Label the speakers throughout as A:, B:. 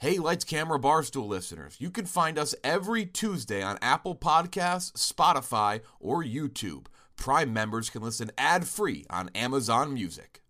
A: Hey, Lights Camera Barstool listeners, you can find us every Tuesday on Apple Podcasts, Spotify, or YouTube. Prime members can listen ad free on Amazon Music.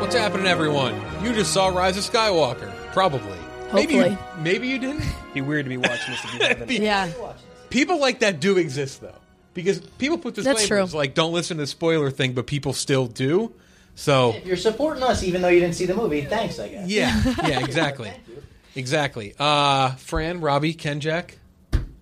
B: What's happening, everyone? You just saw Rise of Skywalker, probably. Maybe you,
C: Hopefully.
B: maybe you didn't.
D: Be weird to be watching this if you haven't.
C: Yeah.
B: People like that do exist, though, because people put
C: That's
B: disclaimers
C: true.
B: like "Don't listen to the spoiler thing," but people still do. So
E: You're supporting us even though you didn't see the movie. Thanks, I guess.
B: yeah, yeah, exactly, exactly. Uh, Fran, Robbie, Ken, Jack,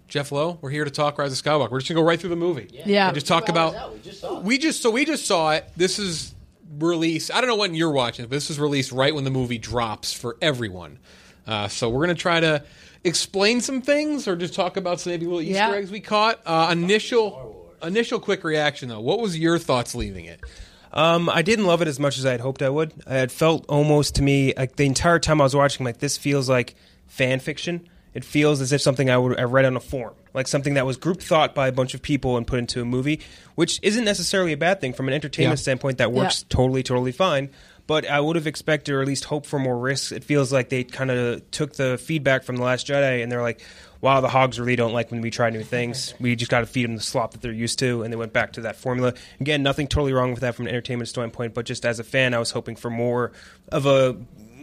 B: Jeff Lowe, we're here to talk Rise of Skywalker. We're just gonna go right through the movie.
C: Yeah.
B: We just talk
E: Two
B: about
E: hours out, we just saw it.
B: we just so we just saw it. This is released. I don't know when you're watching, it, but this is released right when the movie drops for everyone. Uh, so we're gonna try to explain some things or just talk about some maybe little Easter
C: Yeah.
B: eggs we caught. Uh, initial initial quick reaction though. What was your thoughts leaving it?
D: Um, I didn't love it as much as I had hoped I would. It felt almost to me like the entire time I was watching, like this feels like fan fiction. It feels as if something I would I read on a forum, like something that was group thought by a bunch of people and put into a movie, which isn't necessarily a bad thing from an entertainment
B: Yeah.
D: standpoint. That works
C: Yeah.
D: totally, totally fine. But I would have expected, or at least hoped for, more risks. It feels like they kind of took the feedback from the Last Jedi, and they're like, "Wow, the Hogs really don't like when we try new things. We just got to feed them the slop that they're used to." And they went back to that formula again. Nothing totally wrong with that from an entertainment standpoint, but just as a fan, I was hoping for more of a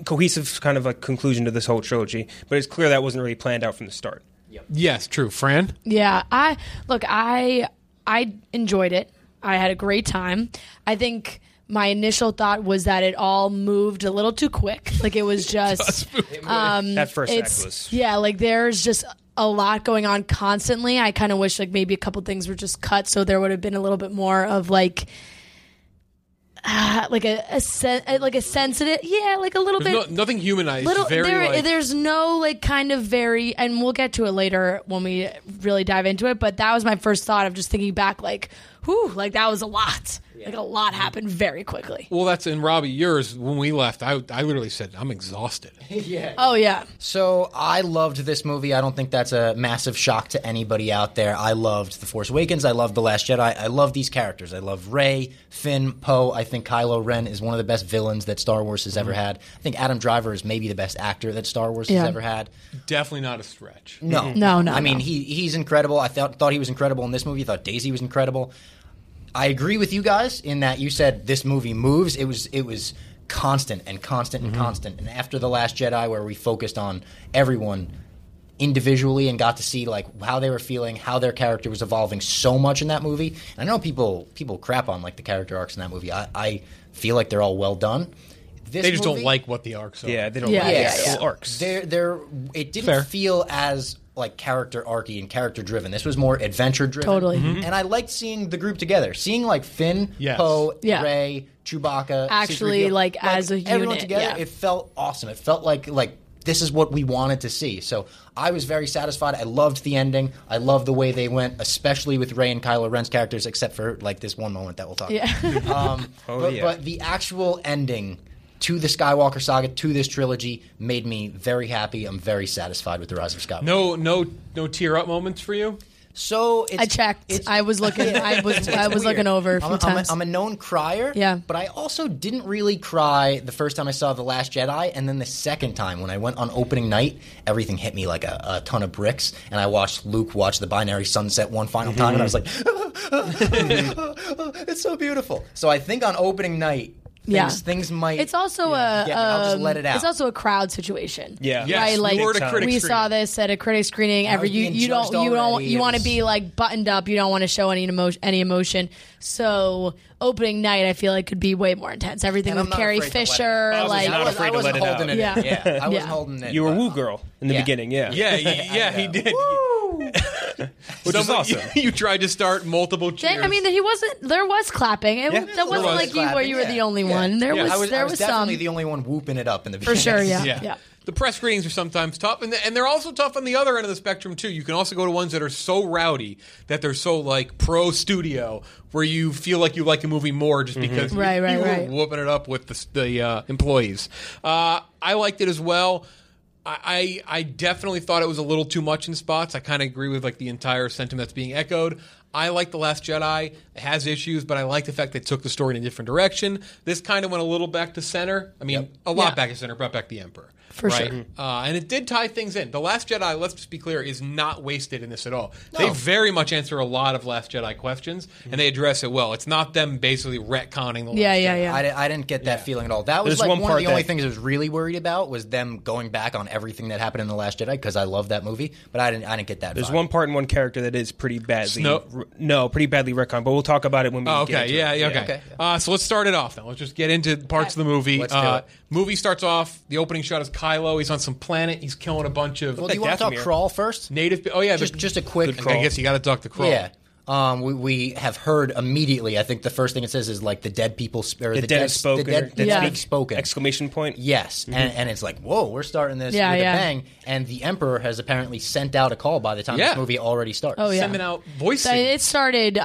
D: cohesive kind of a conclusion to this whole trilogy. But it's clear that wasn't really planned out from the start.
B: Yes, true. Fran,
C: Yeah, I look, I I enjoyed it. I had a great time. I think my initial thought was that it all moved a little too quick. Like it was just
D: that first act
C: Mm, it's-
D: was
C: yeah like there's just a lot going on constantly i kind of wish like maybe a couple things were just cut so there would have been a little bit more of like ah, like a, a sen- uh, like a sensitive yeah like a little
B: there's
C: bit
B: no, nothing humanized.
C: little
B: It's very
C: there
B: like,
C: there's no like kind of very and we'll get to it later when we really dive into it but that was my first thought of just thinking back like whew like that was a lot like a lot
E: Mm-hmm.
C: happened very quickly
B: well, that's in Robbie. Yours when we left, I I literally said I'm exhausted.
C: oh yeah
E: So I loved this movie. I don't think that's a massive shock to anybody out there. I loved The Force Awakens. I loved The Last Jedi. I love these characters. I love Rey, Finn, Poe. I think Kylo Ren is one of the best villains that Star Wars has
B: Mm-hmm.
E: ever had. I think Adam Driver is maybe the best actor that Star Wars
C: Yeah.
E: has ever had.
B: Definitely not a stretch.
E: No,
C: No, no,
E: I mean,
C: no.
E: he he's incredible. I thought thought he was incredible in this movie. I thought Daisy was incredible. I agree with you guys in that you said this movie moves. It was it was constant and constant
B: Mm-hmm.
E: and constant. And after the Last Jedi, where we focused on everyone individually and got to see like how they were feeling, how their character was evolving so much in that movie. And I know people people crap on like the character arcs in that movie. I, I feel like they're all well done. This
B: They just don't
E: movie-
B: like what the arcs are.
D: yeah. They don't
C: Yeah.
D: like
C: Yeah,
D: the
E: yeah.
D: full arcs.
E: there there it didn't
B: Fair.
E: feel as like character archy and character driven. This was more adventure driven.
C: Totally. Mhm.
E: And I liked seeing the group together. Seeing like Finn,
B: Mm-hmm. Yes.
E: Poe,
C: Yeah.
E: Ray, Chewbacca,
C: Actually,
E: Secret Heel-
C: like, as a
E: everyone
C: unit,
E: together,
C: yeah.
E: it felt awesome. It felt like like this is what we wanted to see. So I was very satisfied. I loved the ending. I loved the way they went, especially with Ray and Kylo Ren's characters, except for like this one moment that we'll talk
C: Yeah.
E: about. Um, but,
D: Oh, yeah.
E: but the actual ending to the Skywalker saga, to this trilogy, made me very happy. I'm very satisfied with the Rise of Skywalker.
B: No, no, no tear up moments for you.
E: so it's,
C: I checked.
E: it's-
C: I was looking. I was. I was looking over a few
E: I'm a, I'm a-
C: times.
E: I'm a known crier.
C: Yeah.
E: But I also didn't really cry the first time I saw The Last Jedi, and then the second time when I went on opening night, everything hit me like a, a ton of bricks, and I watched Luke watch the binary sunset one final time, and I was like, it's so beautiful. So I think on opening night, things,
C: Yeah.
E: things might.
C: It's also a.
E: Yeah, I'll just
C: um,
E: let it out.
C: It's also a crowd situation.
D: Yeah.
B: Yes,
C: right.
B: we
C: Like
B: were at a critic
C: we saw
B: screening.
C: this at a critic screening. Every
E: was
C: you,
E: being
C: you don't
E: judged
C: you don't
E: already.
C: you
E: It
C: want to
E: was-
C: be like buttoned up. You don't want to show any emotion any emotion. So opening night, I feel like could be way more intense. Everything
E: And I'm
C: with
E: not
C: Carrie
E: afraid to let it
C: Fisher,
E: out.
D: I was
C: like
D: not
E: I, was,
D: afraid
E: I
D: to
E: wasn't
D: let it out.
E: holding it.
C: Yeah.
E: in. Yeah, I wasn't
C: Yeah.
E: holding it.
D: you were
E: but-
D: woo girl in the
E: Yeah.
D: beginning, yeah.
B: Yeah, yeah, he did.
D: which is
B: Somebody-
D: awesome.
B: You, tried to start multiple cheers.
C: Then, I mean, he wasn't. There was clapping. It,
D: Yeah.
C: that wasn't
B: was
C: like you, where
E: clapping,
C: you were the
E: yeah.
C: only one. There
B: Yeah.
C: was,
E: I was,
C: there
E: I was,
C: was, some
E: definitely the only one whooping it up in the
C: for
E: beginning.
C: sure. Yeah,
B: Yeah.
C: yeah.
B: The press greetings are sometimes tough, and, and they're also tough on the other end of the spectrum, too. You can also go to ones that are so rowdy that they're so, like, pro studio, where you feel like you like a movie more just
D: Mm-hmm.
B: because
C: Right,
B: you,
C: right,
B: you
C: right.
B: were whooping it up with the, s- the uh, employees. Uh, I liked it as well. I, I I definitely thought it was a little too much in spots. I kind of agree with like the entire sentiment that's being echoed. I like the Last Jedi. It has issues, but I like the fact they took the story in a different direction. This kind of went a little back to center. I mean, a lot
C: Yeah.
B: back to center, brought back the Emperor.
C: For
B: right?
C: sure.
B: Uh, and it did tie things in. The Last Jedi, let's just be clear, is not wasted in this at all. They very much answer a lot of Last Jedi questions, and they address it well. It's not them basically retconning the Last
C: Mm-hmm. Yeah, yeah,
B: Jedi.
C: yeah.
E: I, di- I didn't get that feeling at all. That was
D: There's
E: like
D: one
E: one, of
D: part
E: the only
D: that-
E: things I was really worried about was them going back on everything that happened in the Last Jedi because I love that movie, but I didn't. I didn't get that.
D: There's
E: vibe.
D: one part in one character that is pretty badly
B: Snow-
D: r- no, pretty badly retcon, but we'll talk about it when we
B: Oh,
D: get
B: okay.
D: into
B: Yeah,
D: it.
B: yeah, okay.
E: Okay,
B: Uh, so let's start it off then. Let's just get into parts of the movie.
E: Let's do
B: uh,
E: it.
B: Movie starts off. The opening shot is Kylo. He's on some planet. He's killing a bunch of
E: Well, do you want to talk
D: Dathomir.
E: crawl first?
B: native. Oh yeah, the-
E: Just, just a quick
D: Good
B: I guess you got to talk the crawl.
E: Yeah. Um, we, we have heard immediately. I think the first thing it says is like the dead people sp- or
D: The,
E: the,
D: dead
E: dead
D: is spoken.
E: The
D: or
E: dead,
D: dead
C: Yeah.
D: speak
E: speak spoken.
D: Exclamation point.
E: Yes, and, and it's like, whoa, we're starting this
C: Mm-hmm. Yeah,
E: with
C: yeah.
E: a bang, and the emperor has apparently sent out a call by the time
B: Yeah.
E: this movie already starts.
C: Oh, yeah.
B: Sending out voice.
C: So it started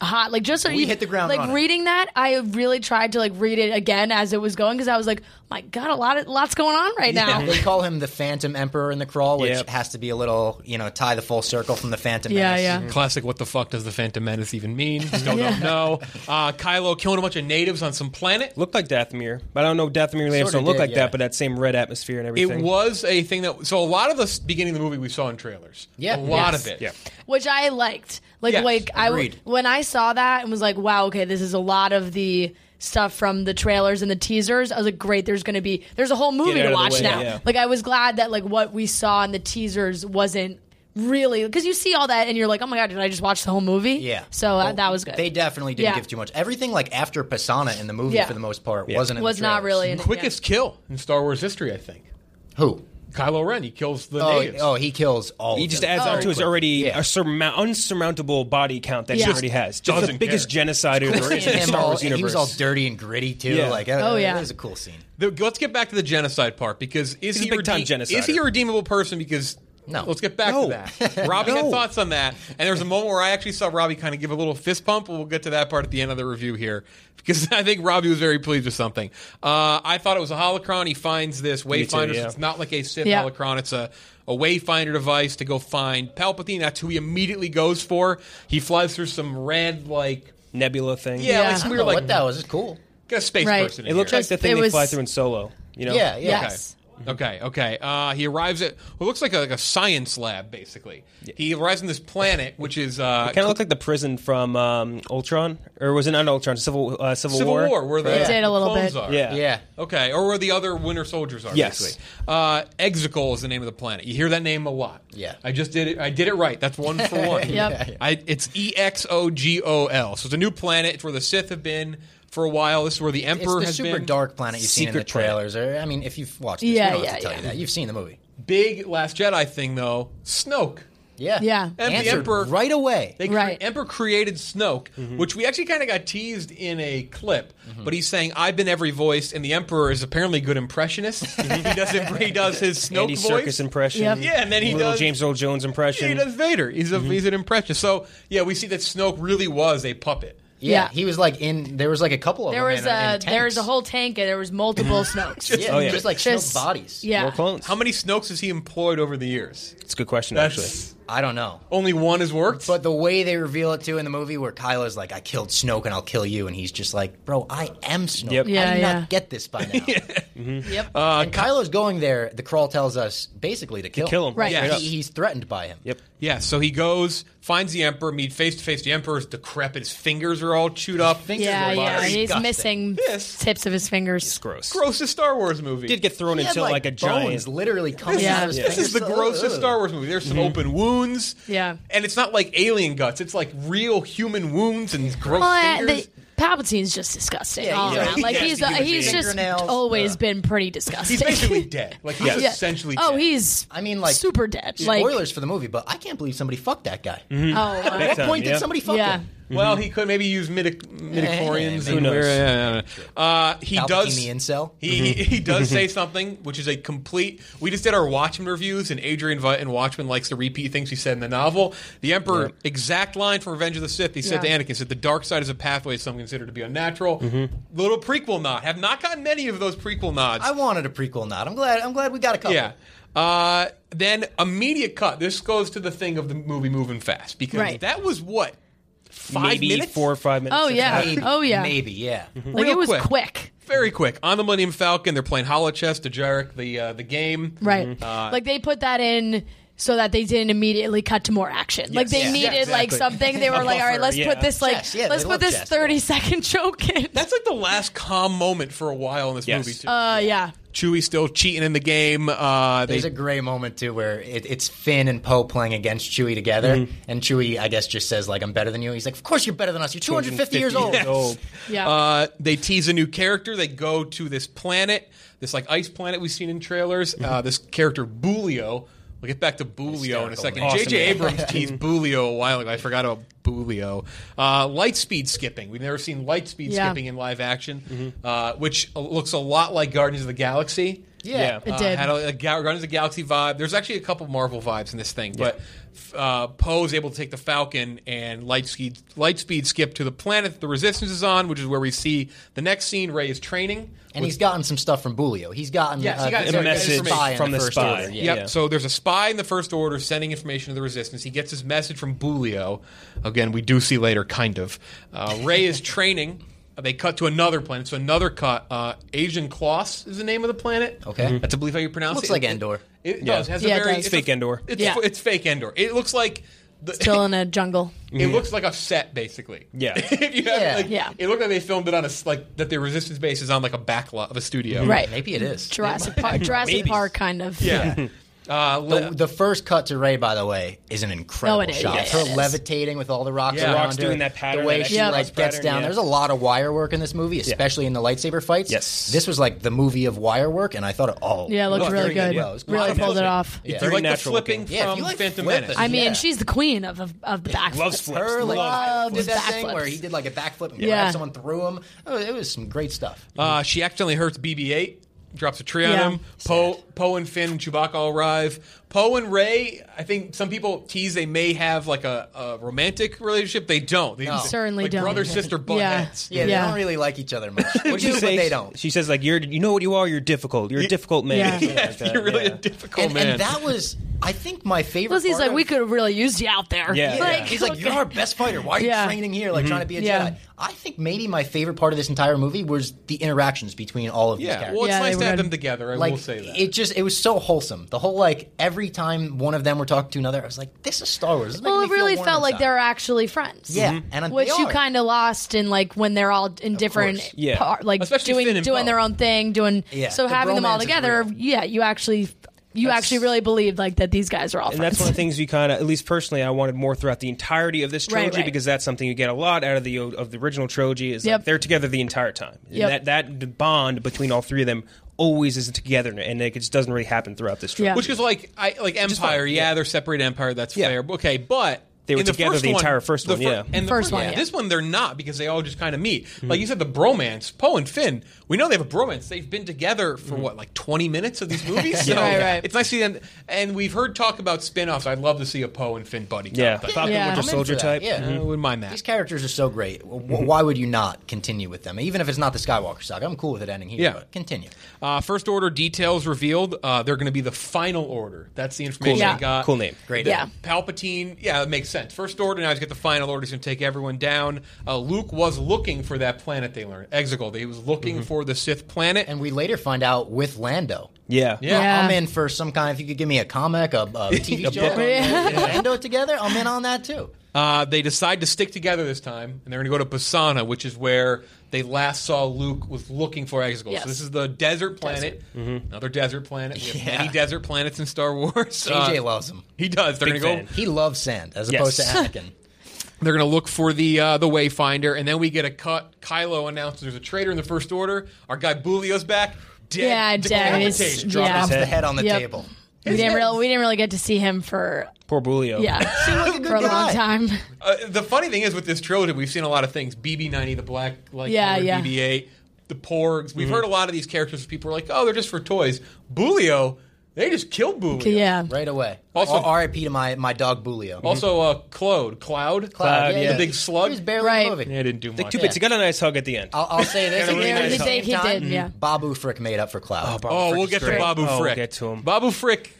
C: hot. Like just
E: We hit the ground
C: Like
E: running.
C: reading that, I really tried to like read it again as it was going because I was like, my God, a lot of lots going on right now.
E: They call him the Phantom Emperor in the crawl, which
D: Yep.
E: has to be a little, you know, tie the full circle from the Phantom.
C: Yeah,
E: Menace.
C: yeah.
B: Classic. What the fuck does the Phantom Menace even mean? Still don't know. Uh, Kylo killing a bunch of natives on some planet.
D: Looked like Dathomir, but I don't know. if Dathomir lamps
E: Sorta
D: don't look
E: did,
D: like
E: yeah.
D: that, but that same red atmosphere and
B: It
D: everything.
B: was a thing that. So a lot of the s- beginning of the movie we saw in trailers. a
E: Yeah.
B: lot
E: Yes.
B: of it.
D: Yeah.
C: which I liked. Like
B: Yes,
C: like I
E: agreed.
C: when I saw that and was like, wow, okay, this is a lot of the stuff from the trailers and the teasers. I was like, great, there's going to be there's a whole movie to
D: out of the
C: watch
D: way,
C: now.
D: yeah.
C: Like I was glad that like what we saw in the teasers wasn't really because you see all that and you're like, oh my god, did I just watch the whole movie?
E: Yeah.
C: So uh,
E: Well,
C: that was good.
E: They definitely didn't
C: Yeah.
E: give too much. Everything like after Pisana in the movie
C: Yeah.
E: for the most part wasn't in the
C: was not
E: trailers.
C: really in it,
B: Quickest kill in Star Wars history, I think.
E: Who?
B: Kylo Ren. He kills the
E: Oh,
B: natives.
E: oh, he kills all.
D: He
E: of
D: just
E: them.
D: adds on to his already
E: Yeah.
D: Oh. a surmount, unsurmountable body count that
C: Yeah.
D: he already has. Just the
B: Doesn't
D: biggest
B: care.
D: genocider there is in the
E: Him
D: Star
E: all-
D: Wars universe.
E: He was all dirty and gritty too.
D: Yeah.
E: Like,
C: Oh,
E: oh
C: yeah.
E: yeah, it was a cool scene.
B: The- let's get back to the genocide part because is
D: He's a
B: he
D: big-time
B: redeem-
D: genocider.
B: Is he a redeemable person? Because
E: No.
B: let's get back to
D: No.
B: that. Robbie had
D: No.
B: thoughts on that, and there was a moment where I actually saw Robbie kind of give a little fist pump. We'll get to that part at the end of the review here because I think Robbie was very pleased with something. Uh, I thought it was a holocron. He finds this wayfinder. so
D: yeah.
B: it's not like a Sith
C: Yeah.
B: holocron. It's a a wayfinder device to go find Palpatine. That's who he immediately goes for. He flies through some red like
D: Nebula thing.
B: yeah,
C: Yeah.
B: like some
E: We
B: weird
E: were like,
B: like
E: what that was it's cool.
B: a space
C: Right.
B: person. in
D: It looks
B: here.
D: like the thing
C: It
D: they
C: was-
D: fly through in Solo. You know.
E: Yeah, yeah.
C: Yes.
B: Okay, okay. Uh, he arrives at what looks like a, like a science lab, basically. He arrives on this planet, which is uh,
D: Kind of looked like the prison from um, Ultron, or was it not Ultron? Civil uh, Civil,
B: Civil War, where the,
C: It did a little
B: clones
C: bit.
B: are.
D: Yeah.
E: Yeah.
B: Okay, or where the other Winter Soldiers are.
D: Yes.
B: Basically. Uh, Exegol is the name of the planet. You hear that name a lot.
E: Yeah.
B: I just did it. I did it right. That's one for one.
C: Yep. Yeah.
B: I, it's E X O G O L. So it's a new planet. It's where the Sith have been for a while. This is where the
E: It's
B: Emperor
E: the
B: has
E: super
B: been.
E: dark planet you've seen in the
D: Secret planet.
E: trailers. Or I mean, if you've watched, this,
C: Yeah,
E: we don't
C: yeah,
E: have to tell
C: yeah.
E: you that you've seen the movie.
B: Big Last Jedi thing though. Snoke.
E: Yeah,
C: Yeah. And
B: the
E: Answered
B: Emperor-
E: right away.
B: They cre-
C: Right.
B: Emperor created Snoke, which we actually kind of got teased in a clip. But he's saying, "I've been every voice," and the Emperor is apparently a good impressionist. he does it, he does his Snoke
D: Andy
B: voice.
D: Circus impression.
C: Yep.
B: Yeah, and then he
D: little
B: does-
D: James Earl Jones impression.
B: he does Vader. He's a he's an impressionist. So yeah, we see that Snoke really was a puppet.
E: yeah.
C: Yeah.
E: he was like in. There was like a couple of
C: There
E: them
C: was
E: in- in
C: a there was
E: tanks.
C: a whole tank and there was multiple Snokes.
E: yeah,
D: Oh, yeah.
E: just like
C: Just-
E: Snoke bodies.
C: Yeah.
D: More clones.
B: How many Snokes has he employed over the years?
D: It's a good question, actually.
E: I don't know.
B: only one has worked.
E: But the way they reveal it too in the movie, where Kylo's like, "I killed Snoke and I'll kill you," and he's just like, "Bro, I am Snoke.
D: Yep.
E: I
C: Yeah,
E: did
C: yeah. Mm-hmm.
E: not get this by now."
C: Yep.
E: and Kylo's going there. The crawl tells us basically to kill,
D: kill him,
C: Right. straight
E: He-
D: up.
E: he's threatened by him.
D: Yep.
B: yeah, so he goes, finds the Emperor, meet face to face. The Emperor's decrepit. His fingers are all chewed up.
E: Fingers
C: yeah,
E: were
C: yeah.
E: very
C: He's
E: disgusting.
C: missing
B: Yes.
C: tips of his fingers.
D: Gross.
B: Grossest Star Wars movie.
D: Did get thrown
E: He had,
D: into like, a giant.
E: bones literally coming
C: Yeah.
E: out of his
B: This is the
E: fingers.
B: grossest
E: Ugh.
B: Star Wars movie. There's some open wounds.
C: Yeah.
B: And it's not like alien guts. It's like real human wounds and gross
C: Well, uh,
B: fingers.
C: they- Palpatine's just disgusting
E: Yeah,
C: all
E: he's-
C: around.
E: he
C: Like
E: has
C: he's
E: to do his
C: he's just
E: fingernails.
C: always been pretty disgusting.
B: He's basically dead. Like he's
C: Yeah.
B: essentially.
C: Oh,
B: dead.
C: he's
E: I mean, like
C: super dead. Like
E: spoilers for the movie, but I can't believe somebody fucked that guy.
B: Mm-hmm.
C: oh, uh,
E: At what point
D: yeah.
E: did somebody fuck
C: Yeah.
E: him?
B: Well, he could maybe use midi midichlorians.
E: Yeah,
B: and
D: knows?
B: where- yeah, yeah, yeah. Uh, he
E: Palpatine
B: does.
E: the incel?
B: He, he he does say something, which is a complete. We just did our Watchmen reviews, and Adrian Veidt and Watchmen likes to repeat things he said in the novel. The Emperor, exact line from Revenge of the Sith, he said
C: Yeah.
B: to Anakin, said, The dark side is a pathway some consider to be unnatural. Little prequel nod. Have not gotten many of those prequel nods.
E: I wanted a prequel. Not. I'm glad. I'm glad we got a couple.
B: Yeah. Uh, then immediate cut. This goes to the thing of the movie moving fast because
C: Right.
B: that was what five
D: maybe
B: minutes,
D: four or five minutes.
C: Oh, yeah.
E: Maybe,
C: Oh, yeah.
E: Maybe. Yeah.
C: like
B: real
C: it was
B: quick.
C: quick.
B: very quick on the Millennium Falcon. They're playing Hollow Chess to Jarek the uh, the game.
C: Right.
E: Mm-hmm.
D: Uh,
C: like they put that in so that they didn't immediately cut to more action. like they
B: Yeah,
C: needed like
B: exactly.
C: something. They were like, all right, let's
D: yeah.
C: put this like
E: Chess, yeah,
C: let's
E: they
C: put
E: love
C: this
E: chess.
C: thirty second joke in.
B: That's like the last calm moment for a while in this
D: Yes.
B: movie. Too.
C: Uh yeah.
B: Chewie still cheating in the game. Uh, they
E: There's a great moment too where it, it's Finn and Poe playing against Chewie together,
B: Mm-hmm.
E: and Chewie, I guess, just says like, "I'm better than you." He's like, "Of course you're better than us. You're 250 years old."
D: Oh,
C: Yeah.
B: Uh, they tease a new character. They go to this planet, this like ice planet we've seen in trailers. Uh, this character Bulio. We'll get back to Bulio in a
E: Hysterical
B: second.
E: name.
B: J.J.
D: Awesome name.
B: Abrams teased Bulio a while ago. I forgot about Bulio. Uh, light speed skipping. We've never seen light speed
C: Yeah.
B: skipping in live action, uh, which looks a lot like Guardians of the Galaxy.
E: Yeah.
C: It
B: Uh,
C: did.
B: Had a, a Ga- Guardians of the Galaxy vibe. There's actually a couple Marvel vibes in this thing, but uh, Poe's able to take the Falcon and light speed, light speed skip to the planet that the Resistance is on, which is where we see the next scene. Ray is training.
E: And he's gotten some stuff from Bulio. He's gotten
B: Yes, he
E: uh,
B: got
E: the
B: some
D: a message
B: information.
E: spy in
D: from the
E: first
D: spy.
E: order.
B: Yep. So there's a spy in the First Order sending information to the Resistance. He gets his message from Bulio. Again, we do see later, kind of. Uh, Ray is training. Uh, They cut to another planet. So another cut. Uh, Asian Kloss is the name of the planet. Mm-hmm.
E: Okay. Mhm.
B: That's I believe how you pronounce
E: Looks
B: it.
E: like
B: It-
E: Endor.
B: It,
D: Yeah.
B: does. Has
C: Yeah,
B: a
C: it
B: very
C: does.
D: It's fake Endor.
B: It's,
C: Yeah.
B: it's fake Endor. It looks like the,
C: Still in a jungle.
B: it looks like a set, basically.
D: Yeah.
B: if you have,
E: Yeah.
B: Like,
C: Yeah.
B: It looked like they filmed it on a s- like that. The resistance base is on like a backlot of a studio.
C: Right.
E: Maybe it is.
C: Jurassic Park Jurassic
D: Maybe.
C: Park kind of.
B: Yeah. uh,
E: The, the first cut to Ray, by the way, is an incredible
C: No, it is.
E: shot.
C: Yes,
E: Her
C: it is.
E: levitating with all the rocks
B: Yeah.
E: around
D: Rocks
E: her,
D: doing that pattern,
E: The way
D: that
E: she
C: Yeah.
E: like
D: pattern,
E: gets down.
D: yeah.
E: There's a lot of wire work in this movie, especially in the lightsaber fights.
D: Yes.
E: this was like the movie of wire work, and I thought, it oh,
C: Yeah, it looked
B: Looked
C: really
B: very good,
C: good.
B: yeah.
E: It was
C: really
E: quite
C: pulled it
D: amazing.
C: off.
D: Yeah.
B: Do you
D: Very
B: like the
D: natural
B: flipping
D: looking.
B: from
E: Yeah, if you like
B: Phantom
E: flipping.
B: Menace?
C: I mean,
E: Yeah.
C: she's the queen of of, of the backflip.
D: loves flips.
E: Her like,
D: Loves
E: did that thing
C: backflips.
E: where he did like a backflip and
C: Yeah.
E: grabbed someone through him. Oh, it was some great stuff.
B: Uh, she accidentally hurts BB-8, drops a tree on
C: Yeah.
B: him. Poe Poe and Finn and Chewbacca arrive. Poe and Ray, I think some people tease they may have like a, a romantic relationship. They don't. They
E: No.
C: Certainly
B: like
C: don't.
B: Brother sister butt
C: Yeah.
B: heads.
E: Yeah, they
C: Yeah.
E: don't really like each other much.
D: What
E: They
D: did she
E: do,
D: say?
E: but they don't.
D: She says like you're. You know what you are. You're difficult. You're a difficult man.
C: Yeah.
D: or something like that,
B: You're really
D: yeah.
B: a difficult
E: And,
B: man.
E: and that was, I think, my favorite.
C: Lizzie's
E: part
C: like,
E: of-
C: we could have really used you out there.
D: Yeah.
E: Yeah.
C: Like,
E: He's like,
C: okay.
E: you're our best fighter. Why are you
C: Yeah. Mm-hmm.
E: training here, like trying to be a
C: Yeah.
E: Jedi? I think maybe my favorite part of this entire movie was the interactions between all of these
B: yeah.
E: characters.
B: Well, it's
C: Yeah,
B: nice
C: they
B: to
C: were
B: have
C: good.
B: them together. I
E: like
B: will say that.
E: it just it was so wholesome. The whole like every time one of them were talking to another, I was like, "This is Star Wars." This is making
C: Well,
E: me
C: it
E: feel
C: really
E: warm
C: felt like
E: inside.
C: they were actually friends.
E: Yeah, Mhm. and
C: which
E: they
C: you
E: are.
C: kind of lost in like when they're all in different,
E: course.
D: Yeah.
C: par- like
B: Especially Finn
C: doing
B: and
C: doing
B: Poe.
C: their own thing, doing
E: Yeah.
C: so
E: The
C: having them all
E: bromance is
C: together.
E: real.
C: Yeah, you actually you actually really believed like that these guys are all
D: And
C: friends.
D: that's one of the things we kind of, at least personally, I wanted more throughout the entirety of this
C: Right,
D: trilogy
C: right.
D: because that's something you get a lot out of the of the original trilogy is
C: Yep.
D: that they're together the entire time. And
C: Yep.
D: That that bond between all three of them always is together, and it just doesn't really happen throughout this trilogy.
C: Yeah.
B: Which is like I like Empire.
D: fine,
B: Yeah, they're separate Empire. That's
D: Yeah.
B: fair. Okay, but
D: They were
B: in the
D: together
B: first
D: the
B: one-
D: entire first
B: the
D: one,
B: fir-
D: yeah. Hmm.
B: and the
C: First one, yeah.
B: This one they're not because they all just kind of meet. Like you said, the bromance. Poe and Finn. We know they have a bromance. They've been together
D: Hmm.
B: for what like twenty minutes of these movies. So
C: Right, right.
B: It's nice to see them. And we've heard talk about spin-offs. I'd love to see a Poe and Finn buddy.
D: Yeah.
B: cop.
D: Falcon
C: Yeah.
D: Winter
C: I'm in
D: Soldier
E: for that,
D: type.
E: yeah.
B: I wouldn't mind that.
E: These characters are so great. W- w- Why would you not continue with them? Even if it's not the Skywalker saga, I'm cool with it ending here.
B: Yeah.
E: but continue.
B: Uh, first order details revealed. Uh, they're going to be the final order. That's the information
C: Cool
B: I
C: name.
B: got.
D: Cool name.
E: Great
B: The-
C: name.
B: Palpatine. Yeah, it makes sense. First order. Now he's got the final order. He's going to take everyone down. Uh, Luke was looking for that planet. They learned Exegol. He was looking for the Sith planet.
E: And we later find out with Lando.
D: Yeah.
B: Yeah.
E: I'm in for some kind. If you could give me a comic, a, a TV show,
D: book.
E: and Lando together, I'm in on that too.
B: Uh, they decide to stick together this time, and they're going to go to Basana, which is where they last saw Luke was looking for Exegol.
C: Yes.
B: So this is the desert planet, Mm-hmm. another desert planet. We have
E: Yeah.
B: many desert planets in Star Wars.
E: JJ
B: Uh,
E: loves him.
B: He does. They're
D: Big
B: going to go
D: fan.
E: He loves sand as
D: Yes.
E: opposed to Anakin.
B: They're going to look for the uh, the Wayfinder, and then we get a cut. Kylo announces there's a traitor in the First Order. Our guy Bulio's back. Dead.
C: Yeah, dead. It's-
B: Decapitation.
C: yeah.
E: Drops the
C: Head.
E: head on the
C: Yep.
E: table.
C: We didn't really we didn't really get to see him for
D: Poor Bulio.
C: yeah
E: was a good
C: for a long
E: guy.
C: time.
B: Uh, the funny thing is with this trilogy, we've seen a lot of things: BB-90, the black, like
C: Yeah, yeah.
B: BB-8, the Porgs.
D: Mm-hmm.
B: We've heard a lot of these characters. People are like, "Oh, they're just for toys." Bulio, they just killed Bulio.
D: Mm-hmm.
C: Yeah.
E: Right away. Oh,
B: Also-
E: Also, R.I.P. to my, my dog Bulio.
B: Also, uh, Cloud, Cloud,
E: Cloud,
D: yeah.
B: the big slug.
E: He was barely
C: Right.
E: in the movie.
B: yeah, didn't do
D: Like
B: much.
D: two bits. He got a nice hug at the end.
E: I'll, I'll say this.
B: Kinda
E: at
B: really
E: the
B: nice.
E: same
C: He did,
E: time,
C: yeah.
E: Babu Frick Mm. made up for Cloud.
B: Oh, we'll get to Babu
D: Oh, we'll
B: Frick.
D: get to him.
B: Babu Frick,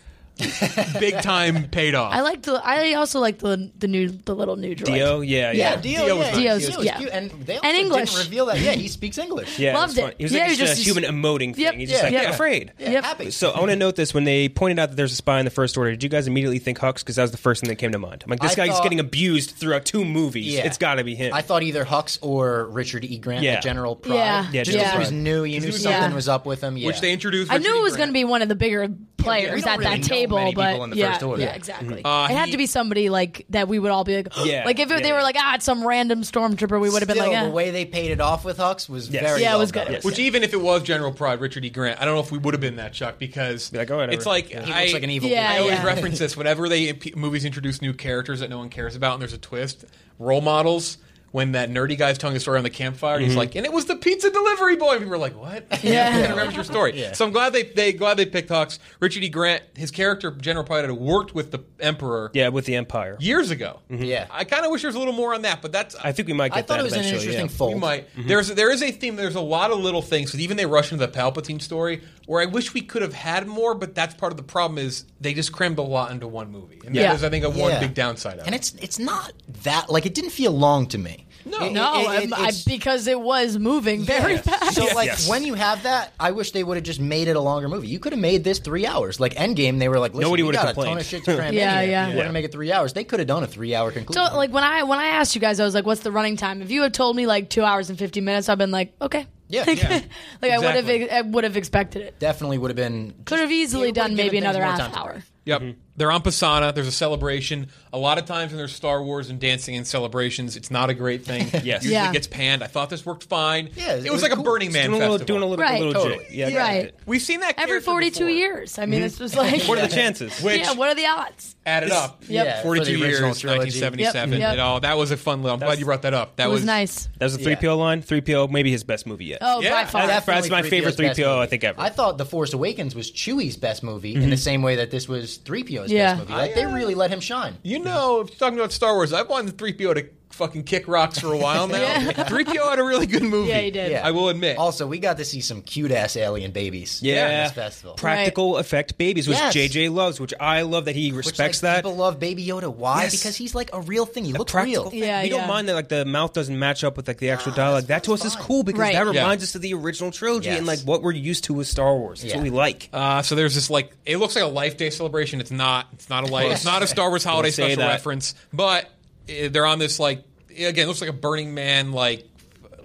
B: big time paid off.
C: I like the I also like the the new the little new droid.
D: Dio. Yeah, yeah.
E: yeah, Dio,
B: Dio was
E: yeah,
B: nice.
C: Dio's-
E: Dio was
C: yeah.
E: cute, and they
C: And
E: also
C: English.
E: didn't reveal that. Yeah, he speaks English.
D: Yeah,
C: Loved
D: it's fun.
C: it.
D: He was
C: Yeah,
D: like
C: he
D: it's
C: was
D: just a
C: just-
D: human emoting thing.
C: Yep,
D: He's just
C: yeah,
D: like
C: yeah.
D: "Yeah, afraid.
E: Yeah,
C: Yep.
E: happy.
D: So I want to note this: when they pointed out that there's a spy in the First Order, did you guys immediately think Hux? Because that was the first thing that came to mind. I'm like, this
E: I
D: guy's
E: thought-
D: getting abused throughout two movies.
E: Yeah.
D: It's got to be him.
E: I thought either Hux or Richard E. Grant,
D: Yeah.
E: the General Pride.
C: Yeah.
D: Yeah,
E: just because
C: General
E: he was
D: Pride.
E: new, you knew
C: was
E: something
C: new.
E: was up with him. Yeah.
B: which they introduced.
C: I knew
B: Richard
C: it
B: E.
C: was going
B: Grant.
C: to be one of the bigger
E: we
C: players
E: don't
C: at
E: really
C: that
E: know
C: table,
E: many
C: but
E: people in the
C: yeah,
E: First Order.
C: yeah, exactly.
B: Uh,
C: it had
B: he-
C: to be somebody like that we would all be like,
D: Yeah,
C: like if it,
D: yeah,
C: they were
D: yeah.
C: like, ah, it's some random stormtrooper, we would have been
E: Still,
C: like, eh.
E: the way they paid it off with Hux was
D: Yes.
E: very.
C: Yeah, it
E: well
C: was
E: done.
C: good. Yes.
B: Which even if it was General Pride, Richard E. Grant, I don't know if we would have been that shocked because
D: Be like, "Oh, whatever."
B: it's like
D: Yeah.
E: He
B: I,
E: looks like an evil.
C: Yeah,
B: I
E: dude.
B: always reference this whenever they p- movies introduce new characters that no one cares about and there's a twist. Role models. When that nerdy guy's telling the story on the campfire,
E: Mm-hmm.
B: he's like, "And it was the pizza delivery boy." And people were like, "What?"
C: Yeah.
B: Everyone remembers your story.
E: Yeah.
B: So I'm glad they they glad they picked Hawks. Richard E. Grant, his character General Pride, had worked with the Emperor
D: yeah, with the Empire.
B: years ago.
E: Yeah.
B: I kind of wish there was a little more on that, but that's
D: I think we might get
E: I thought
D: that
E: it was an
D: eventually.
E: interesting
D: yeah.
E: fold.
B: we might. There's there is a theme. There's a lot of little things. Because even they rush into the Palpatine story, where I wish we could have had more. But that's part of the problem is they just crammed a lot into one movie, and
C: Yeah.
B: that is I think a one
E: Yeah.
B: big downside of
E: and
B: it.
E: it's it's not that like it didn't feel long to me. No,
C: no, um, I, because it was moving very fast.
E: So like
D: Yes.
E: when you have that, I wish they would have just made it a longer movie. You could have made this three hours. Like Endgame, they were like, Listen,
D: Nobody
E: we
D: would have
E: got A ton
D: complained.
E: of shit to cram in
C: Yeah,
E: here.
C: yeah.
E: We're
D: Yeah.
E: gonna make it three hours. They could have done a three-hour
C: So
E: conclusion.
C: like when I when I asked you guys, I was like, "What's the running time?" If you had told me like two hours and fifty minutes, I've been like, "Okay."
E: Yeah,
C: like,
E: yeah.
C: like I would have
B: Exactly.
C: I would have expected it.
E: definitely would have been
C: Could have easily
E: Yeah, it
C: done
E: would've
C: maybe
E: given things
C: another
E: more
C: half
E: time to
C: hour.
E: breathe.
B: Yep, they're on Pasana. There's a celebration. A lot of times when there's Star Wars and dancing and celebrations, it's not a great thing.
D: Yes.
B: usually
C: Yeah.
B: gets panned. I thought this worked fine.
E: Yeah,
B: it was,
E: it was
B: like a
E: cool.
B: Burning
E: Just
B: Man
D: Doing a little,
B: festival.
D: doing a little,
C: Right.
D: little
E: Totally.
D: jig. Yeah, I got
C: Right.
D: it.
B: We've seen that
C: Every
B: character
C: forty-two
B: before.
C: years. I mean,
E: Mm-hmm.
C: this was like
D: What are the chances?
B: Which
C: yeah. What are the odds?
B: added up,
C: Yep. Yeah, for
E: the
B: 42 years,
E: original trilogy.
B: 1977.
C: Yep, yep.
B: It all that was a fun little. I'm glad you brought that up. That
C: It was nice.
D: That was a three PO line. Three PO, maybe his best movie yet.
C: Oh,
B: Yeah,
C: by far.
D: that's-
E: Definitely
D: my favorite
E: 3PO's best
D: 3PO I
E: movie.
D: think ever.
E: I thought The Force Awakens was Chewie's best movie in the same way that this was 3PO's
C: Yeah.
E: best movie. Like they really let him shine.
B: You know, if you're talking about Star Wars, I've wanted the 3PO to fucking kick rocks for a while now.
C: Yeah.
B: 3PO had a really good movie.
C: Yeah, he did.
E: Yeah.
B: I will admit.
E: Also, we got to see some cute ass alien babies.
D: Yeah.
E: in this festival.
D: Practical effect babies, which
E: Yes.
D: JJ loves, which I love that he
E: Which,
D: respects
E: like,
D: that.
E: People love Baby Yoda. Why?
D: Yes.
E: Because he's like a real thing. He looks
D: practical
E: real. Ah,
D: thing.
C: Yeah,
D: we
C: yeah.
D: don't mind that like the mouth doesn't match up with like the actual dialogue. That to us is
E: fine.
D: cool because
C: Right.
D: that
C: Yeah.
D: reminds us of the original trilogy and like
E: Yes.
D: what we're used to with Star Wars. That's
E: Yeah.
D: what we like.
B: Uh, so there's this like it looks like a Life Day celebration. It's not. It's not a life. It's not a Star Wars holiday
D: Don't say
B: special
D: that.
B: reference. But uh, they're on this like again. It looks like a Burning Man like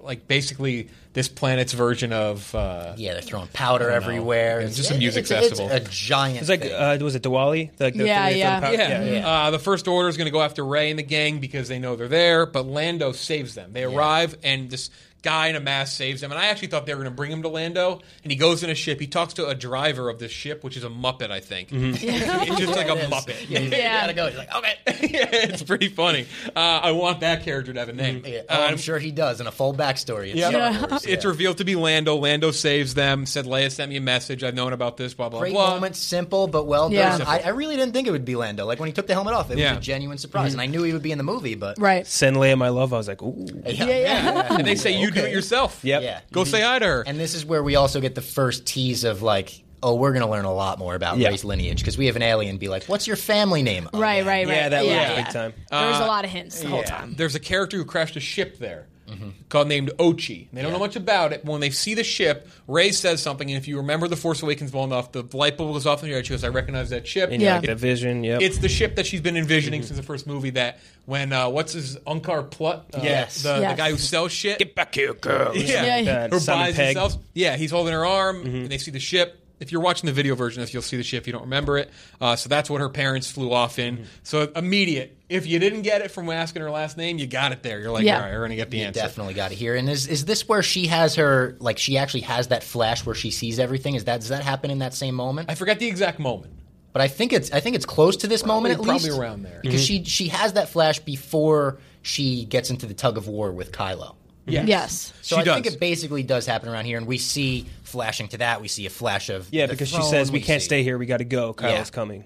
B: like basically this planet's version of uh,
E: Yeah, they're throwing powder everywhere.
B: It's just a music
E: it's- it's
B: festival.
E: a giant.
D: It's like
E: thing.
D: uh, was it Diwali? The, like, the
C: Yeah,
D: thing they throw
C: yeah.
D: the pow-
B: Yeah.
D: yeah.
B: Uh, the First Order is going to go after Ray and the gang because they know they're there, but Lando saves them. They arrive, and this guy in a mask saves them. And I actually thought they were going to bring him to Lando, and he goes in a ship. He talks to a driver of this ship, which is a Muppet, I think. it's just like a Muppet.
E: yeah, you
C: Yeah.
E: gotta go. You're like, okay.
B: yeah, it's pretty funny. Uh, I want that character to have a name.
E: Yeah. Oh, I'm
B: Um,
E: sure he does in a full backstory. It's
B: Yeah.
E: Star Wars,
B: It's
E: yeah.
B: revealed to be Lando. Lando saves them. Said Leia sent me a message. I've known about this. Blah blah
E: Great
B: blah.
E: moment, simple but well
C: Yeah.
E: done. I, I really didn't think it would be Lando. Like when he took the helmet off, it
B: Yeah.
E: was a genuine surprise, and I knew he would be in the movie, but
C: Right.
D: Send Leia my love. I was like, ooh.
C: Yeah,
E: Yeah,
C: yeah.
B: And they say you do it
E: Okay. Mm-hmm.
B: yourself.
D: Yep.
E: Yeah.
B: Go say hi to her.
E: And this is where we also get the first tease of like, oh, we're gonna learn a lot more about
D: Yeah.
E: race lineage because we have an alien be like, what's your family name? Oh,
C: Right, right, right.
D: Yeah, that was big time. Uh,
C: There was a lot of hints the whole time.
B: there's a character who crashed a ship there
D: Mm-hmm.
B: called named Ochi. They don't know much about it. But when they see the ship, Ray says something, and if you remember The Force Awakens well enough, the light bulb goes off in your head. She goes, I recognize that ship.
D: And
C: Yeah.
D: yeah. Mm-hmm. like the vision. Yep.
B: It's the ship that she's been envisioning since the first movie that when, uh, what's his, Unkar Plutt? Uh,
D: Yes.
B: The, the
C: Yes.
B: guy who sells shit.
D: get back here, girl.
B: yeah.
C: Yeah, yeah.
D: That
B: Or
D: Simon
B: buys
D: Pegg.
B: himself. Yeah, he's holding her arm,
E: Mm-hmm.
B: and they see the ship. If you're watching the
E: Mm-hmm.
B: video version, of this, you'll see the ship. You don't remember it, uh, so that's what her parents flew off in. So immediate If you didn't get it from asking her last name, you got it there. You're like,
C: Yeah.
B: all right, we're gonna get the
E: You
B: answer.
E: definitely got it here. And is is this where she has her like she actually has that flash where she sees everything? Is that does that happen in that same moment?
B: I forgot the exact moment.
E: But I think it's I think it's close to this moment at
B: Probably
E: least.
B: around there.
E: because she she has that flash before she gets into the tug of war with Kylo.
B: Yes.
C: Yes.
E: So
B: She
E: I think
B: does.
E: it basically does happen around here, and we see flashing to that. We see a flash of
D: Yeah,
E: the
D: because she
E: throne,
D: says we, can't
E: see-
D: stay here. We got to go. Kyle's
E: Yeah.
D: coming.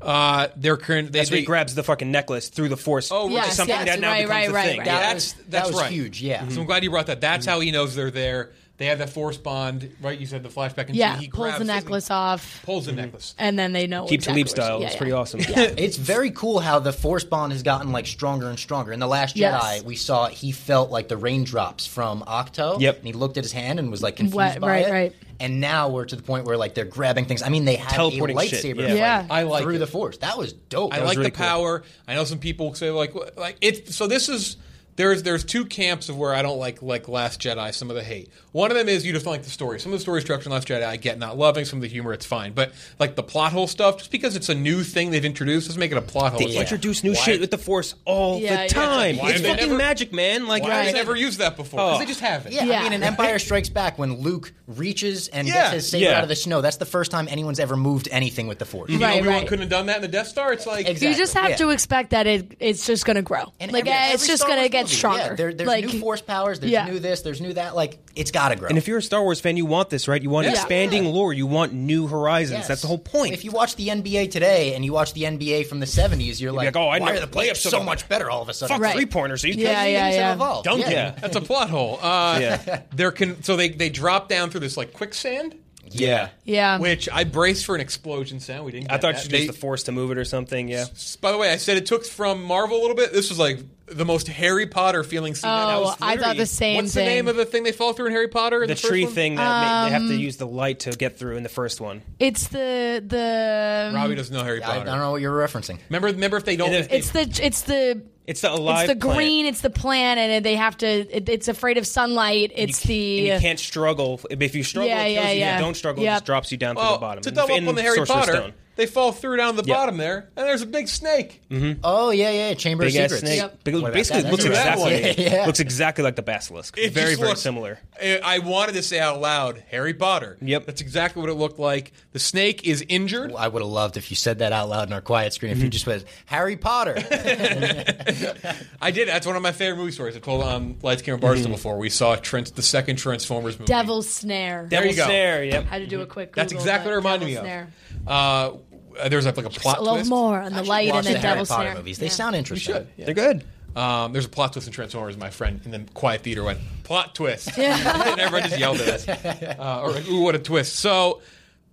B: Uh, they're current. They,
D: That's where
B: they,
D: he grabs the fucking necklace through the force.
B: Oh,
D: which
C: Yes,
D: is something
C: yes,
D: that now
C: right,
D: becomes
C: right,
D: a
C: right,
D: thing.
C: right.
E: That
B: That's
E: was-
B: that's
E: that was
B: right.
E: huge, yeah. Mm-hmm.
B: So I'm glad you brought that. That's how he knows they're there. They have that force bond, right? You said the flashback. And
C: Yeah.
B: He
C: Pulls
B: grabs
C: the
B: it and
C: necklace off,
B: Pulls the
E: Mm-hmm.
B: necklace.
C: and then they know.
D: Keep
C: exactly where
D: Talib
C: she-
D: style.
C: yeah,
D: it's
C: yeah.
D: pretty awesome.
E: It's very cool how the Force bond has gotten like stronger and stronger. In the Last Jedi,
C: Yes.
E: we saw he felt like the raindrops from Octo.
D: Yep.
E: and he looked at his hand and was like confused
C: Wet,
E: by
C: right,
E: it.
C: right.
E: And now we're to the point where like they're grabbing things. I mean, they had
D: Teleporting
E: a
D: shit,
E: lightsaber
D: yeah.
E: fight
C: Yeah.
B: I like
E: through
B: it.
E: the Force. That was dope.
B: I
E: That was
B: like
D: really
B: the
D: cool.
B: power. I know some people say like wh- like it's so this is there's there's two camps of where I don't like like Last Jedi. Some of the hate. One of them is you just don't like the story. Some of the story structure in Last Jedi I get not loving. Some of the humor it's fine, but like the plot hole stuff, just because it's a new thing they've introduced, let's make it a plot hole.
D: They
B: It's like,
D: introduce new
B: why-
D: shit with the force all
C: Yeah, yeah.
D: the time.
B: Why
D: it's
B: did they
D: fucking
B: never-
D: magic, man. Like
B: Why
D: I
B: have
D: said-
B: they never used that before? 'Cause
D: Oh.
B: they just haven't.
E: Yeah,
C: Yeah.
E: I mean, in Empire Strikes Back, when Luke reaches and
B: Yeah,
E: gets his saber
D: yeah.
E: out of the snow, that's the first time anyone's ever moved anything with the Force.
B: You know,
C: Right,
B: Obi-Wan
C: right.
B: couldn't have done that in the Death Star. It's like
E: Exactly.
C: You just have
E: Yeah.
C: to expect that it it's just going to grow.
E: And
C: like
E: every-
C: eh,
E: every
C: it's just
E: Star
C: going to
E: Wars
C: get
E: movie,
C: stronger.
E: Yeah, there, there's
C: like,
E: new Force powers. There's
C: yeah.
E: new this. There's new that. Like it's got to grow.
D: And if you're a Star Wars fan, you want this, right? You want
B: Yeah.
D: expanding lore. You want new horizons.
E: Yes.
D: That's the whole point.
E: If you watch the NBA today and you watch the NBA from the '70s, you're like,
D: like, oh, I
E: why
D: never-
E: are the
D: they have
E: playoffs so
D: something
E: much better all of a sudden?
D: Fuck
C: Right.
D: three pointers. Are you kidding
C: Yeah,
D: me?
C: yeah,
E: Things
C: yeah.
E: have evolved.
D: Dunking.
E: Yeah.
D: Yeah.
B: that's a plot hole. Uh,
D: Yeah.
B: There can so they they drop down through this like quicksand,
D: Yeah.
C: yeah.
B: which I braced for an explosion sound. We didn't.
D: I
B: get
D: thought
B: that.
D: you used
B: They-
D: the force to move it or something. Yeah.
B: By the way, I said it took from Marvel a little bit. This was like the most Harry Potter feeling scene. that I
C: Oh,
B: was
C: I thought
B: literally-
C: the same
B: What's
C: thing.
B: the name of the thing they fall through in Harry Potter? in
D: The
B: first
D: tree
B: one?
D: thing that ma- they have
C: Um,
D: to use the light to get through in the first one.
C: it's the the um,
B: Robbie doesn't know Harry
E: I, I
B: Potter.
E: don't know what you're referencing.
B: Remember, remember if they don't.
D: It-
B: if they-
C: it's the it's the
D: It's
C: it's
D: the alive.
C: the
D: planet.
C: green, it's the planet, and they have to. It, it's afraid of sunlight. It's
D: And
C: the
D: you can't struggle. If you struggle,
C: Yeah,
D: it kills
C: yeah,
D: you.
C: yeah.
D: If you don't struggle,
C: Yep.
D: it just drops you down to
B: oh,
D: the bottom.
B: to
D: In-
B: double
D: in
B: up on the Harry
D: Sorcerer's
B: Potter,
D: Stone.
B: they fall through down the
D: Yeah. Mm-hmm.
B: bottom there, and there's a big snake.
E: Oh yeah, yeah, Chamber
D: Big
E: of
D: ass
E: Secrets.
D: snake.
C: Yep.
D: Big-
E: What about
D: basically,
E: that?
D: looks
B: That's a
D: exactly
B: good
E: one. Yeah.
D: looks exactly like the basilisk.
B: It
D: very
B: just
D: very
B: looks-
D: similar.
B: I I wanted to say out loud, Harry Potter.
D: Yep.
B: that's exactly what it looked like. The snake is injured.
E: I would have loved if you said that out loud in our quiet screen.
D: Mm-hmm.
E: If you just went Harry Potter,
B: I did. That's one of my favorite movie stories. I told on Lights Camera
D: Mm-hmm.
B: Barstool before. We saw Trent, the second Transformers movie.
C: devil's snare.
B: There you go.
D: Snare, yep.
C: Had to do a quick.
B: That's
C: Google,
B: exactly what it
C: but
B: reminded me
C: Devil's
B: of. Uh, there's like a plot
C: Snare. A little
B: twist.
C: more on the light
E: watch
C: and
E: the
C: the
E: Harry
C: devil's
E: Potter
C: snare.
E: movies. They
C: Yeah.
E: sound
B: You
E: interesting.
B: should. yeah.
D: They're good.
B: Um, there's a plot twist in Transformers. My friend in the quiet theater went plot twist, and everyone just yelled at us. Uh, or like, ooh, what a twist! So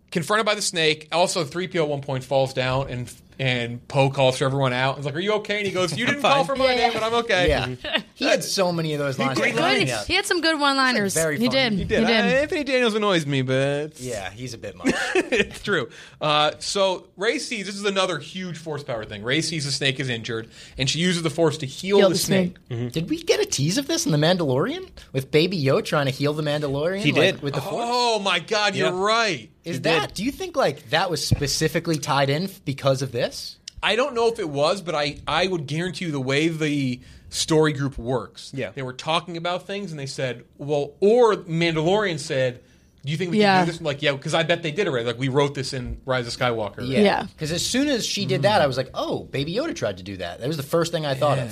B: confronted by the snake. Also, three PO at one point falls down and. And Poe calls for everyone out. He's like, "Are you okay?" And he goes, "You didn't call for my name, but I'm okay."
E: Yeah, he had so many of those lines.
B: Great
E: coming
C: Good.
E: up.
C: He had some good one-liners.
E: Very
C: he
E: funny.
C: did.
E: He
C: He
B: Yeah,
C: did.
B: I- Uh, Anthony Daniels annoys me, but
E: Yeah, he's a bit much.
B: it's true. Uh, so Ray sees this is another huge force power thing. Ray sees the snake is injured, and she uses the force to heal,
C: Heal
B: the,
C: the
B: snake.
C: snake.
E: Did we get a tease of this in The Mandalorian with Baby Yo trying to heal the Mandalorian?
D: He
E: like,
D: did.
E: with the Force.
B: Oh my God, you're
D: Yeah.
B: right.
E: Is that? Do you think like that was specifically tied in f- because of this?
B: I don't know if it was, but I I would guarantee you the way the story group works.
D: Yeah.
B: they were talking about things, and they said, "Well," or Mandalorian said. Do you think we
C: Yeah.
B: can do this? I'm like, yeah, because I bet they did already. Like, we wrote this in Rise of Skywalker.
C: Yeah.
E: Because as soon as she did that, I was like, oh, Baby Yoda tried to do that. That was the first thing I thought of.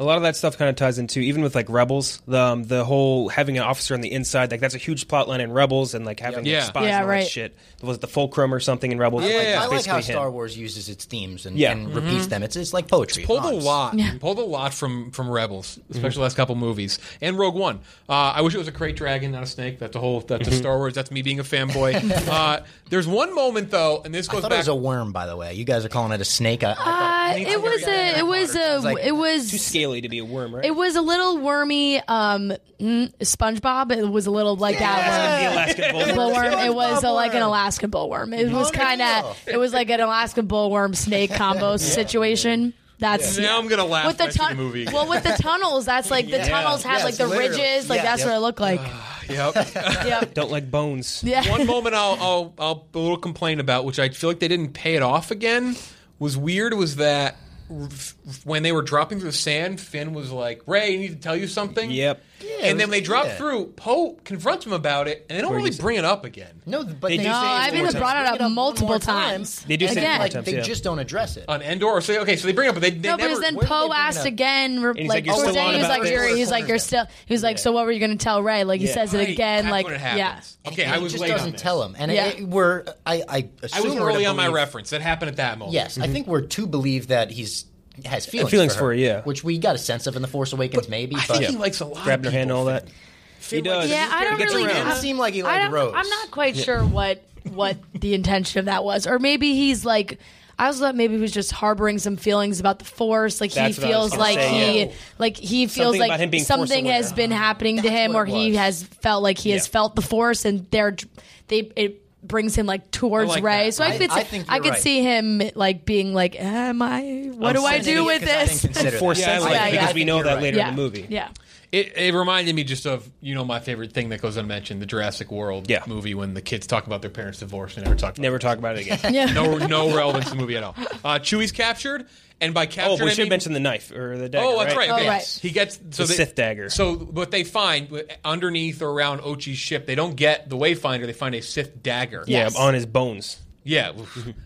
D: A lot of that stuff kind of ties into even with like Rebels, the, um, the whole having an officer on the inside, like that's a huge plot line in Rebels, and like having
B: Yeah.
D: like, spies
C: Yeah,
D: and all
C: right.
D: that shit. Was it the Fulcrum or something in Rebels?
B: Yeah.
E: Like, I
D: It's
E: like how
D: basically him.
E: Star Wars uses its themes and,
D: Yeah.
E: and
C: Mm-hmm.
E: repeats them. It's it's like poetry. It
B: pulled a
E: rhymes.
B: lot. Pulled a lot from from Rebels,
E: Mm-hmm.
B: especially the last couple movies and Rogue One. Uh, I wish it was a crate dragon, not a snake. That's a whole. That's
E: Mm-hmm.
B: a Star Wars. That's me being a fanboy. uh, there's one moment though, and this
E: I
B: goes
E: thought
B: back.
E: it was a worm, by the way. You guys are calling it a snake. I, I thought,
C: Uh, it was a. It was
E: like-
C: a. It
D: Too
C: was.
D: scaly to be a worm, right?
C: It was a little wormy. Um, mm, SpongeBob. It was a little like that. one.
D: the Alaskan bull.
C: bullworm. It was a,
E: bullworm.
C: like an Alaskan bullworm. It was kind of it was like an Alaskan bullworm snake combo situation. That's
B: now I'm gonna laugh
C: with the,
B: when I see
C: tun-
B: the movie.
C: Well, with the tunnels, that's like the tunnels had
E: Yes,
C: like the
E: literally.
C: ridges. Like
E: Yeah.
C: that's what it looked like.
B: Yep.
C: Yep.
D: Don't like bones.
C: Yeah.
B: one moment I'll, I'll I'll a little complain about, which I feel like they didn't pay it off again, was weird. Was that when they were dropping through the sand, Finn was like, "Ray, I need to tell you something."
D: Yep.
B: and then
E: it was-
B: when they drop
E: yeah.
B: through, Poe confronts him about it, and they don't really bring it up again
E: No, but they,
D: do
E: say
D: No,
E: it
D: I've
E: one
D: been
E: time.
C: brought it
E: Bring
C: up
E: one
C: multiple
E: more
C: times.
E: time,
D: They do say it
C: Again.
D: more
E: like
D: times,
E: they
D: yeah.
E: just don't address it.
B: on Endor. So okay, so they bring it up, but they, they
C: No,
B: never.
C: because then
E: where did they
C: Poe
E: bring
C: asked
E: up-
C: again, re- like,
D: he's like, "You're
C: towards
D: still
C: the end,
D: on
C: he was
D: about
C: like,
D: this."
C: you're, he's like, you're still, he was like, so what were you going to tell Ray? Like, he
D: Yeah.
C: says it
B: Right,
C: again,
B: that's
C: like,
B: when it
C: yeah.
B: happens. Okay, I
E: he
B: was
E: just
B: late
E: doesn't
B: on this.
E: tell him, and it-
C: Yeah.
E: it, we're I I
B: I
E: assume
B: was
E: we're to
B: early on my
E: believe-
B: reference. That happened at that moment.
E: Yes, I think we're to believe that he's has feelings,
D: feelings
E: for,
D: for
E: her,
D: her, yeah.
E: which we got a sense of in the Force Awakens, maybe.
B: I
E: but
B: think he likes a lot.
D: Grabbing
B: of
D: her hand and
B: people,
D: all that.
B: Finn.
D: He does.
C: Yeah, I don't
D: He gets
C: really.
D: around.
E: It doesn't seem like he liked
C: I don't-
E: Rose.
C: I'm not quite sure what what the intention of that was, or maybe he's like. I also thought maybe he was just harboring some feelings about the force. Like
D: That's
C: he
D: what I was
C: feels
D: gonna
C: like
D: say,
C: he,
D: yeah.
C: like he feels
D: Something about him
C: like
D: being
C: something
D: force-aware.
C: has been happening to
E: That's
C: him, or
E: what it
C: he
E: was.
C: has felt like he has
D: Uh-huh. Yeah.
C: felt the force, and they're they it brings him like towards
B: I like
C: Ray.
B: that.
C: So I
E: I-
C: could
E: I
C: see-
E: think
C: I
E: you're
C: could
E: right.
C: see him like being like, am I? What do I
E: Sensing
C: do
E: it
C: with
E: 'cause I didn't
C: this?
E: consider
D: Force
E: that.
D: sensitive
C: Yeah, yeah,
D: because
C: I
D: we
E: think
D: know
E: you're
D: that
E: right.
D: later
C: yeah,
D: in the movie.
C: yeah.
B: It, it reminded me just of you know my favorite thing that goes unmentioned, the Jurassic World
D: Yeah.
B: movie when the kids talk about their parents' divorce and never talk. About
D: Never talk about it again.
C: Yeah.
B: no no relevance to the movie at all. Uh, Chewie's captured, and by captured,
D: oh, but we
B: I
D: should
B: mean-
D: mention the knife or the dagger.
B: Oh, that's right.
C: Oh,
B: okay.
C: right.
B: He gets so
D: The
B: they-
D: Sith dagger.
B: So what they find w- underneath or around Ochi's ship, they don't get the Wayfinder. They find a Sith dagger.
D: Yeah,
C: Yes.
D: on his bones.
B: Yeah.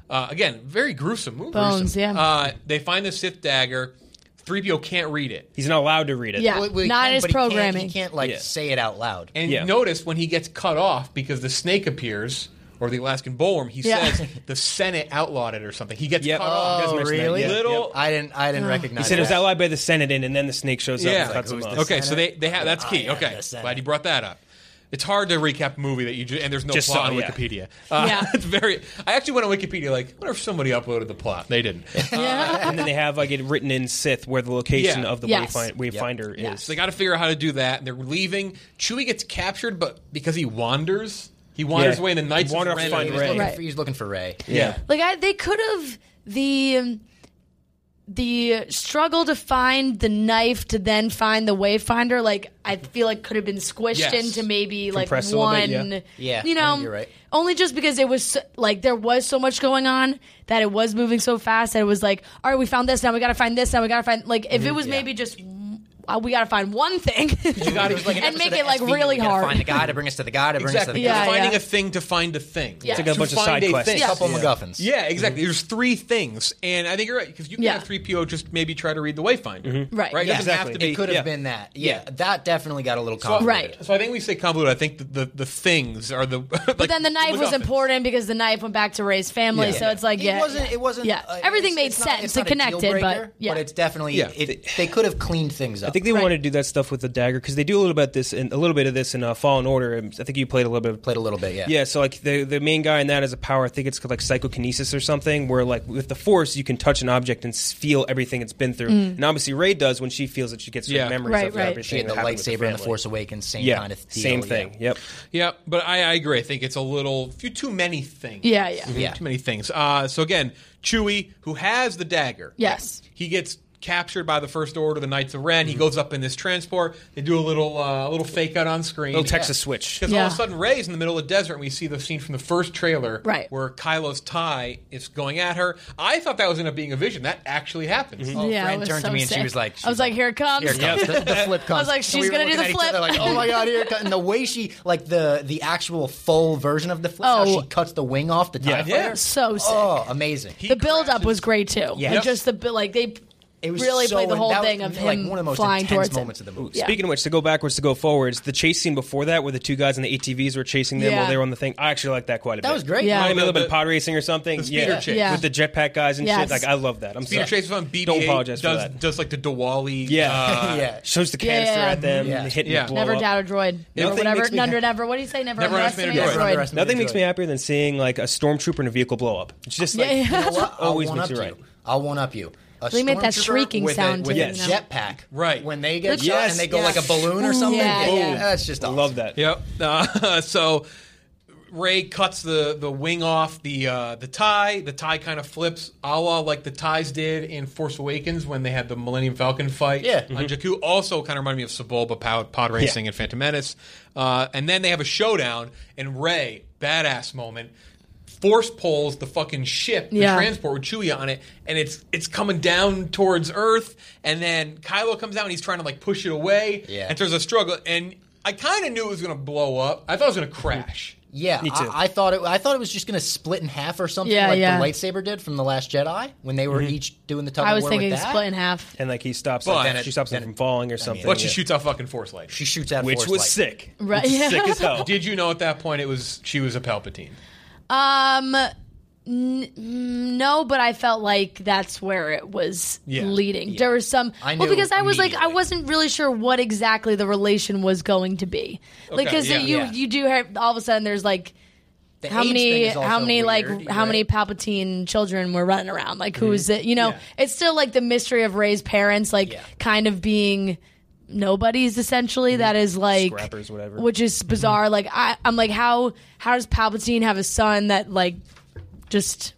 B: Uh, again, very gruesome movie.
C: Bones,
B: Gruesome.
C: yeah.
B: Uh, they find the Sith dagger. 3PO can't read it.
D: He's not allowed to read it.
C: Yeah.
E: Well, well, he
C: Not
E: can,
C: his
E: but he can't-
C: programming.
E: He can't like
D: Yeah.
E: say it out loud.
B: And
D: Yeah.
B: notice when he gets cut off because the snake appears, or the Alaskan bullworm, he
C: Yeah.
B: says the Senate outlawed it or something. He gets
D: Yep.
B: cut off.
D: He does
E: Oh,
D: mention that.
E: really?
D: Yeah.
B: Little-
D: Yep.
E: I didn't I didn't recognize.
D: He said it was
E: that.
D: outlide by the Senate, and, and then the snake shows up. and cuts him
E: who's
D: off.
E: the
B: okay, so they
E: Senate?
B: they have that's
E: Oh,
B: key.
E: yeah,
B: Okay,
E: the Senate.
B: glad you brought that up. It's hard to recap a movie that you just, and there's no
D: Just
B: plot
D: saw,
B: on
D: yeah.
B: Wikipedia. Uh,
C: Yeah.
B: it's very. I actually went on Wikipedia like, what if somebody uploaded the plot? They didn't. Uh,
D: and then they have like it written in Sith where the location
B: Yeah.
D: of the
C: Yes.
D: wayfind, wayfinder
C: Yeah.
D: is.
B: so they got to figure out how to do that. And they're leaving. Chewie gets captured, but because he wanders, he wanders
D: Yeah.
B: away in the Knights
D: Wander
B: of
D: off to
B: Ren.
D: find
E: He was looking
C: Right.
E: for- He's looking for Ray.
D: yeah.
C: Like I, they could have the um, the struggle to find the knife to then find the wayfinder. Like I feel like could have been squished
B: Yes.
C: into maybe like
D: Compressed a little
C: one.
D: bit,
E: yeah. Yeah,
C: you
E: I
C: know,
E: think you're right.
C: only just because it was so, like there was so much going on that it was moving so fast that it was like, all right, we found this now. We got to find this now. We got to find like if it was maybe just. uh, We gotta find one thing
B: gotta-
E: It was like an
C: and make
E: episode
C: it
E: of
C: like
E: SVU.
C: really
E: We gotta
C: hard.
E: Find the guy to bring us to the guy to bring us to the
B: Exactly.
E: guy.
C: Yeah,
B: You're finding
C: yeah.
B: a thing to find a thing.
C: Yeah. It's like
D: a
B: To
D: bunch of
B: find
D: side
B: a
D: quests.
B: thing.
C: Yeah.
E: Couple MacGuffins.
B: Yeah, exactly. There's three things, and I think you're right because you can
C: Yeah.
B: have three PO just maybe try to read the Wayfinder,
C: Right.
B: Right,
C: Yeah,
B: It doesn't have
D: exactly.
B: to be.
E: It could have
D: Yeah.
E: been that. Yeah,
B: Yeah.
E: that definitely got a little complicated.
C: Right.
B: So I think we say convoluted. I think the the, the things are the.
C: But then the knife was important because the knife went back to Ray's family.
B: Yeah.
C: So it's like, yeah,
E: it wasn't. It wasn't.
C: Yeah,
E: uh,
C: everything
E: it's-
C: made
E: it's not-
C: sense.
E: it's
C: it
E: not a deal
C: connected, but
E: breaker,
C: yeah,
E: but it's definitely.
B: Yeah.
E: It, they could have cleaned things up.
D: I think they
C: Right.
D: wanted to do that stuff with the dagger because they do a little bit of this and a little bit of this in uh, Fallen Order. and I think you played a little bit of
E: played a little bit. Yeah.
D: Yeah, so like the the main guy in that is a power. I think it's called like psychokinesis or something, where like with the force you can touch an object and s- feel everything it's been through. And obviously Ray does when she feels it, she gets certain
B: Yeah.
D: memories
C: Mm. Right,
D: of
C: right.
D: everything.
E: She had
D: that
E: the
D: happened with
E: lightsaber and the
D: family.
E: Force Awakens. Same
D: Yeah,
E: kind of deal.
D: same
E: yeah.
D: thing. Yep.
B: Yeah, but I, I agree. I think it's a little few too many things.
C: yeah, yeah.
E: Yeah.
B: too many things. Uh, so again, Chewie, who has the dagger,
C: Yes.
B: he gets captured by the First Order, the Knights of Ren. He goes up in this transport. They do a little uh, a little fake out on screen.
D: Little Texas switch.
B: Because all of
C: Yeah.
B: a sudden, Ray's in the middle of the desert, and we see the scene from the first trailer
C: Right.
B: where Kylo's tie is going at her. I thought that was going to being a vision. That actually happens.
E: Oh,
C: Mm-hmm. Yeah,
E: friend
C: it was
E: turned
C: so
E: to me and
C: sick.
E: she was like, she
C: I was like, here it comes.
E: Here it comes. The, the flip comes.
C: was like,
E: So
C: she's
E: we were
C: gonna do
E: looking
C: the
E: at each other
C: flip.
E: Like, oh my god, here it comes. And the way she, like the the actual full version of the flip, how
C: Oh.
E: she cuts the wing off the tie
B: Yeah.
E: fighter.
C: So sick.
E: Oh, amazing.
C: the build up was great too. Yeah,
E: Yep.
C: just the bi- like they
E: It was
C: really
E: so
C: played the
E: in-
C: whole
E: that was,
C: thing of
E: like
C: him
E: one of the most
C: flying
E: intense
C: towards him.
E: moments of the movie.
C: Yeah.
D: Speaking of which, to go backwards to go forwards, the chase scene before that where the two guys in the ATVs were chasing them
C: Yeah.
D: while they were on the thing, I actually liked that quite a bit.
E: That was great.
C: Yeah.
D: Reminded me a little
B: The-
D: bit of pod racing or something.
B: the speeder
D: yeah.
B: chase.
C: Yeah.
D: with the jetpack guys and
C: Yes.
D: shit. Like I love that. I'm
B: Peter
D: sorry.
B: Chase on BB-8
D: Don't apologize for
B: does,
D: that.
B: Does like the Diwali?
D: Yeah.
B: uh,
E: yeah.
D: Shows the canister
C: Yeah.
D: at them,
E: Yeah.
D: hitting
B: Yeah.
D: the blow
C: Never
D: up.
C: doubt a droid. Never
D: Nothing
C: whatever.
D: makes me
C: Never,
D: ha-
C: never. What do you say? Never,
B: Never
C: underestimate
B: underestimate
C: a
B: a droid.
C: droid.
E: Underestimate
D: Nothing
E: a
D: makes
E: droid.
D: me happier than seeing like a stormtrooper in a vehicle blow up. It's just like
C: Yeah, yeah.
E: You know what? I'll
D: Always
E: one
D: makes
E: up
D: you
E: you.
D: right.
E: I'll one up you. A
C: They make that
E: stormtrooper
C: shrieking
E: with
C: sound
E: a, with
C: to
E: a
C: me now.
E: jetpack.
B: Right.
E: When they get
C: That's
E: shot
D: right.
E: and they go
C: Yeah.
E: like a balloon or something.
C: Yeah,
E: Boom.
C: yeah.
E: That's just awesome.
D: love that.
B: Yep. Uh, so Ray cuts the, the wing off the uh, the tie. The tie kind of flips, a la like the ties did in Force Awakens when they had the Millennium Falcon fight.
E: Yeah.
B: On Jakku also kind of reminded me of Sebulba pod, pod racing and Phantom Menace. Uh, and then they have a showdown, and Ray, badass moment. force pulls the fucking ship, the
C: Yeah.
B: transport with Chewie on it, and it's it's coming down towards Earth, and then Kylo comes out and he's trying to like push it away,
E: Yeah.
B: and there's a struggle, and I kind of knew it was gonna blow up. I thought it was gonna crash.
E: Yeah,
D: Me too.
E: I, I thought it. I thought it was just going to split in half or something,
C: Yeah,
E: like
C: yeah. Mm-hmm.
E: the lightsaber did from the Last Jedi when they were each doing the tug
C: I
E: of
C: was
E: war
C: thinking
E: with that.
C: split in half.
D: and like he stops,
B: But-
D: like,
B: Then it-
D: she stops him from falling or something.
B: But she
D: yeah.
B: shoots out fucking force light.
E: She shoots out,
D: which
E: force
D: was
E: light.
D: sick,
C: Right,
D: Which is
C: yeah.
D: sick as hell.
B: Did you know at that point it was she was a Palpatine?
C: Um, n- mm, no, but I felt like that's where it was
B: Yeah.
C: leading. There was some.
E: I
C: well,
E: knew
C: because I was like, I
E: immediately.
C: wasn't really sure what exactly the relation was going to be. Like
B: Okay,
C: 'cause like, because
B: yeah.
C: you
E: Yeah.
C: you do have all of a sudden there's like
E: The
C: how
E: age thing
C: many
E: is also
C: how many like
E: weird,
C: how
E: right?
C: many Palpatine children were running around? Like who is it? You know, it's still like the mystery of Ray's parents, like
E: Yeah.
C: kind of being nobodies essentially. That is like
D: Scrappers, whatever.
C: which is bizarre. Like I, I'm like how how does Palpatine have a son that like just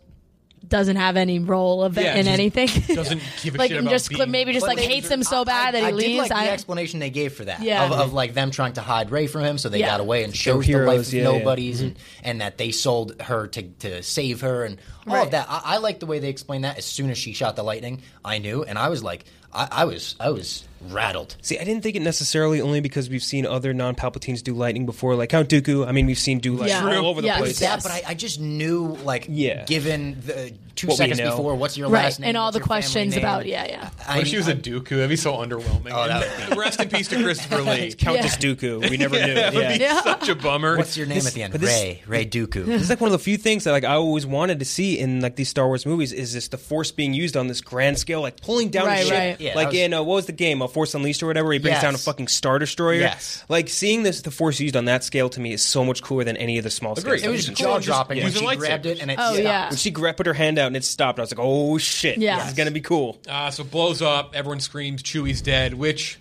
C: doesn't have any role of
B: Yeah,
C: in
B: just
C: anything?
B: Doesn't give a
C: like
B: shit
C: and
B: about
C: just
B: being-
C: maybe just like
E: But they-
C: hates them so
E: I-
C: bad that he
E: I, I
C: leaves.
E: Did like the
C: I,
E: explanation they gave for that,
C: Yeah.
E: of, of like them trying to hide Ray from him, so they
C: Yeah. Mm-hmm.
E: got away and showed the
D: heroes,
E: life of
D: yeah, yeah.
E: nobodies, and, and that they sold her to, to save her and all
C: Right.
E: of that. I, I like the way they explained that. As soon as she shot the lightning, I knew, and I was like, I, I was, I was rattled.
D: See, I didn't think it necessarily only because we've seen other non-Palpatines do lightning before, like Count Dooku. I mean, we've seen do lightning
C: Yeah. True.
D: all over the
C: Yes.
D: place.
E: that, but I, I just knew, like,
D: Yeah.
E: given the two
D: What we
E: seconds
D: know.
E: before, what's your
C: right
E: last name
C: and all
E: what's
C: the
E: your family
C: questions
E: name?
C: about yeah yeah.
E: I
B: What if
E: mean,
B: she was
E: I-
B: a Dooku? That'd be so underwhelming.
E: Oh, that
B: And rest in peace to Christopher Lee.
D: Countess Dooku. We never knew. Yeah.
B: That'd be such a bummer.
E: What's your name
D: This-
E: at the end?
D: but this-
E: Ray, Ray Dooku.
D: This is like one of the few things that like I always wanted to see in like these Star Wars movies is this the Force being used on this grand scale, like pulling down
C: Right,
D: a ship.
C: right.
E: Yeah,
D: like
E: that was-
D: in uh, what was the game, a Force Unleashed or whatever? He brings
E: Yes.
D: down a fucking Star Destroyer.
E: Yes.
D: Like seeing this the Force used on that scale to me is so much cooler than any of the small
B: Agreed.
D: scale.
E: It
D: stuff
E: was
D: we've seen.
E: jaw dropping.
B: Yeah.
E: when
B: Using
E: She grabbed
B: lightsaber.
E: it and it
C: Oh,
E: stopped.
C: yeah.
D: When she gra- put her hand out and it stopped, I was like, "Oh shit!
C: Yeah.
D: this is gonna be cool."
B: Uh, so it blows up. Everyone screams. Chewie's dead. Which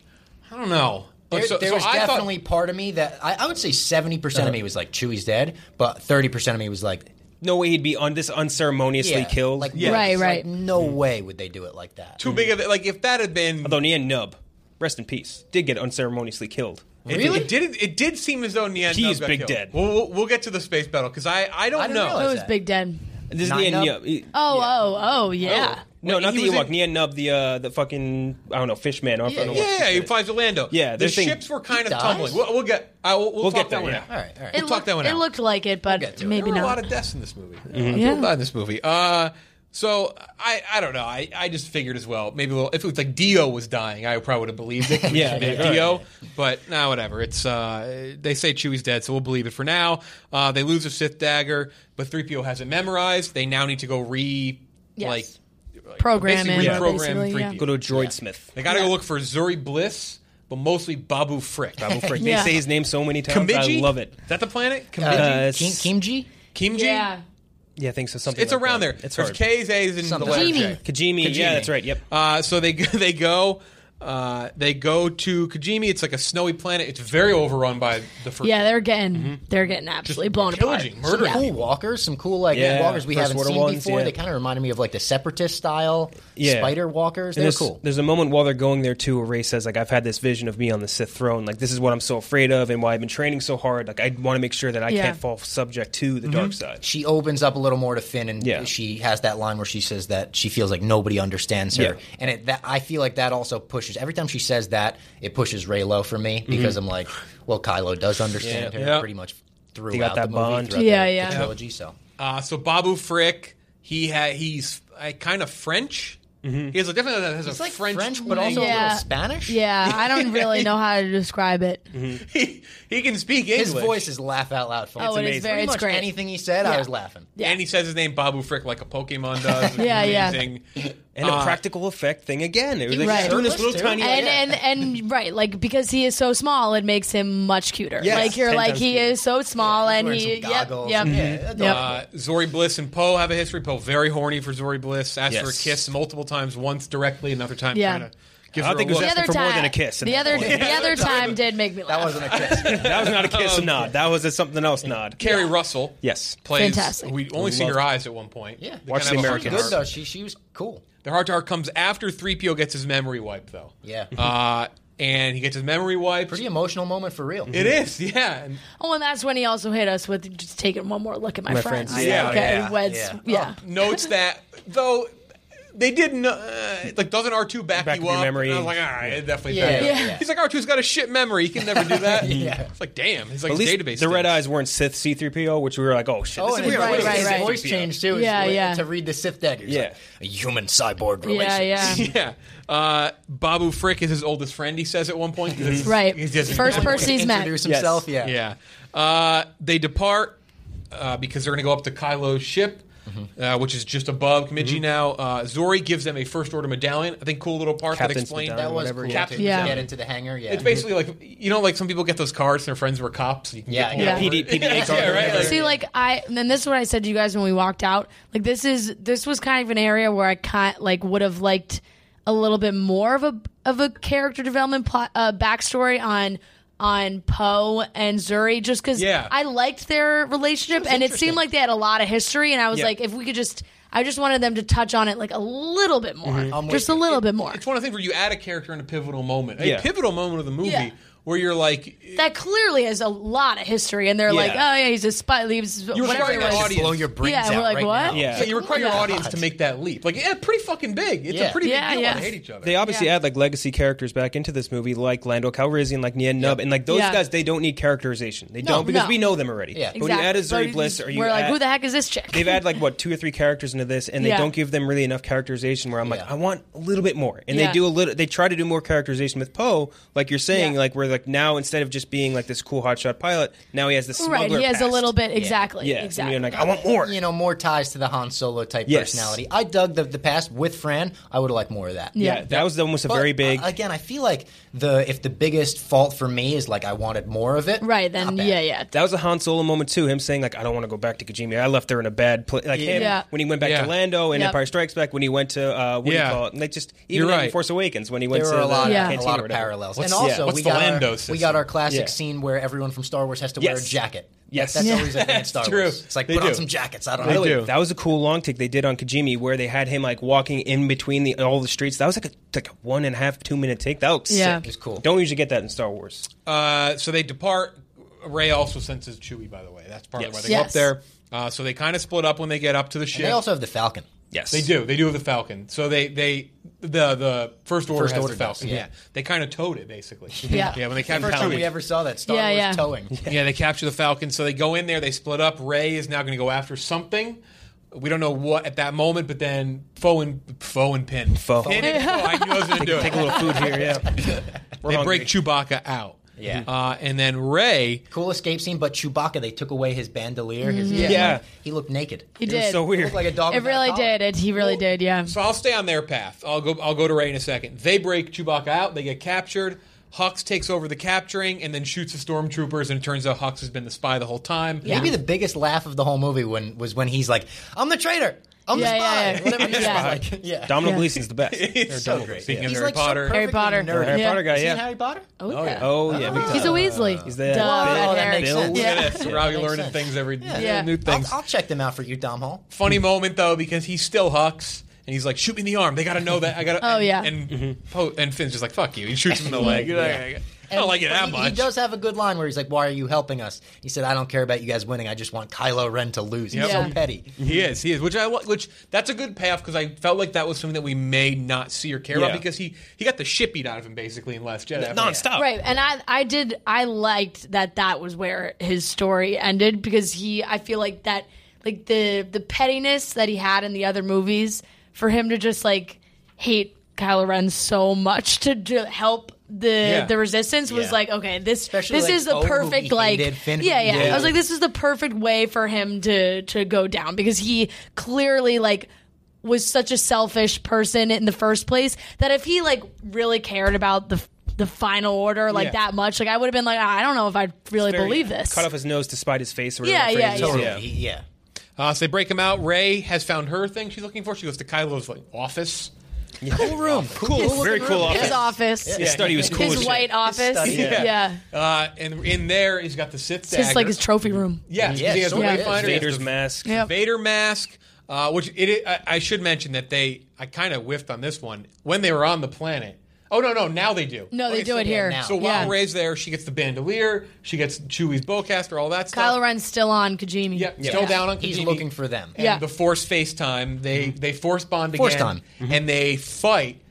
B: I don't know. But
E: There,
B: so,
E: there
B: so
E: was
B: I thought-
E: definitely part of me that I, I would say seventy percent of me was like Chewie's dead, but thirty percent of me was like,
D: No way he'd be on this unceremoniously
E: yeah,
D: killed.
E: like
B: Yeah.
C: Right,
E: like,
C: right.
E: no way would they do it like that.
B: too big of it. Like if that had been
D: Although Nia Nub, rest in peace, did get unceremoniously killed.
B: It-
E: Really?
B: It, did. It did seem as though Nyan.
D: He
B: Nub
D: is
B: got
D: big
B: killed.
D: dead.
B: We'll, we'll, we'll get to the space battle because I, I don't
E: I didn't
B: know.
C: It
E: realize
C: was
E: that?
C: Big Den.
D: This is
E: Nine
D: Nia
E: Nub?
D: Nub. He-
C: Oh oh oh yeah.
D: No,
B: Wait,
D: not
B: he
D: the
B: was
D: Ewok.
B: in-
D: Nia Nub, the uh, the fucking I don't know, fish man. I don't
B: Yeah,
D: know
B: yeah,
D: what fish
B: yeah, he
D: it is.
B: flies to Lando.
D: Yeah,
B: the
D: their thing-
B: ships were kind
E: He
B: of
E: dies?
B: tumbling. We'll, we'll get. I will, we'll,
D: We'll
B: talk
D: get there,
B: that one
D: yeah.
B: out.
E: All right, all right.
B: We'll
C: It
B: talk
C: looked,
B: that one
C: it
B: out.
C: looked like it, but
E: get to it.
C: maybe
B: there were a
C: not.
B: lot of deaths in this movie.
D: Mm-hmm.
B: Uh,
C: Yeah.
B: People died in this movie. Uh, so I, I don't know. I, I just figured as well. Maybe a little, if it was like Dio was dying, I probably would have believed it.
D: Yeah,
B: Maybe
D: yeah.
B: Dio. But now whatever. It's uh, they say Chewie's dead, so we'll believe it for now. Uh, they lose a Sith dagger, but three PO has it memorized. They now need to go re
C: Yes.
B: like
C: Program
B: basically
C: it, or
B: reprogram
C: basically,
B: three
C: yeah.
B: PO.
D: Go to a droid smith.
B: They got to go look for Zuri Bliss, but mostly Babu Frick.
D: Babu Frick.
C: Yeah.
D: They say his name so many times.
B: Kamiji?
D: I love it.
B: Is that the planet?
E: Uh,
B: Kamiji?
E: Kim,
D: it's-
E: Kimji?
B: Kimji?
C: Yeah.
D: Yeah, I think so. Something.
B: It's
D: like
B: around
D: that.
B: there.
D: It's
B: There's
D: hard.
B: K's, A's, and the
E: Something.
B: letter
C: Jamie.
B: J.
D: Kajimi.
E: Kajimi.
D: Yeah, that's right. Yep.
B: Uh, so they go- they go uh, they go to Kajimi. It's like a snowy planet. It's very overrun by the first.
C: Yeah, they're getting they're getting absolutely blown apart.
B: pillaging, murdering.
C: Yeah.
E: Cool walkers, some cool like
D: Yeah,
E: walkers we
D: First
E: haven't
D: Order
E: seen
D: ones,
E: before.
D: yeah.
E: They kind of reminded me of like the separatist style
D: Yeah.
E: spider walkers.
D: And
E: They're
D: there's,
E: cool.
D: there's a moment while they're going there too where Ray says, like, I've had this vision of me on the Sith throne. Like, this is what I'm so afraid of and why I've been training so hard. Like, I want to make sure that I
C: Yeah.
D: can't fall subject to
B: Mm-hmm.
D: the dark side.
E: she opens up a little more to Finn, and
D: Yeah.
E: she has that line where she says that she feels like nobody understands her,
D: Yeah.
E: and it, that I feel like that also pushes. Every time she says that, it pushes Ray low for me
D: Mm-hmm.
E: because I'm like, well, Kylo does understand
B: Yeah.
E: her
B: Yeah.
E: pretty much throughout
D: got that
E: the movie,
D: bond.
E: throughout
C: Yeah,
E: the,
C: yeah.
E: the trilogy. So
B: Uh, so Babu Frick, he ha- he's uh, kind of French.
D: Mm-hmm.
B: He has a definitely has a
E: it's like
B: French,
E: French, but also a
C: Yeah.
E: little Spanish.
C: Yeah, I don't really know how to describe it.
B: he, he can speak English.
E: his voice is laugh out loud for me.
C: Oh, it is
E: Pretty
C: very- it's
E: much
C: great.
E: Anything he said, I was laughing.
C: Yeah.
B: And he says his name Babu Frick like a Pokemon does. and
C: Yeah, yeah.
B: everything.
D: And
B: Ah.
D: a practical effect thing again. It was like
C: Right.
D: he's doing this little
E: Too.
D: tiny.
E: Yeah.
C: and and and right, like because he is so small, it makes him much cuter.
D: Yes,
C: like you're
D: ten
C: like
D: times
C: he
D: cuter.
C: is so small,
E: he's
C: and
E: wearing
C: he
E: some
C: yep
E: goggles.
C: yep
E: Yeah,
C: yep.
B: Uh, Zori Bliss and Poe have a history. Poe very horny for Zori Bliss. Asked for a
D: Yes.
B: kiss multiple times. Once directly, another time
C: Yeah.
B: trying to give
D: I
B: her
D: don't think
B: a
D: it was
B: look.
D: asking for more than a kiss at
C: The
D: that
C: other
D: point.
C: the other time did make me laugh.
E: That wasn't a kiss.
D: That was not a kiss nod. That was a something else nod.
B: Um, Carrie Russell.
D: Yes.
B: Plays,
C: Fantastic.
B: We only see
D: Love-
B: her eyes at one point.
E: Yeah.
D: Watch
B: kinda
D: the
B: have a heart to
D: Americans.
E: Good
B: heart.
E: though. She she was cool.
B: The heart to heart comes after 3PO gets his memory wiped, though.
E: Yeah.
B: Uh, and he gets his memory wiped.
E: Pretty emotional moment for real.
B: It is, yeah. And
C: Oh, and that's when he also hit us with just taking one more look at my,
D: My
C: friends.
D: friends.
B: Yeah,
C: okay.
E: yeah,
C: and Weds,
E: yeah.
C: yeah.
B: notes that though they didn't uh, like doesn't R two back,
D: Back
B: you
D: up your
B: up?
D: memory.
B: And I was like, all right, it definitely.
E: Yeah,
B: backed up.
C: yeah.
B: He's like, R 2s got a shit memory. He can never do that.
E: Yeah.
B: It's like, damn. He's like,
D: At
B: his
D: least
B: database.
D: the red
B: stinks.
D: eyes weren't Sith C3PO, which we were like, oh shit.
E: Oh,
D: this
E: and
D: is weird.
E: his
C: right,
E: voice,
C: right,
E: his
C: right.
E: voice change too.
C: Yeah,
E: Yeah,
C: yeah.
E: yeah. To read the Sith deck, It's
D: Yeah.
E: like, a human cyborg
C: Yeah,
E: relationship.
C: yeah.
B: Yeah. Uh, Babu Frick is his oldest friend, he says at one point.
D: Mm-hmm.
B: 'cause it's-
C: Right.
B: he doesn't-
C: First person he's met.
E: Introduce
D: Yes.
E: himself. Yeah.
B: Yeah. Uh, they depart uh, because they're going to go up to Kylo's ship,
D: Mm-hmm.
B: uh, which is just above Kmiji now. Uh, Zori gives them a first order medallion. I think cool little part that
D: Captain's
B: explained.
D: medallion.
E: That was
D: Whatever,
E: cool
B: yeah.
E: to
C: Yeah.
E: get into the hangar. Yeah.
B: It's basically like you know, like some people get those cards. Their friends were cops. You can
E: Yeah,
B: get
E: yeah.
B: pulled
D: PD
B: over.
D: PDA card.
B: yeah, right. Like,
C: See, like I, and then this is what I said to you guys when we walked out. Like this is this was kind of an area where I kind like would have liked a little bit more of a of a character development plot uh, backstory on on Poe and Zuri, just because
B: Yeah.
C: I liked their relationship and it seemed like they had a lot of history, and I was
D: Yeah.
C: like, if we could just, I just wanted them to touch on it like a little bit more,
E: I'm
C: just a
E: with you.
C: little bit more.
B: it's one of the things where you add a character in a pivotal moment, a
D: Yeah.
B: pivotal moment of the movie
C: Yeah.
B: where you're like,
C: That clearly has a lot of history, and they're like, oh yeah, he's a spy, leaves
B: were
C: whatever.
B: trying
C: it
B: to
C: was.
B: audience.
E: blow your brains
C: Yeah,
E: out
C: we're like,
E: right
C: what?
E: now.
D: Yeah.
B: so you require your
C: Yeah.
B: audience to make that leap. Like, yeah, pretty fucking big. It's a
E: Yeah.
B: pretty
C: Yeah,
B: big deal.
C: yeah.
B: when they hate each other.
D: They obviously
C: Yeah.
D: add like legacy characters back into this movie, like Lando Calrissian, like Nian Nub, and like those
C: Yeah.
D: guys. They don't need characterization. They don't because
C: no.
D: we know them already.
E: Yeah.
D: But when you add a
C: Exactly.
D: Zuri Bliss, or you
C: we're like,
D: add-
C: who the heck is this chick?
D: They've added like what two or three characters into this, and they
C: Yeah.
D: don't give them really enough characterization. Where I'm like,
E: Yeah.
D: I want a little bit more, and
C: Yeah.
D: they do a little. They try to do more characterization with Poe, like you're saying,
C: Yeah.
D: like where like now instead of just being like this cool hotshot pilot, now he has this
C: right.
D: smuggler
C: He has a
D: past.
C: little bit exactly.
D: Yeah,
C: exactly.
D: and you're like, I want more.
E: You know, more ties to the Han Solo type
D: Yes.
E: personality. I dug the, the past with Fran. I would have liked more of that.
D: yeah,
C: Yeah.
D: that was almost a
E: But,
D: very big.
E: uh, again, I feel like the if the biggest fault for me is like I wanted more of it.
C: right
E: not
C: then,
E: bad.
C: yeah, yeah.
D: that was a Han Solo moment too. Him saying like, "I don't want to go back to Kajimi. I left there in a bad place." Like him
C: Yeah.
D: when he went back
B: Yeah.
D: to Lando and
C: Yep.
D: Empire Strikes Back. When he went to uh, what
B: Yeah.
D: do you call it? And they just
B: You're
D: even in
B: right.
D: Force Awakens when he went
E: There
D: to
E: are a lot,
D: the
C: Yeah.
E: of,
D: canteen
E: a
D: or
E: lot of
D: whatever.
E: parallels,
B: What's-
E: and also
D: yeah,
E: we
B: what's the
E: got
B: Lando
E: our,
B: system?
E: we got our classic
D: Yeah.
E: scene where everyone from Star Wars has to wear a
D: Yes.
E: jacket.
D: Yes.
E: that's
D: Yeah.
E: always a thing in Star
B: True.
E: Wars. It's like
B: They
E: put
B: do.
E: on some jackets. I don't
D: By the
E: know.
D: way,
F: do.
D: that was a cool long take they did on Kajimi where they had him like walking in between the all the streets. That was like a like a one and a half two minute take. That looks
C: Yeah.
D: sick.
E: It was cool.
D: Don't usually get that in Star Wars.
B: Uh, so they depart. Ray also senses Chewie, by the way. That's part of
D: Yes.
B: why they go
C: Yes.
B: up there. Uh, so they kind of split up when they get up to the ship.
E: They also have the Falcon.
D: Yes,
B: They do. They do have the Falcon. So they they the the first order
E: First
B: has
E: Order
B: the Falcon.
E: does,
B: yeah.
E: yeah.
B: they kind of towed it basically.
C: Yeah.
B: yeah. When they
E: The
B: captured
E: first time we
B: Falcon.
E: ever saw that Star
C: Yeah,
E: Wars
C: yeah.
E: towing.
B: yeah, they capture the Falcon. So they go in there. They split up. Ray is now going to go after something. We don't know what at that moment, but then Foe and Foe and Pin.
D: Foe.
B: Pin and Foe. Oh, I knew I was going to do it.
D: Take a little food here. Yeah, We're
B: they
D: hungry.
B: break Chewbacca out.
E: Yeah.
B: Uh, and then Ray.
E: Cool escape scene, but Chewbacca. They took away his bandolier. His
D: Yeah.
E: he looked naked.
C: Mm-hmm. He
D: It was
C: did.
D: so
E: He
D: weird.
E: looked like a dog.
C: It
E: without a
C: really
E: collar.
C: did. It he really did. Yeah.
B: So I'll stay on their path. I'll go. I'll go to Ray in a second. They break Chewbacca out. They get captured. Hux takes over the capturing and then shoots the stormtroopers. And it turns out Hux has been the spy the whole time.
E: Maybe the biggest laugh of the whole movie when was when he's like, "I'm the traitor. I'm
C: Yeah,
E: the spy."
C: yeah, yeah.
E: Whatever it is,
C: Yeah.
E: Like, yeah.
D: Domino
C: Yeah.
D: Gleason's the best.
B: It's so great. Speaking of
E: He's
B: Harry
E: like so
B: Potter,
C: Harry Potter.
E: perfectly nerdy.
D: Harry
C: Yeah.
D: Potter guy.
E: Is he in
D: Yeah.
E: Harry Potter?
C: Oh, yeah.
D: Oh yeah. big time.
C: He's a Weasley.
D: He's the
C: Wow.
E: Oh,
C: Red
E: that
C: hair.
E: makes
D: Bill.
E: sense.
D: Look
B: Look
D: Yeah.
B: at this. Robbie
E: Makes
B: learning
E: sense.
B: things every day.
C: Yeah.
B: new
E: I'll,
B: things.
E: I'll check them out for you, Dom Hall.
B: Funny moment though because he's still Hux and he's like shoot me in the arm. They got to know that. I got to.
C: Oh,
B: and,
C: yeah.
B: And Po- and Finn's just like fuck you. He shoots him in the leg. You're like, I
E: And-
B: don't like it
E: but
B: that
E: he,
B: much.
E: He does have a good line where he's like, "Why are you helping us?" He said, "I don't care about you guys winning. I just want Kylo Ren to lose." He's
B: Yep.
C: Yeah.
E: so petty.
B: He is, he is, which I li- which that's a good payoff because I felt like that was something that we may not see or care
D: Yeah.
B: about because he he got the shit beat out of him basically in Last Jedi.
D: Nonstop.
C: Right, and I, I did, I liked that that was where his story ended because he, I feel like that, like the the pettiness that he had in the other movies, for him to just like hate Kylo Ren so much to, do, help the
B: Yeah.
C: the resistance was
E: Yeah.
C: like okay, this
E: Especially,
C: this
E: like,
C: is the
E: Poe, who
C: perfect
E: he
C: like
E: hated, Finn, who
C: yeah
E: he
C: yeah. I
E: hated.
C: was like this is the perfect way for him to to go down because he clearly like was such a selfish person in the first place that if he like really cared about the the final order like
B: Yeah.
C: that much, like I would have been like, I don't know if I really believe this.
D: uh, Cut off his nose to spite his face. Or whatever
C: Yeah, yeah,
D: that phrase is.
C: yeah.
E: Totally.
D: Yeah.
E: He- yeah.
B: Uh, so they break him out. Ray has found her thing she's looking for. She goes to Kylo's like office.
E: Cool room. Cool.
D: Cool. Very cool
C: His
D: office.
C: office,
D: His study was cool. as
C: his
D: shit.
C: white office,
E: study,
C: yeah.
E: yeah.
B: Uh, and in there he's got the Sith
C: It's
B: dagger.
C: like his trophy room.
B: yeah, 'cause
E: Yeah,
B: he has
E: sort
B: the Wayfinder,
E: of is.
B: he has the
D: Vader's mask.
C: Yeah. Yep.
B: Vader mask. Uh, which it, I, I should mention that they I kind of whiffed on this one when they were on the planet. Oh no, no, now they do.
C: No, they
E: Okay,
C: do
E: so
C: it
E: yeah,
C: here.
E: now.
B: So while
C: yeah.
B: Ray's there, she gets the bandolier, she gets Chewie's bowcaster, all that
C: Kylo
B: stuff.
C: Ren's still on Kajimi.
B: Yep, still down on
E: He's
B: Kajimi.
E: looking for them. Mm-hmm.
B: And
C: Yeah.
B: the Force FaceTime. They they Force bond again,
E: Force Mm-hmm. time.
B: and they fight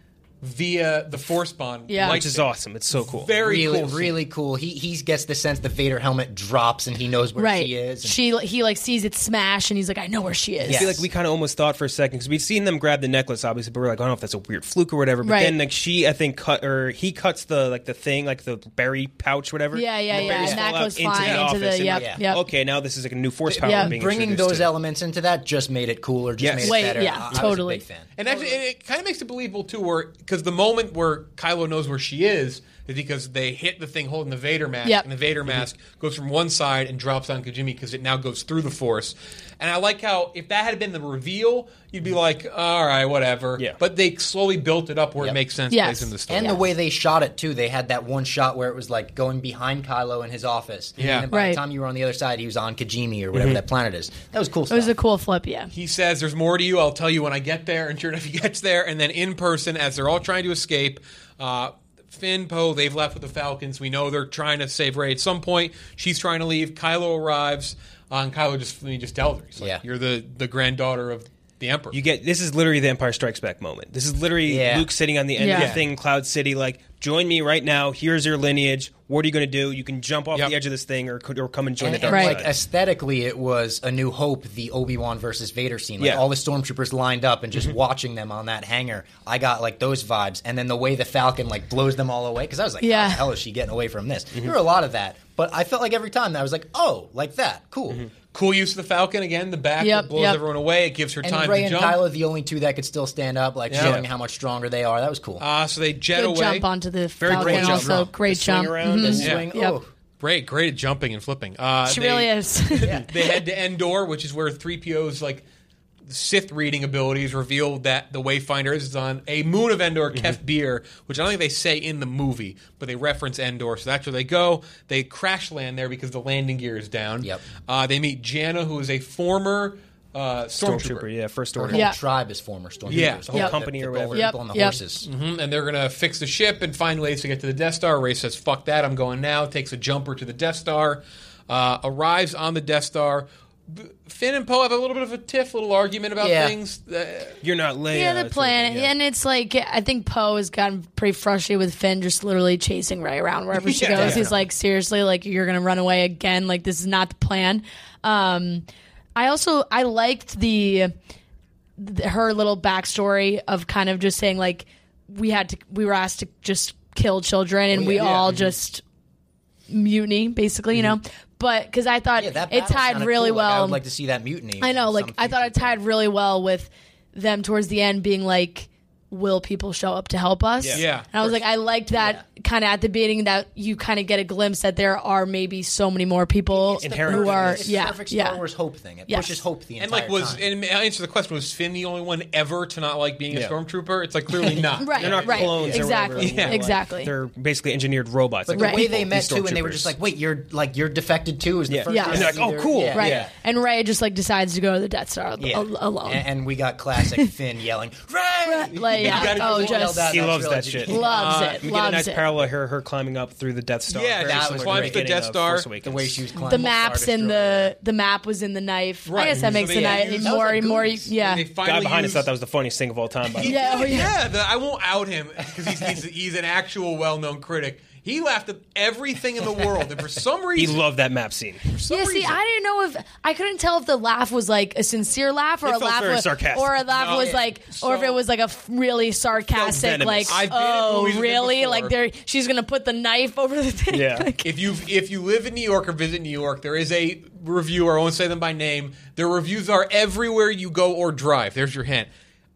B: via the Force bond.
C: Yeah.
B: lightsaber.
C: Which
D: which is awesome. It's so cool.
B: Very
E: really,
B: cool. scene.
E: really cool. He he gets the sense the Vader helmet drops and he knows where
C: Right.
E: she is. And
C: She he like sees it smash and he's like, I know where she is.
E: Yeah.
D: I feel like we kind of almost thought for a second because we'd seen them grab the necklace, obviously, but we're like, I don't know if that's a weird fluke or whatever. But
C: Right.
D: then like she, I think, cut or he cuts the like the thing, like the berry pouch, whatever.
C: Yeah, yeah,
D: And the
C: yeah,
D: berries
C: and
D: fall
C: that
D: out
C: goes flying into
D: office,
C: the-
D: and,
C: yep,
D: like,
C: yep.
D: Okay, now this is like a new force power.
C: yeah,
D: being
E: bringing
D: introduced
E: those
D: to.
E: elements into that just made it cooler, just
D: Yes.
E: made it
C: Wait,
E: better.
C: yeah,
E: I- I
C: totally.
E: was a big fan.
B: And actually, and it kind of makes it believable too, where because the moment where Kylo knows where she is is because they hit the thing holding the Vader mask,
C: Yep.
B: and the
E: Mm-hmm.
B: Vader mask goes from one side and drops on Kajimi because it now goes through the Force. And I like how if that had been the reveal, you'd be like, all right, whatever.
D: Yeah.
B: But they slowly built it up where it
E: Yep.
B: makes sense.
C: Yes.
B: Plays in the story.
E: And the way they shot it too, they had that one shot where it was like going behind Kylo in his office.
B: Yeah. Mm-hmm.
E: and then by
C: Right.
E: the time you were on the other side, he was on Kajimi or whatever that planet is. That was cool.
C: It was a cool flip, yeah.
B: he says, "There's more to you. I'll tell you when I get there." And sure enough, he gets there. And then in person, as they're all trying to escape, uh, Finn, Poe, they've left with the Falcons. We know they're trying to save Ray. At some point, she's trying to leave. Kylo arrives, uh, and Kylo just he just tells her, "He's like,
E: Yeah.
B: you're the the granddaughter of the Emperor."
D: You get this is literally the Empire Strikes Back moment. This is literally
E: Yeah.
D: Luke sitting on the end of
C: Yeah.
D: the thing, Cloud City, like, join me right now. Here's your lineage. What are you going to do? You can jump off
B: Yep.
D: the edge of this thing, or could- or come and join
E: And,
D: the dark
E: and,
C: Right.
E: like
D: side.
E: aesthetically, it was A New Hope, the Obi Wan versus Vader scene. Like
D: Yeah.
E: all the stormtroopers lined up and just watching them on that hangar. I got like those vibes, and then the way the Falcon like blows them all away. Because I was like,
C: Yeah.
E: how the hell is she getting away from this? There were a lot of that, but I felt like every time that I was like, oh, like that, cool.
B: cool use of the Falcon again. The back
C: Yep,
B: that blows
C: yep.
B: everyone away. It gives her
E: And
B: time
E: Ray
B: to
E: and
B: jump.
E: Kylo, the only two that could still stand up, like
B: Yeah.
E: showing how much stronger they are. That was cool.
B: uh, so they jet
C: Good
B: away.
C: jump onto the
D: Very
C: Falcon
D: great jump.
C: also. Great
D: The swing
C: jump.
D: around
E: The
D: and-
E: swing,
C: Yep.
E: oh,
B: Great, great at jumping and flipping. Uh,
C: Mm-hmm. She
B: they-
C: really is.
B: they head to Endor, which is where 3PO's like Sith reading abilities revealed that the Wayfinder is on a moon of Endor, Kefbir, which I don't think they say in the movie, but they reference Endor. So that's where they go. They crash land there because the landing gear is down.
E: Yep.
B: Uh, they meet Janna, who is a former uh, stormtrooper.
D: Stormtrooper, yeah, first
E: Her
D: order.
E: whole
C: Yeah.
E: tribe is former stormtroopers.
B: Yeah.
E: The
D: whole
E: whole
D: company
E: the,
D: or
E: the
D: whatever.
E: People
C: Yep,
E: on the
C: yep.
E: horses.
B: Mhm, And they're going to fix the ship and find ways to get to the Death Star. Ray says, fuck that, I'm going now. Takes a jumper to the Death Star, uh, arrives on the Death Star. B- Finn and Poe have a little bit of a tiff, little argument about
E: Yeah.
B: things. Uh,
D: You're not Leia.
C: yeah, the
D: It's-
C: planet.
D: yeah.
C: And it's like, I think Poe has gotten pretty frustrated with Finn just literally chasing Ray around wherever she
D: Yeah.
C: goes. He's like, seriously, like, you're going to run away again. Like, this is not the plan. Um, I also, I liked the, th- her little backstory of kind of just saying, like, we had to, we were asked to just kill children
E: Oh,
C: and we all
E: mm-hmm.
C: just mutiny, basically, you know? But, because I thought
E: Yeah, that
C: it
E: battle
C: tied
E: sounded
C: really
E: cool. Like,
C: well.
E: I would like to see that mutiny.
C: I know,
E: in
C: like
E: some
C: I thought it
E: future
C: tied really well with them towards the end being like, "Will people show up to help us?"
D: Yeah.
B: Yeah.
C: and I was like, I liked that kind of at the beginning that you kind of get a glimpse that there are maybe so many more people
E: It's the
D: Inherent
C: who
E: perfect-
C: are,
E: it's the
C: yeah,
E: perfect Star
C: yeah,
E: Wars hope thing. It
C: Yes.
E: pushes hope the entire
B: and like was
E: time.
B: and I'll answer the question was Finn the only one ever to not like being a
D: Yeah.
B: stormtrooper? It's like clearly not.
C: right,
D: They're not
C: right,
D: clones or
C: exactly,
D: whatever. They're, like,
C: exactly.
D: They're basically engineered robots. like,
E: but the way
C: Right.
E: they met
D: these
E: too, and they were
D: stormtroopers.
E: just like, "Wait, you're like you're defected too." Is the
D: Yeah.
E: first
C: Yeah.
E: time
C: And they're like,
D: "Oh,
E: they're-
D: cool."
E: yeah.
C: right,
D: yeah.
C: and Ray just like decides to go to the Death Star al-
E: Yeah.
C: al- alone.
E: And, and we got classic Finn yelling, "Ray!"
C: like, yeah,
B: gotta
C: oh,
B: just
C: just
D: He loves that shit.
C: loves it,
D: We uh, get a
C: loves
D: nice
C: it.
D: parallel of her, her climbing up through the Death Star.
B: Yeah,
D: Very
E: that
D: similar to
E: was
D: the
E: great.
B: Climbs
D: beginning
B: the
D: of
B: Death
D: Force
B: Star.
E: The
D: Awakens.
E: way she was climbing
C: the
E: up Star
C: maps and
E: Destroyer.
C: the the map was in the knife.
B: Right.
C: I guess that
B: So
C: makes
B: they
C: the
B: had
C: knife
B: used-
C: more
E: That was
C: and more.
E: like Goonies.
C: Yeah,
B: They
D: guy
B: finally
D: behind
B: used-
D: us thought that was the funniest thing of all time. By the way.
C: Yeah, oh, yeah.
B: the, I won't out him because he's, he's he's an actual well known critic. He laughed at everything in the world, and for some
D: He
B: reason,
D: loved that map scene.
C: Yeah, see, I didn't know if I couldn't tell if the laugh was like a sincere laugh or
D: It
C: a
D: felt
C: laugh
D: very
C: was,
D: sarcastic.
C: or a laugh
B: No,
C: was
B: it-
C: like, or if
B: so-
C: it was like a f- really sarcastic,
D: venomous.
C: like,
B: I've been in
C: oh,
B: movies with it
C: really?
B: before.
C: Like, there, she's gonna put the knife over the thing.
D: Yeah.
C: Like,
B: If you if you live in New York or visit New York, there is a reviewer. I won't say them by name. Their reviews are everywhere you go or drive. There's your hint.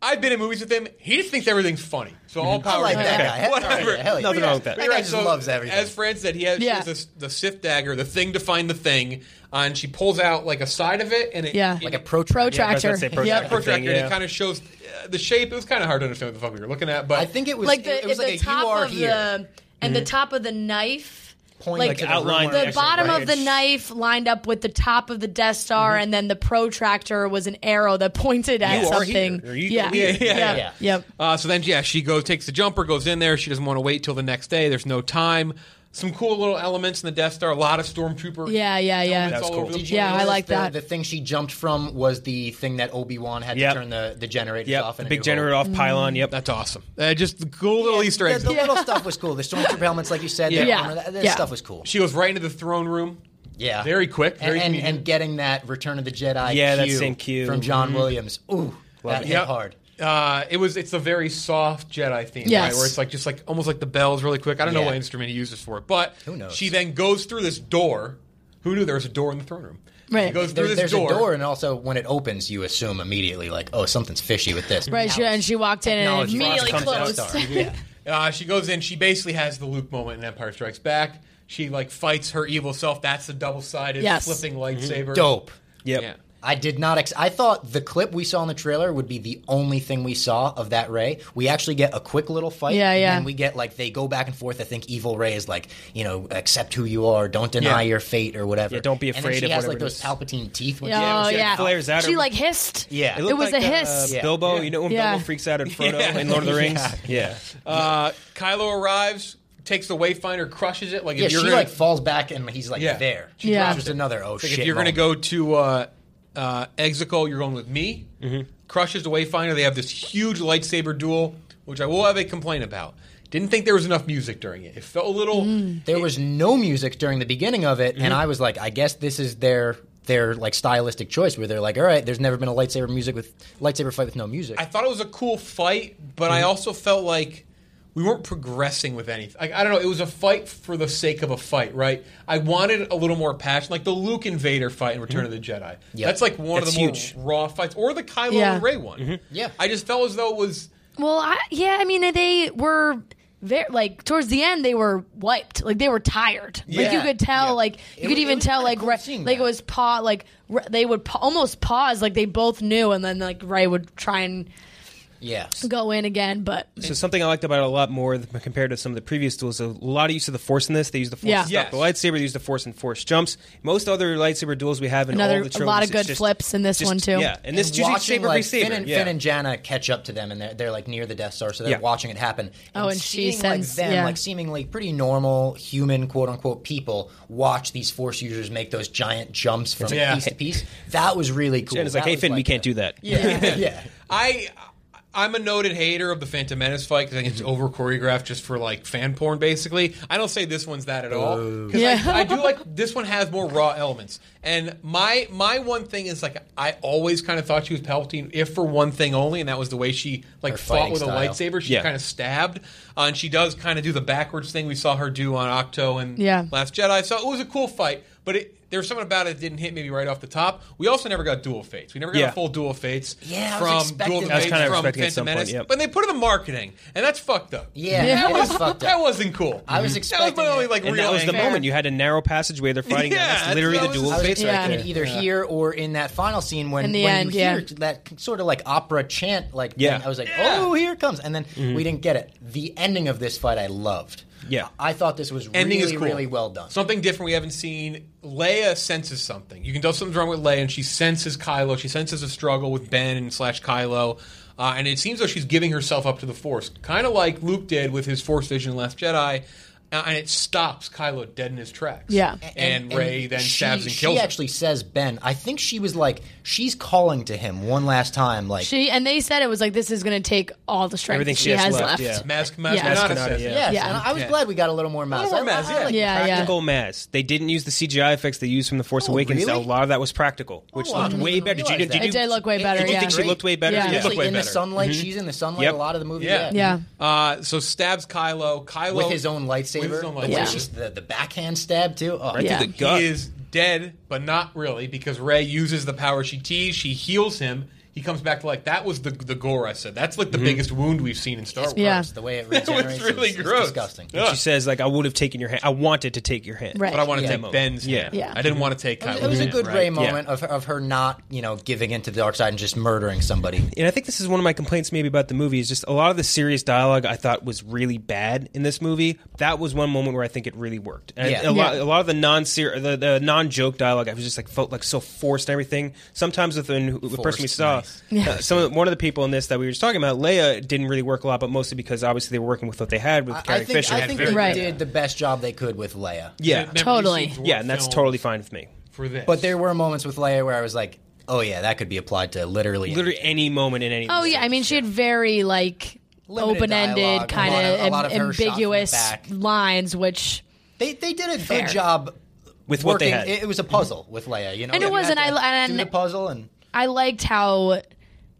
B: I've been in movies with him. He just thinks everything's funny. So all power
E: I like
B: to
E: that
B: him.
E: guy. Hell yeah,
B: Whatever.
E: hell yeah.
D: Nothing wrong with that.
E: That
B: You're
E: guy
B: right,
E: just
B: so
E: loves everything.
B: As Fran said, he has she
C: Yeah.
B: has this, the Sith dagger, the thing to find the thing, uh, and she pulls out like a side of it, and it,
C: yeah,
B: it-
E: like a protractor.
C: protractor.
B: yeah,
D: say protractor.
C: Yep.
D: Thing,
B: protractor, and
D: yeah.
B: it kind of shows uh, the shape. It was kind of hard to understand what the fuck we were looking at, but
E: I think it was
C: Like the
E: it was
C: the
E: like a you
C: top
D: Mm-hmm.
E: are
C: of
E: here.
C: the and the top of the knife
E: point
C: Like,
E: to the
D: outline
E: room
D: the
E: where
C: the
E: it's-
C: bottom
E: right.
C: of the knife lined up with the top of the Death Star,
D: Mm-hmm.
C: and then the protractor was an arrow that pointed at
E: You are
C: something.
D: here. Or you
C: yeah.
D: go
C: Yeah.
B: here. Yeah, yeah,
E: yeah.
C: Yep.
B: Uh, so then, yeah, she goes, takes the jumper, goes in there. She doesn't want to wait till the next day. There's no time. Some cool little elements in the Death Star. A lot of stormtrooper.
C: Yeah, yeah, yeah.
B: elements
D: That's
B: all
D: cool.
B: over the
D: Did
B: place.
E: you
C: Yeah, I
E: notice
C: like
E: the-
C: that.
E: The thing she jumped from was the thing that Obi Wan had
D: Yep.
E: to turn the the generators
D: Yep,
E: off.
D: the
E: in A
D: big
E: New
D: generator
E: Hope.
D: off pylon. Yep,
B: That's awesome. Uh, just cool little Easter
E: The-
B: eggs.
E: The, little stuff was cool. The stormtrooper helmets, like you said,
B: Yeah.
E: yeah, that, that
C: Yeah.
E: stuff was cool.
B: She goes right into the throne room.
E: Yeah,
B: Very quick, very
E: and, and,
B: convenient.
E: and getting that Return of the Jedi.
D: Yeah, that
E: cue
D: same cue.
E: from John Williams. Ooh, that
D: it.
E: hit
B: Mm-hmm. Yep.
E: hard.
B: Uh, it was it's a very soft Jedi theme, right?
C: Yes.
B: Where it's like just like almost like the bells really quick. I don't know
E: Yeah.
B: what instrument he uses for it, but
E: Who knows?
B: she then goes through this door. Who knew there was a door in the throne room?
C: Right.
B: She goes through
E: There's,
B: this
E: there's a door, and also when it opens, you assume immediately like, oh, something's fishy with this.
C: Right, she, and she walked in and it
E: Technology
C: immediately
E: comes out
C: closed.
E: star.
B: Uh, she goes in. She basically has the Luke moment in Empire Strikes Back. She like fights her evil self. That's the double sided
C: Yes.
B: flipping lightsaber.
E: Dope.
D: yep.
B: Yeah.
E: I did not. Ex- I thought the clip we saw in the trailer would be the only thing we saw of that Ray. We actually get a quick little fight.
C: Yeah, yeah.
E: And then we get like they go back and forth. I think Evil Ray is like, you know, accept who you are, don't deny
B: Yeah.
E: your fate or whatever.
D: Yeah, don't be
E: And then
D: afraid
E: she
D: of
E: has
D: whatever
E: like
D: it
E: those
D: is.
E: Palpatine teeth. When
C: Yeah,
D: Yeah,
C: oh,
D: she, like,
C: yeah.
D: flares out
C: she
D: her-
C: like hissed.
E: Yeah. It
C: It,
D: looked
C: was
D: like
C: a
D: the,
C: hiss.
D: uh, Bilbo, you know when
C: Yeah.
D: Bilbo freaks out at Frodo in Lord of the Rings. Yeah,
B: Uh, Kylo arrives, takes the Wayfinder, crushes it. Like
E: Yeah,
B: if
E: she
B: you're gonna,
E: like falls back and he's like
B: Yeah.
E: there.
B: She
C: Yeah.
E: There's another oh
B: Like if
E: shit.
B: you're
E: moment.
B: going to go to uh, uh, Exegol, you're going with me. Crushes the Wayfinder. They have this huge lightsaber duel, which I will have a complaint about. Didn't think there was enough music during it. It felt a little.
E: there was no music during the beginning of it,
B: Mm-hmm.
E: and I was like, I guess this is their their like stylistic choice where they're like, all right, there's never been a lightsaber music with lightsaber fight with no music. Mm-hmm.
B: I thought it was a cool fight, but I also felt like we weren't progressing with anything. Like, I don't know. It was a fight for the sake of a fight, right? I wanted a little more passion, like the Luke Invader fight in Return of the Jedi.
E: Mm-hmm. Yeah.
B: That's like one of
D: That's
B: the more
D: huge.
B: raw fights, or the Kylo
C: Yeah.
B: and Ray one.
E: Mm-hmm. Yeah.
B: I just felt as though it was.
C: Well, I, yeah, I mean, they were very like towards the end they were wiped, like they were tired. Like you
E: Yeah.
C: could tell,
E: Yeah.
C: like you
E: It
C: could
E: wa- it
C: even
E: was
C: tell,
E: kinda
C: like
E: cool
C: Ray-
E: seeing
C: like it
E: that.
C: was pa- like Ra- they would pa- almost pause, like they both knew, and then like Ray would try and
E: yes.
C: go in again, but
D: So something I liked about it a lot more th- compared to some of the previous duels, a lot of use of the force in this. They use the force
C: Yeah.
D: to stop the
B: Yes.
D: lightsaber. They use the force in force jumps. Most other lightsaber duels we have in
C: Another-
D: all the
C: a lot of
D: trilogies,
C: good
D: it's just-
C: flips in this
D: just-
C: one, too.
D: Yeah, and this
E: And
D: usually
E: watching,
D: saber
E: like,
D: like, saber.
E: Finn and,
D: yeah.
E: Finn and Jana catch up to them, and they're, they're like near the Death Star, so they're
D: Yeah.
E: watching it happen.
C: Oh, and she
E: seeing,
C: sends-
E: like them,
C: yeah.
E: like seemingly pretty normal human, quote unquote, people watch these Force users make those giant jumps from
B: Yeah.
E: piece to piece. That was really cool.
D: and it's like,
E: That
D: hey
E: was
D: Finn, we can't do that.
E: Yeah, yeah.
B: I I'm a noted hater of the Phantom Menace fight because I think it's
E: Mm-hmm.
B: over choreographed just for like fan porn. Basically, I don't say this one's that at all
E: Oh.
B: because
C: Yeah.
B: I, I do like this one has more raw elements. And my my one thing is like I always kind of thought she was Palpatine, if for one thing only, and that was the way she like
E: Her
B: fought
E: fighting
B: with
E: style.
B: a lightsaber. She
D: Yeah.
B: kind of stabbed, uh, and she does kind of do the backwards thing we saw her do on Octo and
C: Yeah.
B: Last Jedi. So it was a cool fight. But it, there was something about it that didn't hit maybe right off the top. We also never got dual fates. We never got
D: Yeah.
B: a full dual fates
E: Yeah, I
B: from
E: was
B: Duel of the
E: expecting that. I was
B: Fates,
D: kinda
B: from
D: expecting at
B: Phantom
D: some point,
B: Menace,
D: yep.
B: but they put it in marketing, and that's fucked up.
E: Yeah,
B: that
E: it
B: was
E: is fucked
B: That
E: up.
B: wasn't cool.
E: I was
B: that was
E: expecting
B: my only
E: it.
B: like
D: And
B: real
D: that was the
B: anger.
D: moment you had a narrow passageway. They're fighting.
B: Yeah,
D: down.
B: that's
D: That's literally
B: what I
D: the
B: was
D: dual
B: just-
D: fates
E: I was
D: right
E: expecting
D: there.
E: it either here or in that final scene when,
C: In the
E: when
C: end,
E: you
C: yeah.
E: hear that sort of like opera chant, like
D: Yeah.
E: thing, I was like,
B: Yeah.
E: oh, here it comes, and then we didn't get it. The ending of this fight, I loved.
D: Yeah.
E: I thought this was
B: Ending
E: really,
B: is cool.
E: really well done.
B: Something different we haven't seen. Leia senses something. You can tell something's wrong with Leia, and she senses Kylo. She senses a struggle with Ben and slash Kylo, uh, and it seems though she's giving herself up to the Force, kind of like Luke did with his Force vision in Last Jedi. uh, and it stops Kylo dead in his tracks.
C: Yeah.
B: and, Ray then
E: she-
B: stabs and
E: she
B: kills. him.
E: actually says Ben. I think she was like, she's calling to him one last time, like,
C: she and they said it was like this is going to take all the strength
D: Everything
C: she,
D: she has
C: has left.
D: left,
B: Mask, mask,
C: Yeah.
B: Kanata
D: Kanata,
B: says it.
D: yeah.
E: yes.
C: Yeah.
E: And I was glad we got a little more Maz.
B: little more
E: I- I-
B: Maz,
E: I
B: yeah.
E: like
C: Yeah, yeah.
D: Practical mass. They didn't use the CGI effects they used from the Force
E: Oh,
D: Awakens.
E: really?
D: A lot of that was practical, which
E: Oh, I
D: looked
E: didn't
D: way
E: even
D: better. Did you,
E: realize
D: did
E: that.
D: you,
C: It did look way better.
D: Did you
C: yeah.
D: think she looked way better?
C: Yeah.
D: Yeah.
B: It looked
E: Especially
B: way
E: in
B: better.
E: the sunlight, she's in the sunlight
D: Yep.
E: a lot of the movie.
B: Yeah.
C: Yeah.
B: Uh, so stabs Kylo. Kylo
E: with his own lightsaber.
B: With his own
E: The way
B: lightsaber.
E: she's- the, the backhand stab too. Oh,
D: Right
C: Yeah.
D: through the
C: He
D: gut.
B: He is dead, but not really, because Ray uses the power she teased. She heals him. he comes back to like that was the the gore I said. That's
D: Mm-hmm.
B: like the biggest wound we've seen in Star Wars.
C: Yeah.
E: Gross, the way it
B: That was
E: regenerates
B: really
E: is, is
B: gross.
E: disgusting.
B: Yeah.
D: She says like I would have taken your hand. I wanted to take your hand.
C: Right.
B: But I want to
E: Yeah.
B: take Ben's.
D: Yeah.
B: hand.
C: Yeah.
B: I didn't want to take Kylo.
E: It was a
B: Ren.
E: good
D: Right,
E: Ray
D: yeah.
E: moment of, of her not, you know, giving into the dark side and just murdering somebody.
D: And I think this is one of my complaints maybe about the movie is just a lot of the serious dialogue I thought was really bad in this movie. That was one moment where I think it really worked. And
E: Yeah.
D: a lot
C: Yeah.
D: a lot of the non the, the non joke dialogue I was just like felt like so forced and everything. Sometimes with the, the person we
E: Forced,
D: saw,
E: nice.
D: uh, some of, one of the people in this that we were just talking about, Leia didn't really work a lot, but mostly because obviously they were working with what they had with Carrie
E: I think,
D: Fisher.
E: I think
B: very
E: they
C: good.
E: did the best job they could with Leia.
D: yeah.
B: Remember,
C: Totally.
B: you see dwarf
D: Yeah, and that's
B: films
D: totally fine with me.
B: for this.
E: But there were moments with Leia where I was like, oh yeah, that could be applied to literally.
D: Literally any moment in any
C: Oh
D: movie.
C: yeah, I mean she had very like
E: Limited
C: open-ended
E: dialogue, a lot of- a
C: kind
E: lot
C: of
E: of her shot from the
C: ambiguous
E: back.
C: lines, which
E: They, they did a good
C: Fair.
E: job
D: With what
E: working.
D: they had.
E: It, it was a puzzle with Leia, you know.
C: And it
E: You
C: was,
E: had
C: and
E: to
C: I- and-
E: do the puzzle and
C: I liked how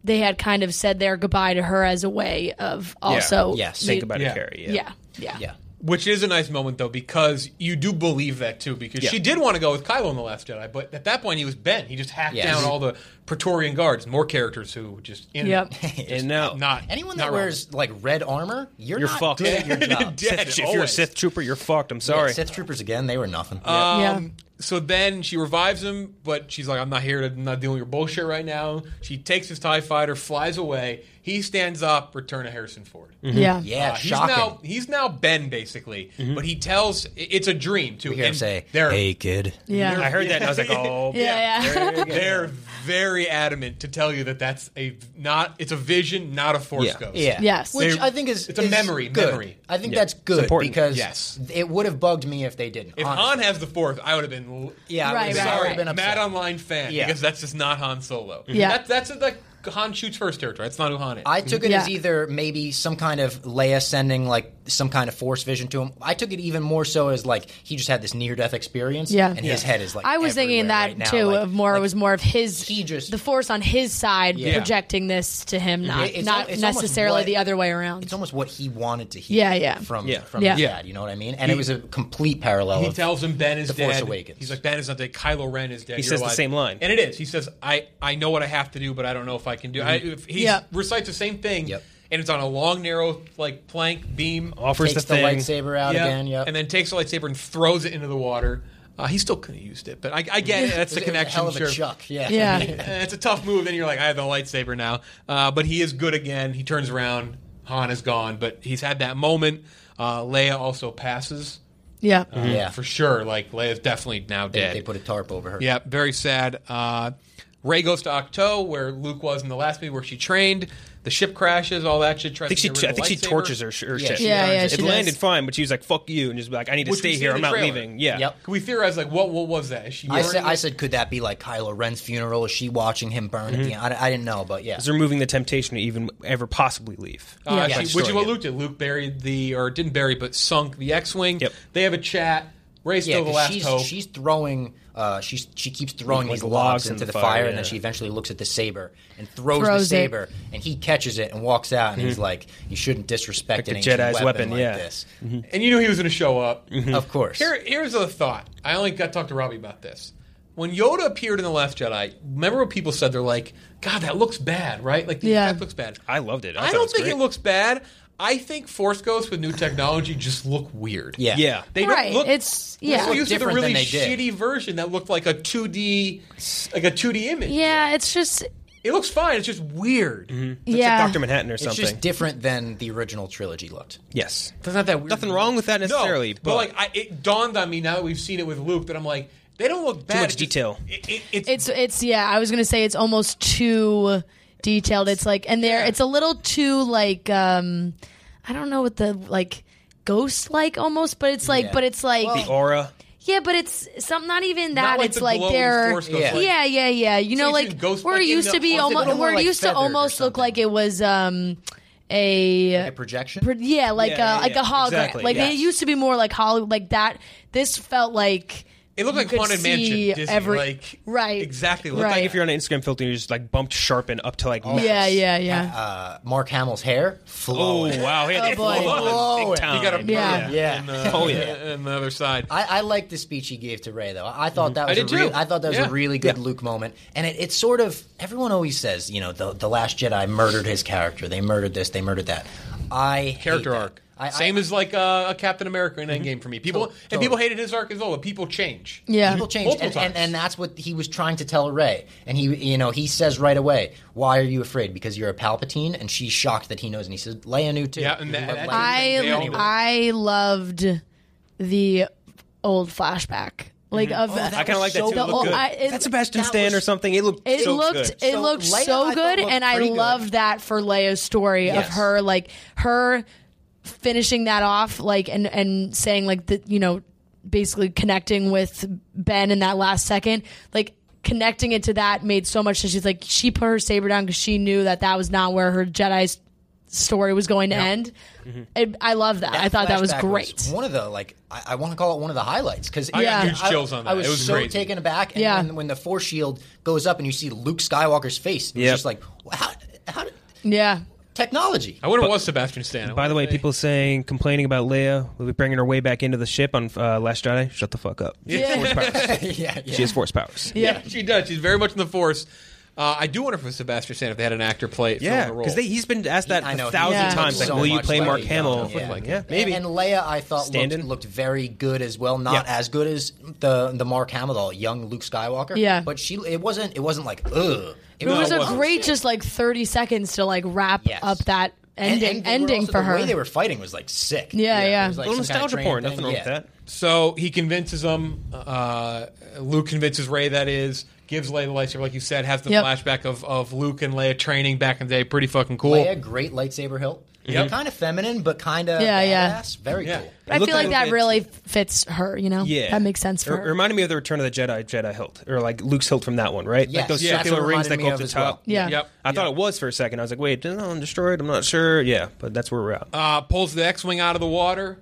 C: they had kind of said their goodbye to her as a way of also
E: Yes.
D: think about
B: Yeah.
D: it, Carrie.
C: yeah. yeah
E: yeah.
B: Which is a nice moment though, because you do believe that too, because
D: Yeah.
B: she did want to go with Kylo in the Last Jedi, but at that point he was Ben. He just hacked
E: Yes.
B: down all the Praetorian guards, more characters who just in
C: Yep.
D: And now
B: not
E: Anyone
B: Uh, not
E: that
B: wrong.
E: wears like red armor, you're,
D: You're
E: not
D: fucked.
E: good at your job.
B: Dead,
D: Sith- if you're a
B: always.
D: Sith trooper, you're fucked. I'm
E: Yeah,
D: sorry.
E: Sith troopers again, they were nothing.
B: Uh,
E: Mhm.
C: Yeah.
B: So then she revives him, but she's like, "I'm not here to I'm not deal with your bullshit right now." She takes his Tie Fighter, flies away. He stands up, return to Harrison Ford.
C: yeah,
E: yeah,
B: Uh, he's
E: Mm, shocking.
B: now he's now Ben basically, but he tells it's a dream too.
E: you hear him
B: And
E: say,
B: they're-
E: "Hey kid."
C: yeah,
D: I heard that and I was like, oh,
C: yeah, yeah.
B: They're very adamant to tell you that that's a not. It's a vision, not a force
D: Yeah.
B: ghost.
E: Yeah.
C: Yes.
E: Which
B: They-
E: I think is
B: it's a
E: is
B: memory,
E: good.
B: memory.
E: I think that's good
D: important.
E: because
B: Yes.
E: it would have bugged me if they didn't.
B: If
E: honestly.
B: Han has the force, I would have been l-
E: yeah, I
C: Right,
E: would've-
C: right,
E: I
B: sorry,
E: would've
C: right.
E: been upset.
B: mad online fan
E: Yeah.
B: because that's just not Han Solo.
D: Mhm.
C: Yeah.
B: That, that's like Han shoots first territory. That's not who Han is.
E: I took it
C: Yeah.
E: as either maybe some kind of Leia sending like some kind of force vision to him. I took it even more so as like he just had this near death experience.
C: Yeah.
E: and his
C: Yeah.
E: head is like.
C: I was thinking that
E: everywhere right now.
C: too.
E: Like,
C: of more, it
E: like,
C: was more of his
E: he just- Mhm.
C: the force on his side projecting this to him, not
E: It- it's al-
C: not
E: it's almost
C: necessarily
E: what-
C: the other way around.
E: It's almost what he wanted to hear.
C: Yeah, yeah.
E: From
D: Yeah.
E: from
C: Yeah.
E: his
C: Yeah.
E: dad, you know what I mean? And it was a complete parallel.
B: He
E: of,
B: tells him Ben is
E: The
B: dead.
E: Force Awakens.
B: He's like Ben is not dead. Kylo Ren is dead.
D: He
B: You're
D: says the
B: alive."
D: same line.
B: and it is. He says, "I I know what I have to do, but I don't know if I can do." it." I,
D: Mhm.
B: if he
C: Yeah.
B: recites the same thing,
E: Yep.
B: and it's on a long, narrow like plank beam.
D: offers
E: takes
D: the
E: the,
D: thing.
E: lightsaber out
B: Yeah.
E: again. Yep.
B: and then takes the lightsaber and throws it into the water. Uh, he still could have used it, but I, I get it. That's the
E: It was a
B: connection.
E: Hell of a
B: sure.
E: chuck. Yeah.
C: yeah,
B: Eh, it's a tough move. Then you're like, I have the lightsaber now. Uh, but he is good again. He turns around. Han is gone, but he's had that moment. Uh, Leia also passes
C: yeah,
E: yeah.
B: for sure. Like Leia's definitely now dead.
E: They put a tarp over her.
B: yeah, very sad. Uh, Ray goes to Octo, where Luke was in the last movie, where she trained. The ship crashes. All that shit.
D: I think she, I think she tortures her, sh- her
E: Yeah,
D: ship.
E: she
C: Yeah, does. yeah,
D: It
C: she does.
D: landed fine, but she was like, "Fuck you," and just be like, "I need to
B: Which we
D: stay
B: see
D: here.
B: in
D: I'm
B: the
D: not
B: trailer.
D: leaving." Yeah.
E: Yep.
B: Can we theorize like what? What was that? Is she?
E: I said,
B: burning
E: I
B: it?
E: said, could that be like Kylo Ren's funeral? Is she watching him burn at the
B: Mm-hmm.
E: end? I, I didn't know, but yeah.
D: It's removing the temptation to even ever possibly leave.
B: Uh,
C: Yeah.
B: she-
D: Yeah.
B: which is what
D: Destroying
B: Luke did. Luke buried the, or didn't bury, but sunk the X-wing.
D: Yep.
B: They have a chat. Ray's
E: Yeah,
B: still the
E: 'cause
B: last
E: she's,
B: hope.
E: she's throwing. Uh, she's she keeps throwing
D: Like
E: these logs
D: logs in
E: into
D: the
E: the,
D: fire,
E: fire, and then
D: yeah.
E: she eventually looks at the saber and throws,
C: Throws
E: the
C: it.
E: saber, and he catches it and walks out, and he's
B: Mm-hmm.
E: like, "You shouldn't disrespect
D: Like
E: an
D: the
E: ancient
D: Jedi's
E: weapon,
D: weapon,
E: like
D: yeah.
E: this."
B: and you knew he was going to show up.
D: Mm-hmm.
E: Of course,
B: Mm-hmm. Here, here's a thought. I only got to talk to Robbie about this. When Yoda appeared in the Last Jedi, remember what people said? They're like, "God, that looks bad, right? Like the
C: Yeah.
B: effect looks bad."
D: I loved it. I,
B: I,
D: thought
B: don't
D: was
B: think
D: great.
B: it looks bad. I think Force Ghosts with new technology just look weird.
E: yeah,
D: Yeah.
B: They don't
C: right.
B: look.
C: it's yeah,
B: We're used to the
E: different
B: really
E: than they did.
B: shitty version that looked like a 2D, like a 2D image.
C: yeah. It's just
B: It looks fine. It's just weird.
D: It's
C: yeah.
D: like Doctor Manhattan or
E: It's
D: something.
E: just different than the original trilogy looked.
D: yes.
B: There's not that weird.
D: Nothing wrong with that
B: Mm-hmm. No,
D: necessarily,
B: but,
D: but-
B: like, I, it dawned on me now that we've seen it with Luke that I'm like, they don't look bad.
D: much
B: It's just-
D: detail.
B: It, it, it's,
C: It's it's yeah. I was gonna say it's almost too detailed. It's like and there it's a little too like um I don't know what the like ghost like almost, but it's like
E: Yeah.
C: but it's like
D: The aura.
C: yeah, but it's some not even that.
B: not like
C: it's
B: the
C: like
B: glow in
C: they're
B: Force Ghosts,
E: Yeah.
B: like-
C: yeah yeah yeah. You know
B: it's
C: like
B: even ghost-
C: where
B: like
C: it
B: in
C: used
B: the-
C: to be
B: or is it
C: almost
E: little more
C: where it
E: like
C: used to
E: feathered or
C: almost look
E: something?
C: like it was um a
E: A projection.
C: pr- yeah, like
D: Yeah, yeah,
C: a like
D: yeah.
C: a hologram.
D: Exactly,
C: like
D: yes.
C: it used to be more like Hollywood, like that. This felt like
B: It looked
C: You
B: like
C: could
B: Haunted Mansion.
C: see
B: Disney,
C: every-
B: like
C: right,
B: exactly. It looked
C: right.
B: like
D: If you're on an Instagram filter, you're just like bumped sharpen up to like.
B: Oh.
D: max.
C: yeah, yeah, yeah.
E: Uh, Mark Hamill's hair
D: Oh
E: flowing.
D: wow, he had
C: Oh, boy.
D: oh,
E: Flowing.
D: big time.
B: you got a
C: Yeah.
E: Yeah.
B: in the,
D: Oh, yeah.
B: in the other side.
E: I, I like the speech he gave to Ray though. I thought that
B: Mm-hmm. I
E: was
B: did
E: a
B: too.
E: real, I thought that was
B: Yeah.
E: a really good Luke moment, and it, it's sort of everyone always says you know the the Last Jedi murdered his character. They murdered this. They murdered that. I hate
B: character
E: that.
B: arc.
E: I,
B: Same
E: I,
B: as like uh, a Captain America in
D: Mm-hmm.
B: Endgame for me. People
E: Totally.
B: and people hated his arc as well. But people change.
C: yeah.
E: people change,
B: Multiple
E: and, and,
B: times.
E: and that's what he was trying to tell Ray. And he you know he says right away, "Why are you afraid? Because you're a Palpatine." And she's shocked that he knows, and he says, "Leia knew too."
B: Yeah, and that-
E: But
B: that-
E: Leia-
C: I
B: They all-
C: I loved the old flashback, like of
E: that
D: I kind of like that
E: So
D: too. It
E: the
D: looked
E: old-
D: good.
C: oh, I- it-
D: That's Sebastian
E: that
D: Stan
E: was-
D: or something. It looked.
C: It
D: so
C: looked
D: good.
C: it
E: So
C: looked
E: Leia, I
C: so
E: thought,
C: good,
E: looked
C: and I
E: pretty good.
C: loved that for Leia's story
E: Yes.
C: of her like her finishing that off, like and and saying like that you know basically connecting with Ben in that last second, like connecting it to that made so much sense. She's like she put her saber down because she knew that that was not where her Jedi's story was going to end. It, I love that. I thought that was
E: flashback
C: great.
E: one of the like I, I want to call it one of the highlights because
B: I
C: got
B: huge chills on
E: I
B: that.
E: was,
B: It was
E: so
B: crazy.
E: taken aback. And
C: Yeah.
E: when, when the force shield goes up and you see Luke Skywalker's face, it's
D: Yep.
E: just like "Wha- how, how did
C: yeah,
E: technology?
B: I wonder what was Sebastian Stan.
D: By the way, people saying complaining about Leia, we'll be bringing her way back into the ship on uh, Last Jedi. Shut the fuck up. She has force powers.
E: yeah, yeah.
D: She has force powers.
B: yeah, she does. She's very much in the force. Uh, I do wonder if it was Sebastian Stan if they had an actor play it,
D: Yeah,
B: film the role.
D: because he's been asked that
E: I
D: a
E: know, he
D: thousand
C: looks
D: times. Like,
E: so
D: will you
E: much
D: play
E: like
D: Mark
E: Leia.
D: Hamill?
E: Yeah.
D: Like, yeah, maybe.
E: And, and Leia, I thought looked,
D: Standing.
E: looked very good as well. Not
D: Yeah.
E: as good as the the Mark Hamill, doll, young Luke Skywalker.
C: Yeah.
E: but she it wasn't it wasn't like ugh.
C: it was
B: it
C: a
B: wasn't.
C: great just like thirty seconds to like wrap
E: Yes.
C: up that
E: And-
C: ending
E: and they were
C: ending
E: also-
C: for
E: the
C: her.
E: way they were fighting was like sick.
C: Yeah, yeah.
E: It was, like,
D: little
E: some kinda
D: nostalgia
E: train
D: porn.
E: thing.
D: Nothing wrong
E: Yeah.
D: with that.
B: So he convinces them. Uh, Luke convinces Ray. That is gives Leia the lightsaber, like you said. Has the
C: Yep.
B: flashback of, of Luke and Leia training back in the day. Pretty fucking cool.
E: Leia, great lightsaber hilt. Kind of feminine, but kind of
C: Yeah,
E: yeah,
C: yeah.
E: badass. Very
B: Yeah.
E: cool.
C: But I
D: Look
C: feel like
D: at
C: that
D: it-
C: really fits her, you know?
D: Yeah,
C: That makes sense for
D: It- It
C: her.
D: reminded me of the Return of the Jedi Jedi hilt, or like Luke's hilt from that one, right?
E: Yes,
D: like those
E: yeah.
D: circular
E: That's what it
D: rings that
E: reminded
D: go
E: me
D: up the
E: of as
D: top.
C: well. Yeah.
B: Yep.
D: I thought it was for a second. I was like, wait, did not destroyed? I'm not sure. Yeah, but that's where we're at.
B: Uh, pulls the X-wing out of the water.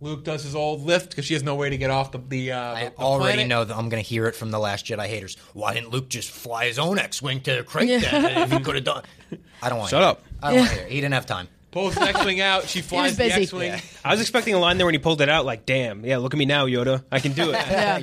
B: Luke does his old lift because she has no way to get off the the. Uh,
E: I
B: the- the
E: already
B: planet.
E: know that I'm going to hear it from the Last Jedi haters. Why didn't Luke just fly his own X-wing to Crate then? If he could have done, I don't want.
D: Shut up.
E: I don't want to hear. it. He didn't have time.
B: Pulls the X-wing out. She flies the
C: busy.
B: X-wing. Yeah.
D: I was expecting a line there when he pulled it out. Like, damn, yeah, look at me now, Yoda. I can do it.
E: Yeah,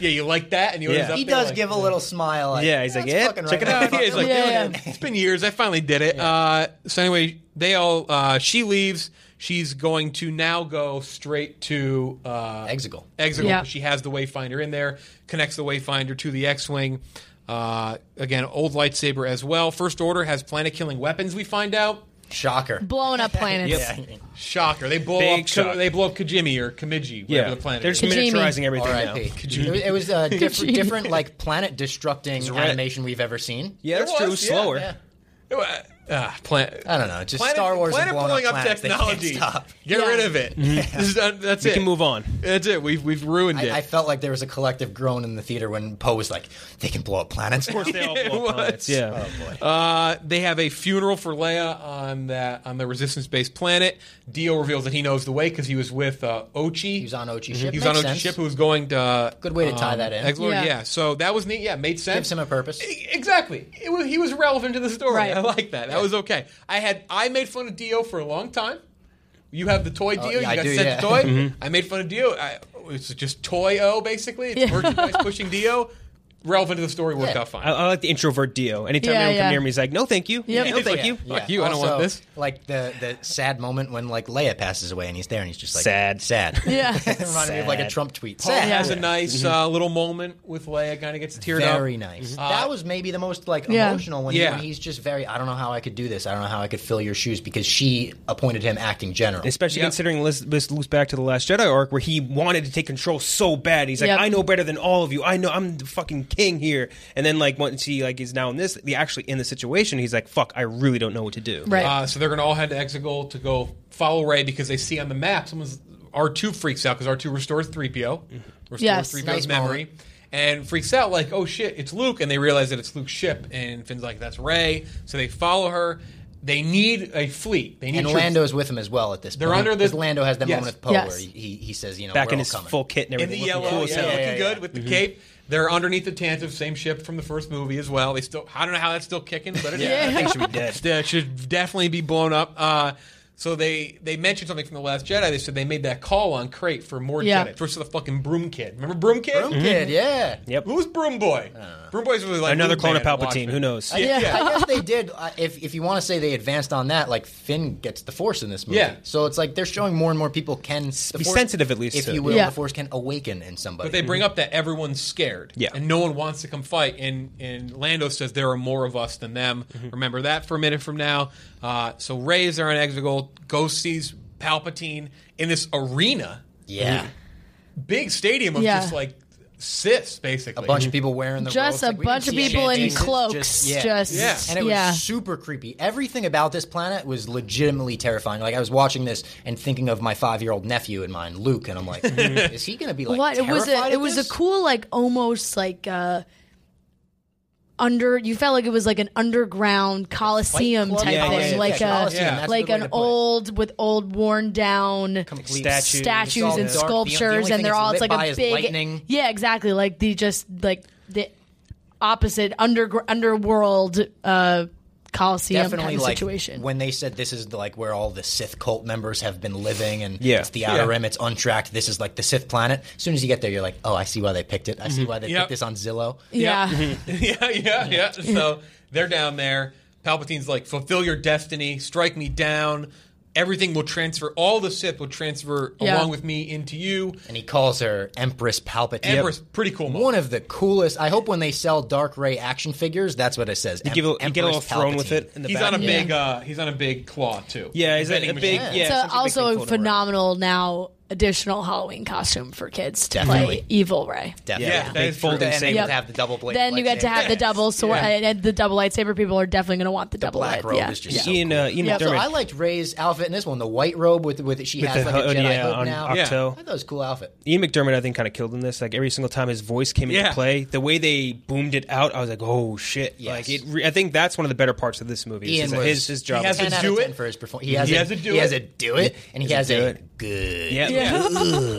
E: yeah.
B: you like that, and you
D: Yeah.
B: yeah. up
E: He
B: there,
E: does
B: like,
E: give a little smile. Like,
D: Yeah, he's like,
E: "That's
D: yeah,
E: fucking
D: check
E: right
D: it out."
E: motherfucker."
B: Yeah, he's like,
C: Yeah,
B: doing
C: yeah.
B: it. It's been years. I finally did it. Uh, so anyway, they all. Uh, she leaves. She's going to now go straight to uh,
E: Exegol.
B: Exegol.
C: Yeah.
B: She has the Wayfinder in there. Connects the Wayfinder to the X-wing. Uh, again, old lightsaber as well. First Order has planet-killing weapons. We find out.
E: Shocker.
C: Blowing up planets.
B: Shocker! They blow
D: Big
B: up.
D: shock.
B: They blow up Kajimi or Kajimi, whatever
D: yeah,
B: the planet.
D: they're
B: is.
D: just
C: Kajimi.
D: miniaturizing everything now.
E: R.I.P. It was- It was a different, different like planet destructing animation we've ever seen.
D: Yeah, that's
B: It
D: true.
B: was, yeah,
D: Slower.
E: yeah.
B: Uh, ah, planet.
E: I don't know. Just
B: Planet,
E: Uh, Star Wars. and
B: planet
E: blowing
B: blowing up,
E: planets. They can't
B: technology.
E: stop. Mm-hmm.
B: Get
C: Yeah.
B: rid of it. This is- uh, that's
D: We
B: it.
D: can move on.
B: That's it. We've we've ruined it.
E: I, I felt like there was a collective groan in the theater when Poe was like, "They can blow up planets." Of course
D: They all blow
B: It was.
D: up planets, Yeah.
B: Uh, they have a funeral for Leia on that on the resistance based planet. Dio reveals that he knows the way because he was with uh, Ochi.
E: He was on Ochi's ship.
B: He was
E: Makes
B: on Ochi's
E: sense.
B: ship who was going to. Uh,
E: Good way to tie that in.
B: Exlord, yeah.
C: Yeah.
B: So that was neat. Yeah, made sense.
E: Gives him a purpose.
B: E- Exactly. It wa- he was relevant to the story.
C: Right.
B: I like that. That was okay. I had I made fun of Dio for a long time. You have the toy Dio.
E: Oh, yeah,
B: you
E: I
B: got
E: do,
B: sent
E: yeah. Mm-hmm.
B: the toy. I made fun of Dio. I, it's just toy O basically. It's merchandise pushing Dio. Relevant to the story worked
E: Yeah.
B: out fine.
D: I, I like the introvert Dio. Anytime
C: Yeah,
D: anyone
C: yeah.
D: come near me, he's like, no, thank you.
C: Yep.
D: No,
B: He's
D: thank
B: like,
D: you.
B: "Fuck you, I don't want
E: Also,
B: this."
E: Like the the sad moment when like Leia passes away and he's there and he's just like
D: Sad.
E: sad.
C: Yeah.
E: it reminded me of like a Trump tweet.
B: Paul
E: Sad.
B: has a nice
D: Mm-hmm.
B: uh, little moment with Leia. Kind of gets teared up. Mm-hmm.
E: Very nice. that was maybe the most like
C: Yeah.
E: emotional when,
B: Yeah.
E: when he's just very. I don't know how I could do this. I don't know how I could fill your shoes because she appointed him acting general.
D: Especially
B: Yep.
D: considering this, this loops back to the Last Jedi arc where he wanted to take control so bad. He's like,
C: Yep.
D: I know better than all of you. I know I'm the fucking king here. And then like once he like is now in this, the actually in the situation, he's like, fuck, I really don't know what to do.
C: Right.
B: Uh, so they're going to all head to Exegol to go follow Ray because they see on the map someone's R2 freaks out because R2 restores 3PO, restores
C: Yes.
B: 3PO's
E: Nice
B: memory,
E: moment.
B: and freaks out like, oh shit, it's Luke. And they realize that it's Luke's ship. And Finn's like, that's Ray. So they follow her. They need a fleet. They need
E: And
B: troops.
E: Lando's with him as well at this
B: They're
E: point.
B: under the-
E: 'Cause Lando has that
B: Yes.
E: moment of Poe
C: Yes.
E: where he, he he says, you know,
D: back
E: we're
D: in
E: all
D: his
E: coming.
D: full kit
B: in
D: and everything.
B: the
D: looking
B: yellow,
D: cool as
B: yeah,
D: hell. Mm-hmm.
B: looking
E: yeah,
B: good
E: yeah.
B: with the cape. They're underneath the Tantive, same ship from the first movie as well. They still, I don't know how that's still kicking, but it is.
D: I think she should be dead.
B: That should definitely be blown up. Uh, so they they mentioned something from the Last Jedi. They said they made that call on Crate for more
C: Yeah.
B: Jedi versus the fucking Broom Kid. Remember Broom Kid?
E: Broom kid, yeah.
D: Yep.
B: Who was Broom Boy? Broom Boy's really like
D: Uh, Another
B: Luke
D: clone of
B: Man at
D: Palpatine. Who
B: Watchmen.
D: knows?
B: Yeah.
E: Yeah, I guess they did. uh, If if you want to say they advanced on that, like Finn gets the Force in this movie.
B: Yeah.
E: So it's like they're showing more and more people can the
D: Be
E: Force-
D: sensitive at least
E: if
D: to
E: you
D: it.
E: will.
C: Yeah.
E: The Force can awaken in somebody.
B: But they bring up that everyone's scared,
D: Yeah.
B: and no one wants to come fight. And and Lando says there are more of us than them. Remember that for a minute from now. Uh, so Ray is there on Exegol. Ghost sees Palpatine in this arena,
E: yeah,
B: big stadium of
C: Yeah.
B: just like Siths, basically.
E: a bunch of people wearing the
C: Just
E: robes.
C: a
E: Like, we
C: bunch
E: didn't
C: of
E: see
C: people in
E: anything. Just-
C: cloaks.
E: just-
C: Just,
E: yeah.
B: Yeah.
E: And it was
C: yeah.
E: super creepy. Everything about this planet was legitimately terrifying. Like I was watching this and thinking of my five-year-old nephew in mind, Luke, and I'm like, is he going to be like
C: what it was
E: terrified
C: a
E: of
C: it was a
E: this?
C: cool like almost like uh under you felt like it was like an underground coliseum
E: club?
C: type
D: Yeah,
C: thing
D: yeah, yeah,
C: like
E: yeah,
C: a
E: Colosseum, that's a
C: like
E: good way
C: an
E: to put it.
C: old with old worn down
E: Complete
D: Statues.
C: statues
E: It's all
C: and
E: dark. The- the only
C: sculptures
E: thing
C: and they're
E: it's
C: all
E: lit
C: it's like
E: by
C: a
E: is
C: big
E: lightning.
C: yeah exactly like the just like the opposite under underworld uh coliseum
E: definitely
C: kind of
E: like
C: situation
E: when they said this is the, like where all the Sith cult members have been living and
D: Yeah.
E: it's the outer
B: Yeah.
E: rim, it's untracked. This is like the Sith planet. As soon as you get there, you're like, oh, I see why they picked it. I
D: Mm-hmm.
E: see why they
B: Yep.
E: picked this on Zillow.
C: yeah
B: yeah, yeah, yeah. So they're down there. Palpatine's like, fulfill your destiny, strike me down. Everything will transfer. All the Sith will transfer
C: Yeah.
B: along with me into you.
E: And he calls her Empress Palpatine.
B: Empress, pretty cool moment.
E: One of the coolest. I hope when they sell Dark Ray action figures, that's what it says.
D: You, give a, you get a little thrown with it in the
B: he's
D: back.
B: on a big uh, he's on a big claw too.
D: Yeah, he's a, a
B: Vending
D: big.
B: machine.
D: Yeah,
C: it's
D: something
C: a,
D: big thing
C: also a
D: floating around.
C: phenomenal now additional Halloween costume for kids to
E: Definitely.
C: play Evil Ray.
E: Definitely.
B: Yeah, that
D: Big
B: is true.
D: folding
E: And then
D: saber.
E: you
C: Yep.
E: have the double blade.
C: Then you get to
E: lightsaber.
C: have the double sword.
B: Yeah.
C: and the double lightsaber people are definitely going to want the, double light-
E: black robe
C: yeah.
E: is just
C: yeah.
E: so
D: Ian, uh,
C: Yep.
D: Ian McDermott.
C: So
E: So I liked Ray's outfit in this one, the white robe with with she has
D: the
E: like a
D: hood,
E: Jedi
D: yeah,
E: hood
D: on
E: now.
D: Octo.
E: I thought it was a cool outfit.
D: Ian McDermott, I think, kind of killed in this. Like every single time his voice came
B: Yeah.
D: into play, the way they boomed it out, I was like, "Oh shit!"
E: Yes.
D: Like it. Re- I think that's one of the better parts of this movie. is
E: Ian
D: his-
E: was-
D: his his job.
B: he has
D: is-
B: a
E: 10 out
B: do
E: of 10
B: it.
E: for his performance. He has,
B: He
E: a,
B: has a do
E: He
B: it.
E: has a do it, and he has
D: do
E: a,
D: it.
E: good.
D: yeah.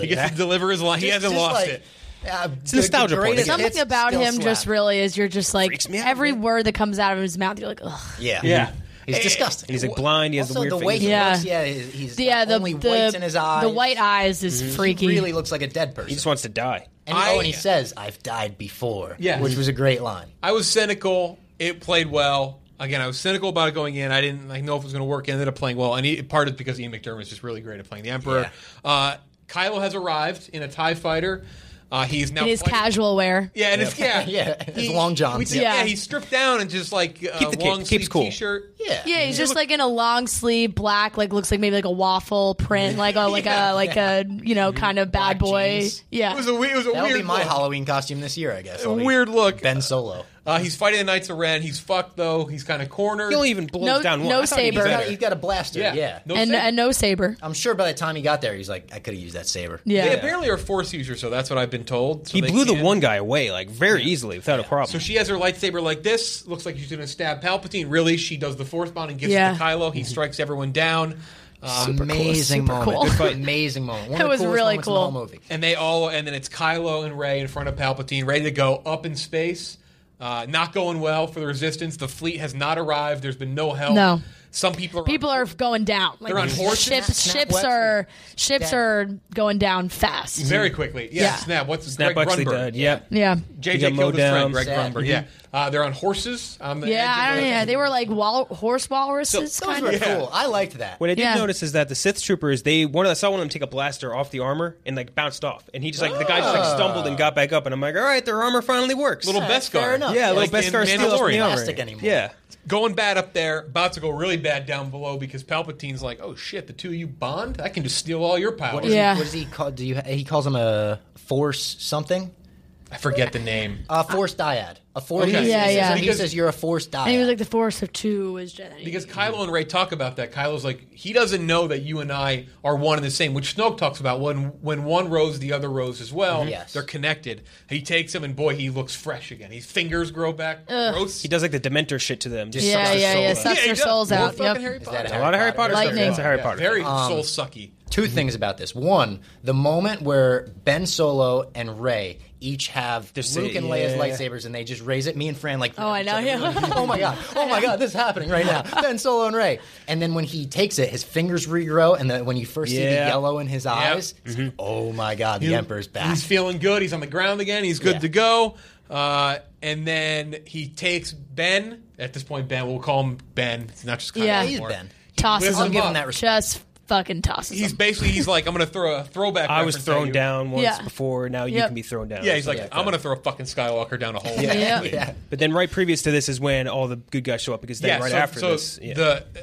B: He gets to deliver his line. He
E: Just-
B: hasn't
E: just
B: lost
E: like,
B: it.
E: Uh,
D: a nostalgia porn. It's-
C: Something about him just really is you're just like
D: Freaks me out,
C: every
D: man.
C: word that comes out of his mouth, you're like, ugh.
E: Yeah.
B: Yeah.
E: He's disgusting.
D: He's like blind. He has the
E: also,
D: weird
E: the
D: face.
E: way he
C: Yeah.
E: looks, yeah, he's, he's
C: The, yeah,
E: got
C: the,
E: only
C: the,
E: whites in his eyes.
C: the white eyes is freaky.
E: He really looks like a dead person.
D: He just wants to die.
E: and, he- oh, and he
B: I-
E: says, "I've died before,"
B: Yeah.
E: which was a great line.
B: I was cynical. It played well. Again, I was cynical about it going in. I didn't like know if it was going to work. It ended up playing well, and he, part is because Ian McDermott is just really great at playing the Emperor. Uh, Kylo has arrived in a Tie Fighter. Uh, he's now
C: in his
B: fighting-
C: casual wear.
B: Yeah, and it's yeah,
E: Yeah, his long johns.
B: we did-
C: Yeah.
B: yeah. he's stripped down and just like uh,
D: Keep the cape.
B: long
D: Keeps
B: sleeve
D: cool.
B: T-shirt.
E: Yeah,
C: Yeah, he's just like in a long sleeve black, like looks like maybe like a waffle print, like a like a like a you know kind of bad
E: Black
C: boy.
E: jeans.
C: Yeah,
B: It was a we- it was a
E: that'll
B: weird
E: be my
B: look.
E: Halloween costume this year, I guess.
B: A
E: I'll be
B: weird look.
E: Ben Solo.
B: Uh, he's fighting the Knights of Ren. He's fucked though. He's kind of cornered.
D: He only even blows
C: No-
D: down one.
C: no
D: I thought he
C: saber.
D: was
E: He's
D: better.
E: got, he's got a blaster. Yeah.
B: No
C: and
B: saber.
C: and no saber.
E: I'm sure by the time he got there, he's like, "I could have used that saber."
C: Yeah.
B: They apparently are force users, so that's what I've been told. So
D: He
B: they
D: blew the
B: can't-
D: one guy away like very easily without a problem.
B: So she has her lightsaber like this. Looks like she's going to stab Palpatine. Really, she does the fourth bond and gives
C: Yeah.
B: it to Kylo.
D: Mm-hmm.
B: He strikes everyone down, um,
E: Amazing
C: super cool.
E: moment.
C: Good
E: Amazing moment. One
C: That
E: of the
C: was
E: coolest
C: really
E: moments in the
C: cool.
E: whole movie.
B: and they all. And then it's Kylo and Rey in front of Palpatine, ready to go up in space. Uh, not going well for the Resistance. The fleet has not arrived. There's been no help.
C: No.
B: Some people are
C: People are going down. Like
B: They're on horses?
C: Ships,
E: Snap
C: ships
E: Wexley.
C: are ships
E: Dead.
C: are going down fast.
B: very quickly. Yeah,
C: Yeah.
B: Snap. What's
D: Snap
B: Greg
D: Buxley
B: Grunberg.
D: died. Yep.
C: Yeah,
B: JJ
D: He got
B: killed
D: mowed
B: his
D: down.
B: friend Greg
E: Sad.
B: Grunberg. Yeah, uh, they're on horses. On the
C: yeah.
B: edge
C: I
B: of
C: don't
B: the-
C: know. They were like wall- horse walruses,
E: Those
C: kind
E: were
C: of.
E: cool. I liked that.
D: What I did
C: Yeah.
D: notice is that the Sith troopers, they one of I saw one of them take a blaster off the armor and like bounced off, and he just like the guy just like
B: Ah.
D: stumbled and got back up, and I'm like, all right, their armor finally works.
B: Little
E: Yeah,
B: Beskar.
E: fair enough.
D: yeah,
B: like
D: little
B: in
D: Beskar steals from the
B: Mandalorian.
D: armor.
E: Plastic anymore.
D: Yeah,
B: going bad up there, about to go really bad down below because Palpatine's like, "Oh shit, the two of you bond. I can just steal all your powers."
E: What is
C: Yeah.
E: he, what does he call? Do you? He calls him a force something.
B: I forget the name.
E: A forced dyad. A forced.
B: Okay.
C: Yeah,
E: he,
C: yeah.
E: Says, he
B: Because-
E: says you're a forced dyad.
C: And he was like, the force of two is Jedi.
B: Because Kylo and Ray talk about that. Kylo's like, he doesn't know that you and I are one and the same, which Snoke talks about. When when one rose, the other rose as well.
E: Yes.
B: They're connected. He takes him, and boy, he looks fresh again. His fingers grow back. Roasts-
D: He does like the Dementor shit to them. Just
C: yeah,
D: sucks
C: yeah,
D: their
C: yeah.
D: soul out.
C: Sucks
B: he
C: their
B: does.
C: souls
B: More
C: out.
B: fucking
C: Yep.
B: Harry
E: Is that
B: Potter.
D: A lot of Harry Potter stuff.
C: Lightning. Um,
D: That's a Harry Potter.
B: Very soul sucky.
E: Two things about this. One, the moment where Ben Solo and Ray each have
D: Just
E: Luke
D: say,
E: and Leia's
D: "Yeah."
E: lightsabers, and they just raise it. Me and Fran like,
C: Oh, I know,
E: each other. oh my god, oh my god, this is happening right now. Ben Solo and Ray. And then when he takes it, his fingers regrow, and then when you first see the
D: Yeah.
E: yellow in his eyes, it's like, oh my god, the Emperor's back.
B: Mm-hmm. He's feeling good. He's on the ground again. He's good
E: Yeah.
B: to go. Uh, and then he takes Ben. At this point, Ben, we'll call him Ben. It's not just Kylo
C: Yeah.
E: He's
B: anymore.
E: Ben.
C: Tosses
B: Listen,
E: I'll
C: him.
E: give
B: up.
E: him that respect.
C: Just fucking tosses
B: He's
C: him.
B: basically he's like, I'm gonna throw a throwback.
D: I
B: reference
D: was
B: at
D: thrown
B: you.
D: down once
C: Yeah.
D: before. Now you
C: Yep.
D: can be thrown down.
B: Yeah, he's like,
E: Yeah,
B: I'm gonna throw a fucking Skywalker down a hole.
C: Yeah.
E: Yeah.
D: But then, right previous to this is when all the good guys show up because then right
B: so,
D: after
B: so
D: this, yeah.
B: the uh,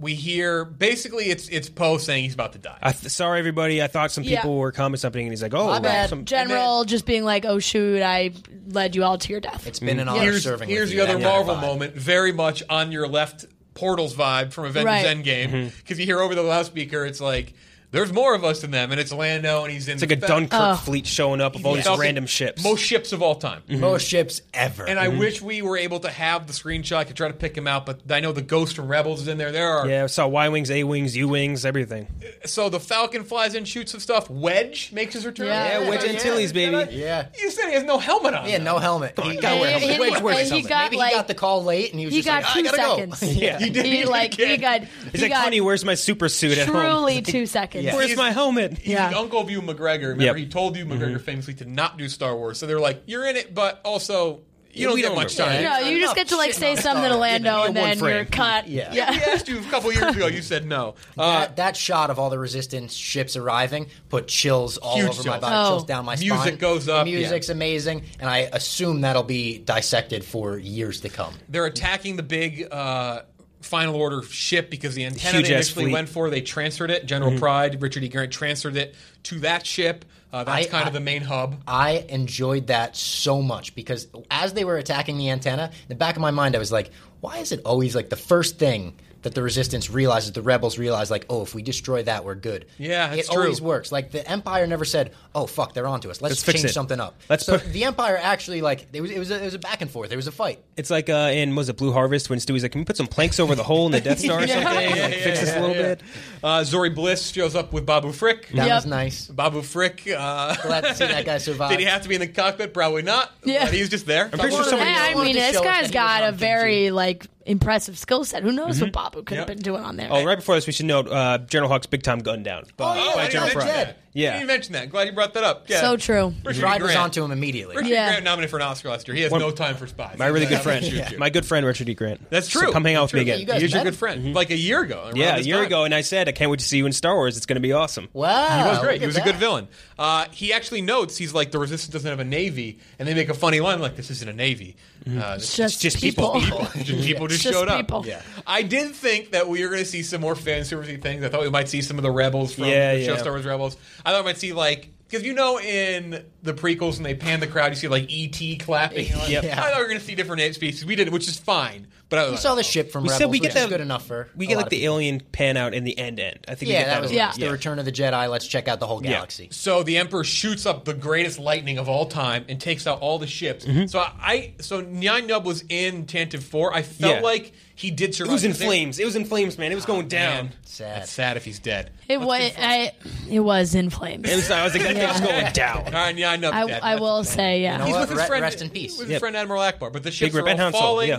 B: we hear basically it's it's Poe saying he's about to die.
D: I th- sorry everybody. I thought some
C: Yeah.
D: people were coming something, and he's like, "Oh,
E: My bad.
D: some-
C: General just being like, oh shoot, I led you all to your death.
E: It's been an honor
B: here's
E: serving.
B: here's
E: with
B: the
E: you.
B: other
E: That kind of
B: Marvel
E: vibe.
B: moment, very much on your left portals vibe from Avengers
C: Right.
B: Endgame,
D: Mm-hmm.
B: because you hear over the loudspeaker, it's like there's more of us than them, and it's Lando, and he's in
D: it's like a
B: Fa-
D: Dunkirk fleet showing up of all these
B: Falcon-
D: random ships." Mm-hmm.
B: most ships of all time.
E: Most ships ever.
B: And I wish we were able to have the screenshot. I could try to pick him out, but I know the Ghost from Rebels is in there. There are
D: yeah, I saw Y wings, A wings, U wings, everything.
B: so the Falcon flies in, shoots some stuff. Wedge makes his return.
C: Yeah, Yeah, Wedge
D: yeah. Antilles, baby.
E: Yeah.
B: You said he has no helmet on.
E: yeah, no helmet. He
C: gotta wear a helmet.
E: Wedge
C: He-
E: wears
C: he
E: something.
C: got,
E: Maybe
C: like-
E: he got the call late and he was
C: he
E: just like,
C: got
E: I
C: two
E: gotta go."
C: seconds.
E: yeah.
B: He did.
C: He like he got
D: He's
C: he
D: like,
C: got
D: "Honey, where's my super suit at home?
C: truly two seconds.
E: Yeah.
D: Where's my helmet?"
B: He's the uncle of you, McGregor. Remember,
D: Yep. Mm-hmm.
B: he told you McGregor famously to not do Star Wars. So they're like, you're in it, but also you don't
D: We
B: get
D: don't
B: much
D: know.
B: time.
C: No, you just get to like
E: Shitting
C: say
E: on
C: something to
E: Star.
C: Lando
D: Yeah,
C: and
D: one
C: then you're
D: frame.
C: cut.
E: Yeah.
B: We asked you a couple years ago. You said no. Uh,
E: that, that shot of all the resistance ships arriving put chills all
B: Huge
E: over my
B: chills.
E: body,
C: Oh.
E: chills down my
B: Music
E: spine.
B: goes up,
E: The music's amazing, and I assume that'll be dissected for years to come.
B: they're attacking the big uh, Final Order ship because the antenna
D: Huge-ass
B: they initially
D: fleet. Mm-hmm.
B: went for, they transferred it. General Pride, Richard E. Grant transferred it to that ship. Uh, that's
E: I-
B: kind
E: I-
B: of the main hub.
E: I enjoyed that so much because as they were attacking the antenna, in the back of my mind, I was like, why is it always like the first thing that the resistance realizes, the rebels realize, like, oh, if we destroy that, we're good.
B: Yeah, that's
E: it always
B: true.
E: works. Like the Empire never said, oh fuck, they're onto us. Let's,
D: Let's fix
E: change
D: it.
E: something up.
D: Let's
E: so
D: put-
E: the Empire actually like it was it was a, it was a back and forth. It was a fight.
D: It's like uh, in what was it Blue Harvest when Stewie's like, "Can we put some planks over the hole in the Death Star or something? like, fix this a little bit."
B: Uh, Zori Bliss shows up with Babu Frick.
E: That
C: Yep.
E: was nice.
B: Babu Frick. Uh,
E: Glad to see that guy survive.
B: Did he have to be in the cockpit? Probably not.
C: Yeah.
B: But he was just there.
D: pretty sure
E: Well,
D: someone-
E: they just
C: I
E: wanted
C: mean,
E: to
C: this
E: show us that
C: guy's
E: he
C: got
E: was
C: a
E: on
C: very like impressive skill set. Who knows what Babu could have
B: Yep.
C: been doing on there?
D: Oh, right before this, we should note uh, General Hawk's big time gun down.
B: Oh, I didn't
E: General
B: mention
E: Pride.
B: that.
D: Yeah.
B: You didn't mention that. Glad you brought that up. Yeah.
C: So true.
B: Richard E.
E: Pride was
B: Grant.
E: onto him immediately.
B: Richard E.
C: Yeah.
B: Grant nominated for an Oscar last year. He has no time for spies.
D: My really good friend,
B: Shoot you.
D: my good friend Richard E. Grant.
B: That's
D: So
B: true.
D: come hang out with me
E: Yeah,
D: again.
E: you guys
B: He's your
E: met
B: good
E: him?
B: friend. Like a year ago. around
D: Yeah, a
B: this
D: year
B: time.
D: ago, and I said, I can't wait to see you in Star Wars. It's going to be awesome.
E: Wow,
B: He was
E: look
B: great. He
E: at
B: was a
E: that.
B: good villain. Uh, he actually notes he's like the resistance doesn't have a navy, and they make a funny line like this isn't a navy. Uh, this-
C: It's just,
D: just
C: people.
D: people.
B: just people just,
C: Just
B: showed
C: people.
B: up.
C: Yeah.
B: I did think that we were going to see some more fan servicey things. I thought we might see some of the rebels from
D: Yeah,
B: the show
D: yeah.
B: Star Wars Rebels. I thought we might see like because you know in the prequels when they pan the crowd, you see like ET clapping. You know, like-
D: Yep.
B: I thought we were going to see different ape species. We didn't, which is fine. But I was
E: We
B: like,
E: saw the ship from
D: We
E: Rebels,
D: said we
E: which
D: get that
E: is good enough for.
D: We
E: a
D: get
E: lot
D: like
E: of
D: the
E: people.
D: alien pan out in the end end. I think we
E: Yeah,
D: get
E: that was
D: a
C: Yeah.
D: lot.
E: nice. the Return of the Jedi. Let's check out the whole galaxy.
B: So the Emperor shoots up the greatest lightning of all time and takes out all the ships.
D: Mm-hmm.
B: So I, so Nyan Nub was in Tantive Four. I felt
D: Yeah.
B: like he did survive.
D: It was in
B: They-
D: flames. It was in flames, man. It was going down.
B: Oh, Man,
E: Sad.
B: That's sad if he's dead.
C: It was. I. It was in flames.
D: It was, I was like, that thing's going
B: All
D: down.
B: right, Nyan Nub.
C: I,
B: dead.
C: I will say, yeah.
E: You know
B: He's
E: what?
B: with his
E: Re-
B: friend.
E: rest in peace.
B: With his
D: Yep.
B: friend Admiral Akbar, but the ships
D: Big
B: are
D: Rip and
B: all
D: Han Solo,
B: falling.
D: yeah.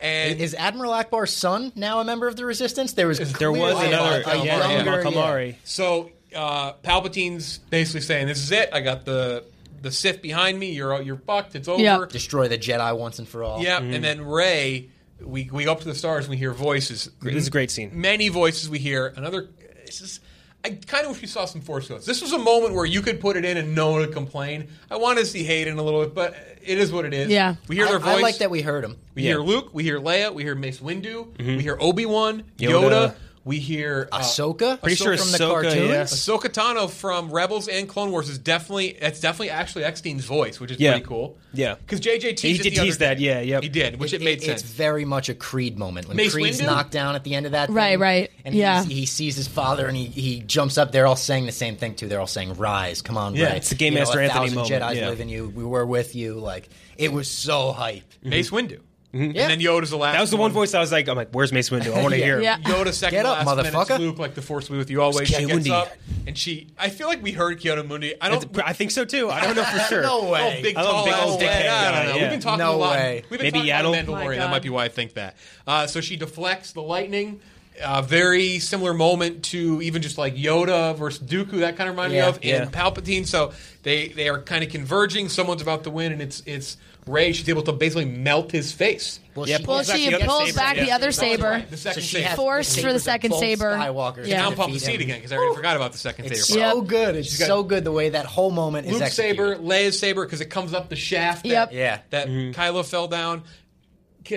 B: And
E: Is Admiral Akbar's son now a member of the Resistance? There was
D: There was
E: clearly
D: another
E: a
D: a
E: younger-
D: Kamari.
B: So uh, Palpatine's basically saying, "This is it. I got the the Sith behind me. You're you're fucked. It's over."
C: Yeah.
E: Destroy the Jedi once and for all.
B: Yeah,
D: Mm-hmm.
B: and then Ray, we we go up to the stars and we hear voices.
D: This is a great scene.
B: Many voices we hear. Another, this is. I kind of wish we saw some Force Ghosts. This was a moment where you could put it in and no one would complain. I want to see Hayden a little bit, but it is what it is.
C: Yeah.
B: we hear
E: I,
B: their
E: I
B: voice.
E: like that we heard him.
B: We
D: Yeah. Mm-hmm.
B: hear Luke. We hear Leia. We hear Mace Windu. We hear Obi Wan, Yoda.
D: Yoda.
B: We hear uh,
E: Ahsoka?
D: Pretty
E: Ahsoka
D: sure
E: from the
D: Ahsoka,
E: cartoons?
D: yeah.
B: Ahsoka Tano from Rebels and Clone Wars is definitely that's definitely actually Eckstein's voice, which is
D: Yeah.
B: pretty cool.
D: Yeah.
B: because JJ teased
D: He
B: it
D: did
B: the other
D: tease that,
B: day.
D: yeah, yep.
B: he did, which it,
E: It-
B: made
E: it-
B: sense.
E: It's very much a Creed moment when
B: Mace
E: Creed's
B: Windu?
E: knocked down at the end of that. Thing,
C: Right, right,
E: And
C: yeah.
E: he's- he sees his father, and he, he jumps up. They're all saying the same thing too. They're all saying, "Rise, come on,
D: Yeah,
E: rise."
D: it's the Game
E: You know,
D: Master
E: a
D: Anthony
E: thousand
D: moment,
E: Jedi's
D: yeah.
E: live in you. We were with you. Like it was so hype.
B: Mm-hmm. Mace Windu,
E: Yeah.
B: and then Yoda's the last.
D: That was the one voice I was like, I'm like, where's Mace Windu? I want to hear. him.
C: Yeah.
B: Yoda second
E: Get up,
B: last minute, it's
E: motherfucker.
B: Luke, like the Force will be with you always. She
D: Keanu
B: gets
D: Mundi.
B: up and she. I feel like we heard Keanu Mundi. I don't.
D: I think so too. I don't know for sure.
E: No way.
B: Oh, big
D: I love
B: tall
D: big
B: ass
D: old
B: dickhead.
D: dickhead
B: I don't know.
D: guy,
B: We've been
D: yeah.
B: talking
E: No
B: a lot.
E: way.
B: We've been
D: Maybe
B: talking about
D: Yaddle?
B: Mandalorian.
C: My
B: that
C: God.
B: might be why I think that. Uh, so she deflects the lightning. A very similar moment to even just like Yoda versus Dooku. That kind of reminded
E: Yeah,
B: me of
D: yeah.
B: and Palpatine. So they they are kind of converging. Someone's about to win, and it's it's Ray. She's able to basically melt his face.
E: Well,
D: Yeah,
E: she,
C: Well,
D: Pulls back
C: she
D: the other
C: pulls
D: saber,
C: back
D: yeah.
C: the other saber.
B: The second
E: so she
B: saber.
E: has
C: Force
E: the
C: for the
E: sabers of
C: second
E: both
C: saber.
E: Skywalkers
C: Yeah.
B: Now
E: to
B: I'm pumping the
E: defeat
B: seat
E: him.
B: again because I already forgot about the second saber.
E: It's
B: part.
E: so
C: Yep.
E: good. It's
B: got-
E: so good the way that whole moment is
B: Luke's
E: executed.
B: saber, Leia's saber, because it comes up the shaft. that-
C: Yep.
E: Yeah.
B: That Kylo fell down,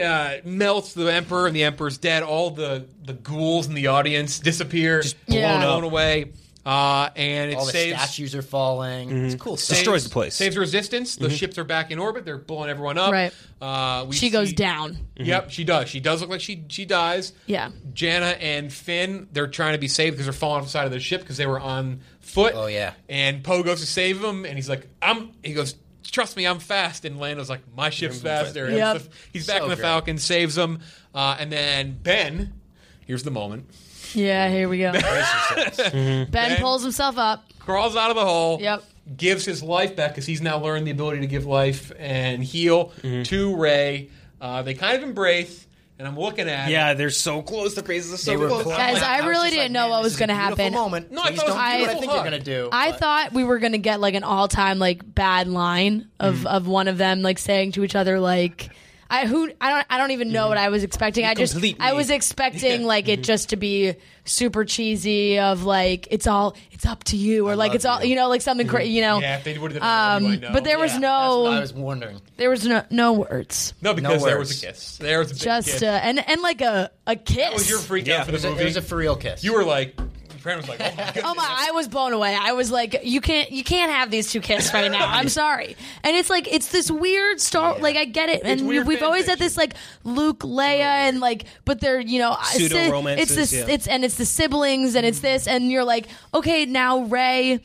B: uh, melts the Emperor, and the Emperor's dead. All the the ghouls in the audience disappear, just
C: blown Yeah. up.
B: blown away, uh, and it
E: All the
B: saves.
E: statues are Mhm. falling. It's cool. stuff.
D: Destroy- Destroys the place.
B: Saves resistance. The ships are back in orbit. They're blowing everyone up.
C: Right.
B: Uh, we
C: She goes
B: see-
C: down.
B: Yep, she does. She does look like she she dies.
C: Mm-hmm. Yeah.
B: Jana and Finn, they're trying to be saved because they're falling off the side of the ship because they were on foot.
E: Oh, yeah.
B: And Poe goes to save him, and he's like, "I'm." He goes, "Trust me, I'm fast." And Lando's like, "My ship's faster." And
C: Yep.
B: so He's back
E: So
B: in the
E: great.
B: Falcon, saves him, uh, and then Ben. Here's the moment.
C: Yeah, here we go. Ben pulls himself up.
B: Crawls out of the hole.
C: Yep.
B: Gives his life back because he's now learned the ability to give life and heal
E: Mm-hmm.
B: to Ray. Uh, they kind of embrace, and I'm looking at. it.
D: Yeah, they're so close. The faces are so
E: They were
D: close.
E: close.
C: Guys,
E: Like,
C: I
E: was
C: really
E: just
C: didn't know
E: man,
C: what
E: this
C: was
E: is a
C: gonna
E: beautiful
C: happen.
E: Moment.
B: No, I
E: Please
B: thought it
E: don't
B: was a
E: do what I
C: beautiful
E: think you're
B: hug.
E: gonna do.
C: I thought we were gonna get like an all time like bad line of
B: Mm.
C: of one of them like saying to each other like I who I don't I don't even know
B: Mm-hmm.
C: what I was expecting. I just
D: complete
C: I
D: me.
C: was expecting like it just to be super cheesy of like it's all it's up to you or like
E: love
C: it's all you know like something cra you know.
B: Mm-hmm. Yeah, if they would have done
C: Um,
B: it, "Oh, I know.
C: but there was
B: Yeah.
E: That's what I
C: no
E: was wondering.
C: there was no no words.
B: no because there
E: words.
B: was a kiss. There was a big
C: Just
B: kiss.
C: uh, and and like a a
B: That was
C: kiss.
B: your freak
D: Yeah.
B: out for the
D: It
E: It was, a,
B: movie.
E: it was a for real kiss.
B: you were like, Fran was like, oh my goodness.
C: Oh my! I was blown away. I was like, "You can't, you can't have these two kiss right now." I'm sorry, and it's like it's this weird star. Like I get it, and
B: weird
C: we've
B: fan
C: always had
B: fiction.
C: this like Luke, Leia, and like, but they're you know I- si-
D: Pseudo-romances,
C: It's this,
D: yeah.
C: it's and it's the siblings, and it's this, and you're like, okay, now Ray.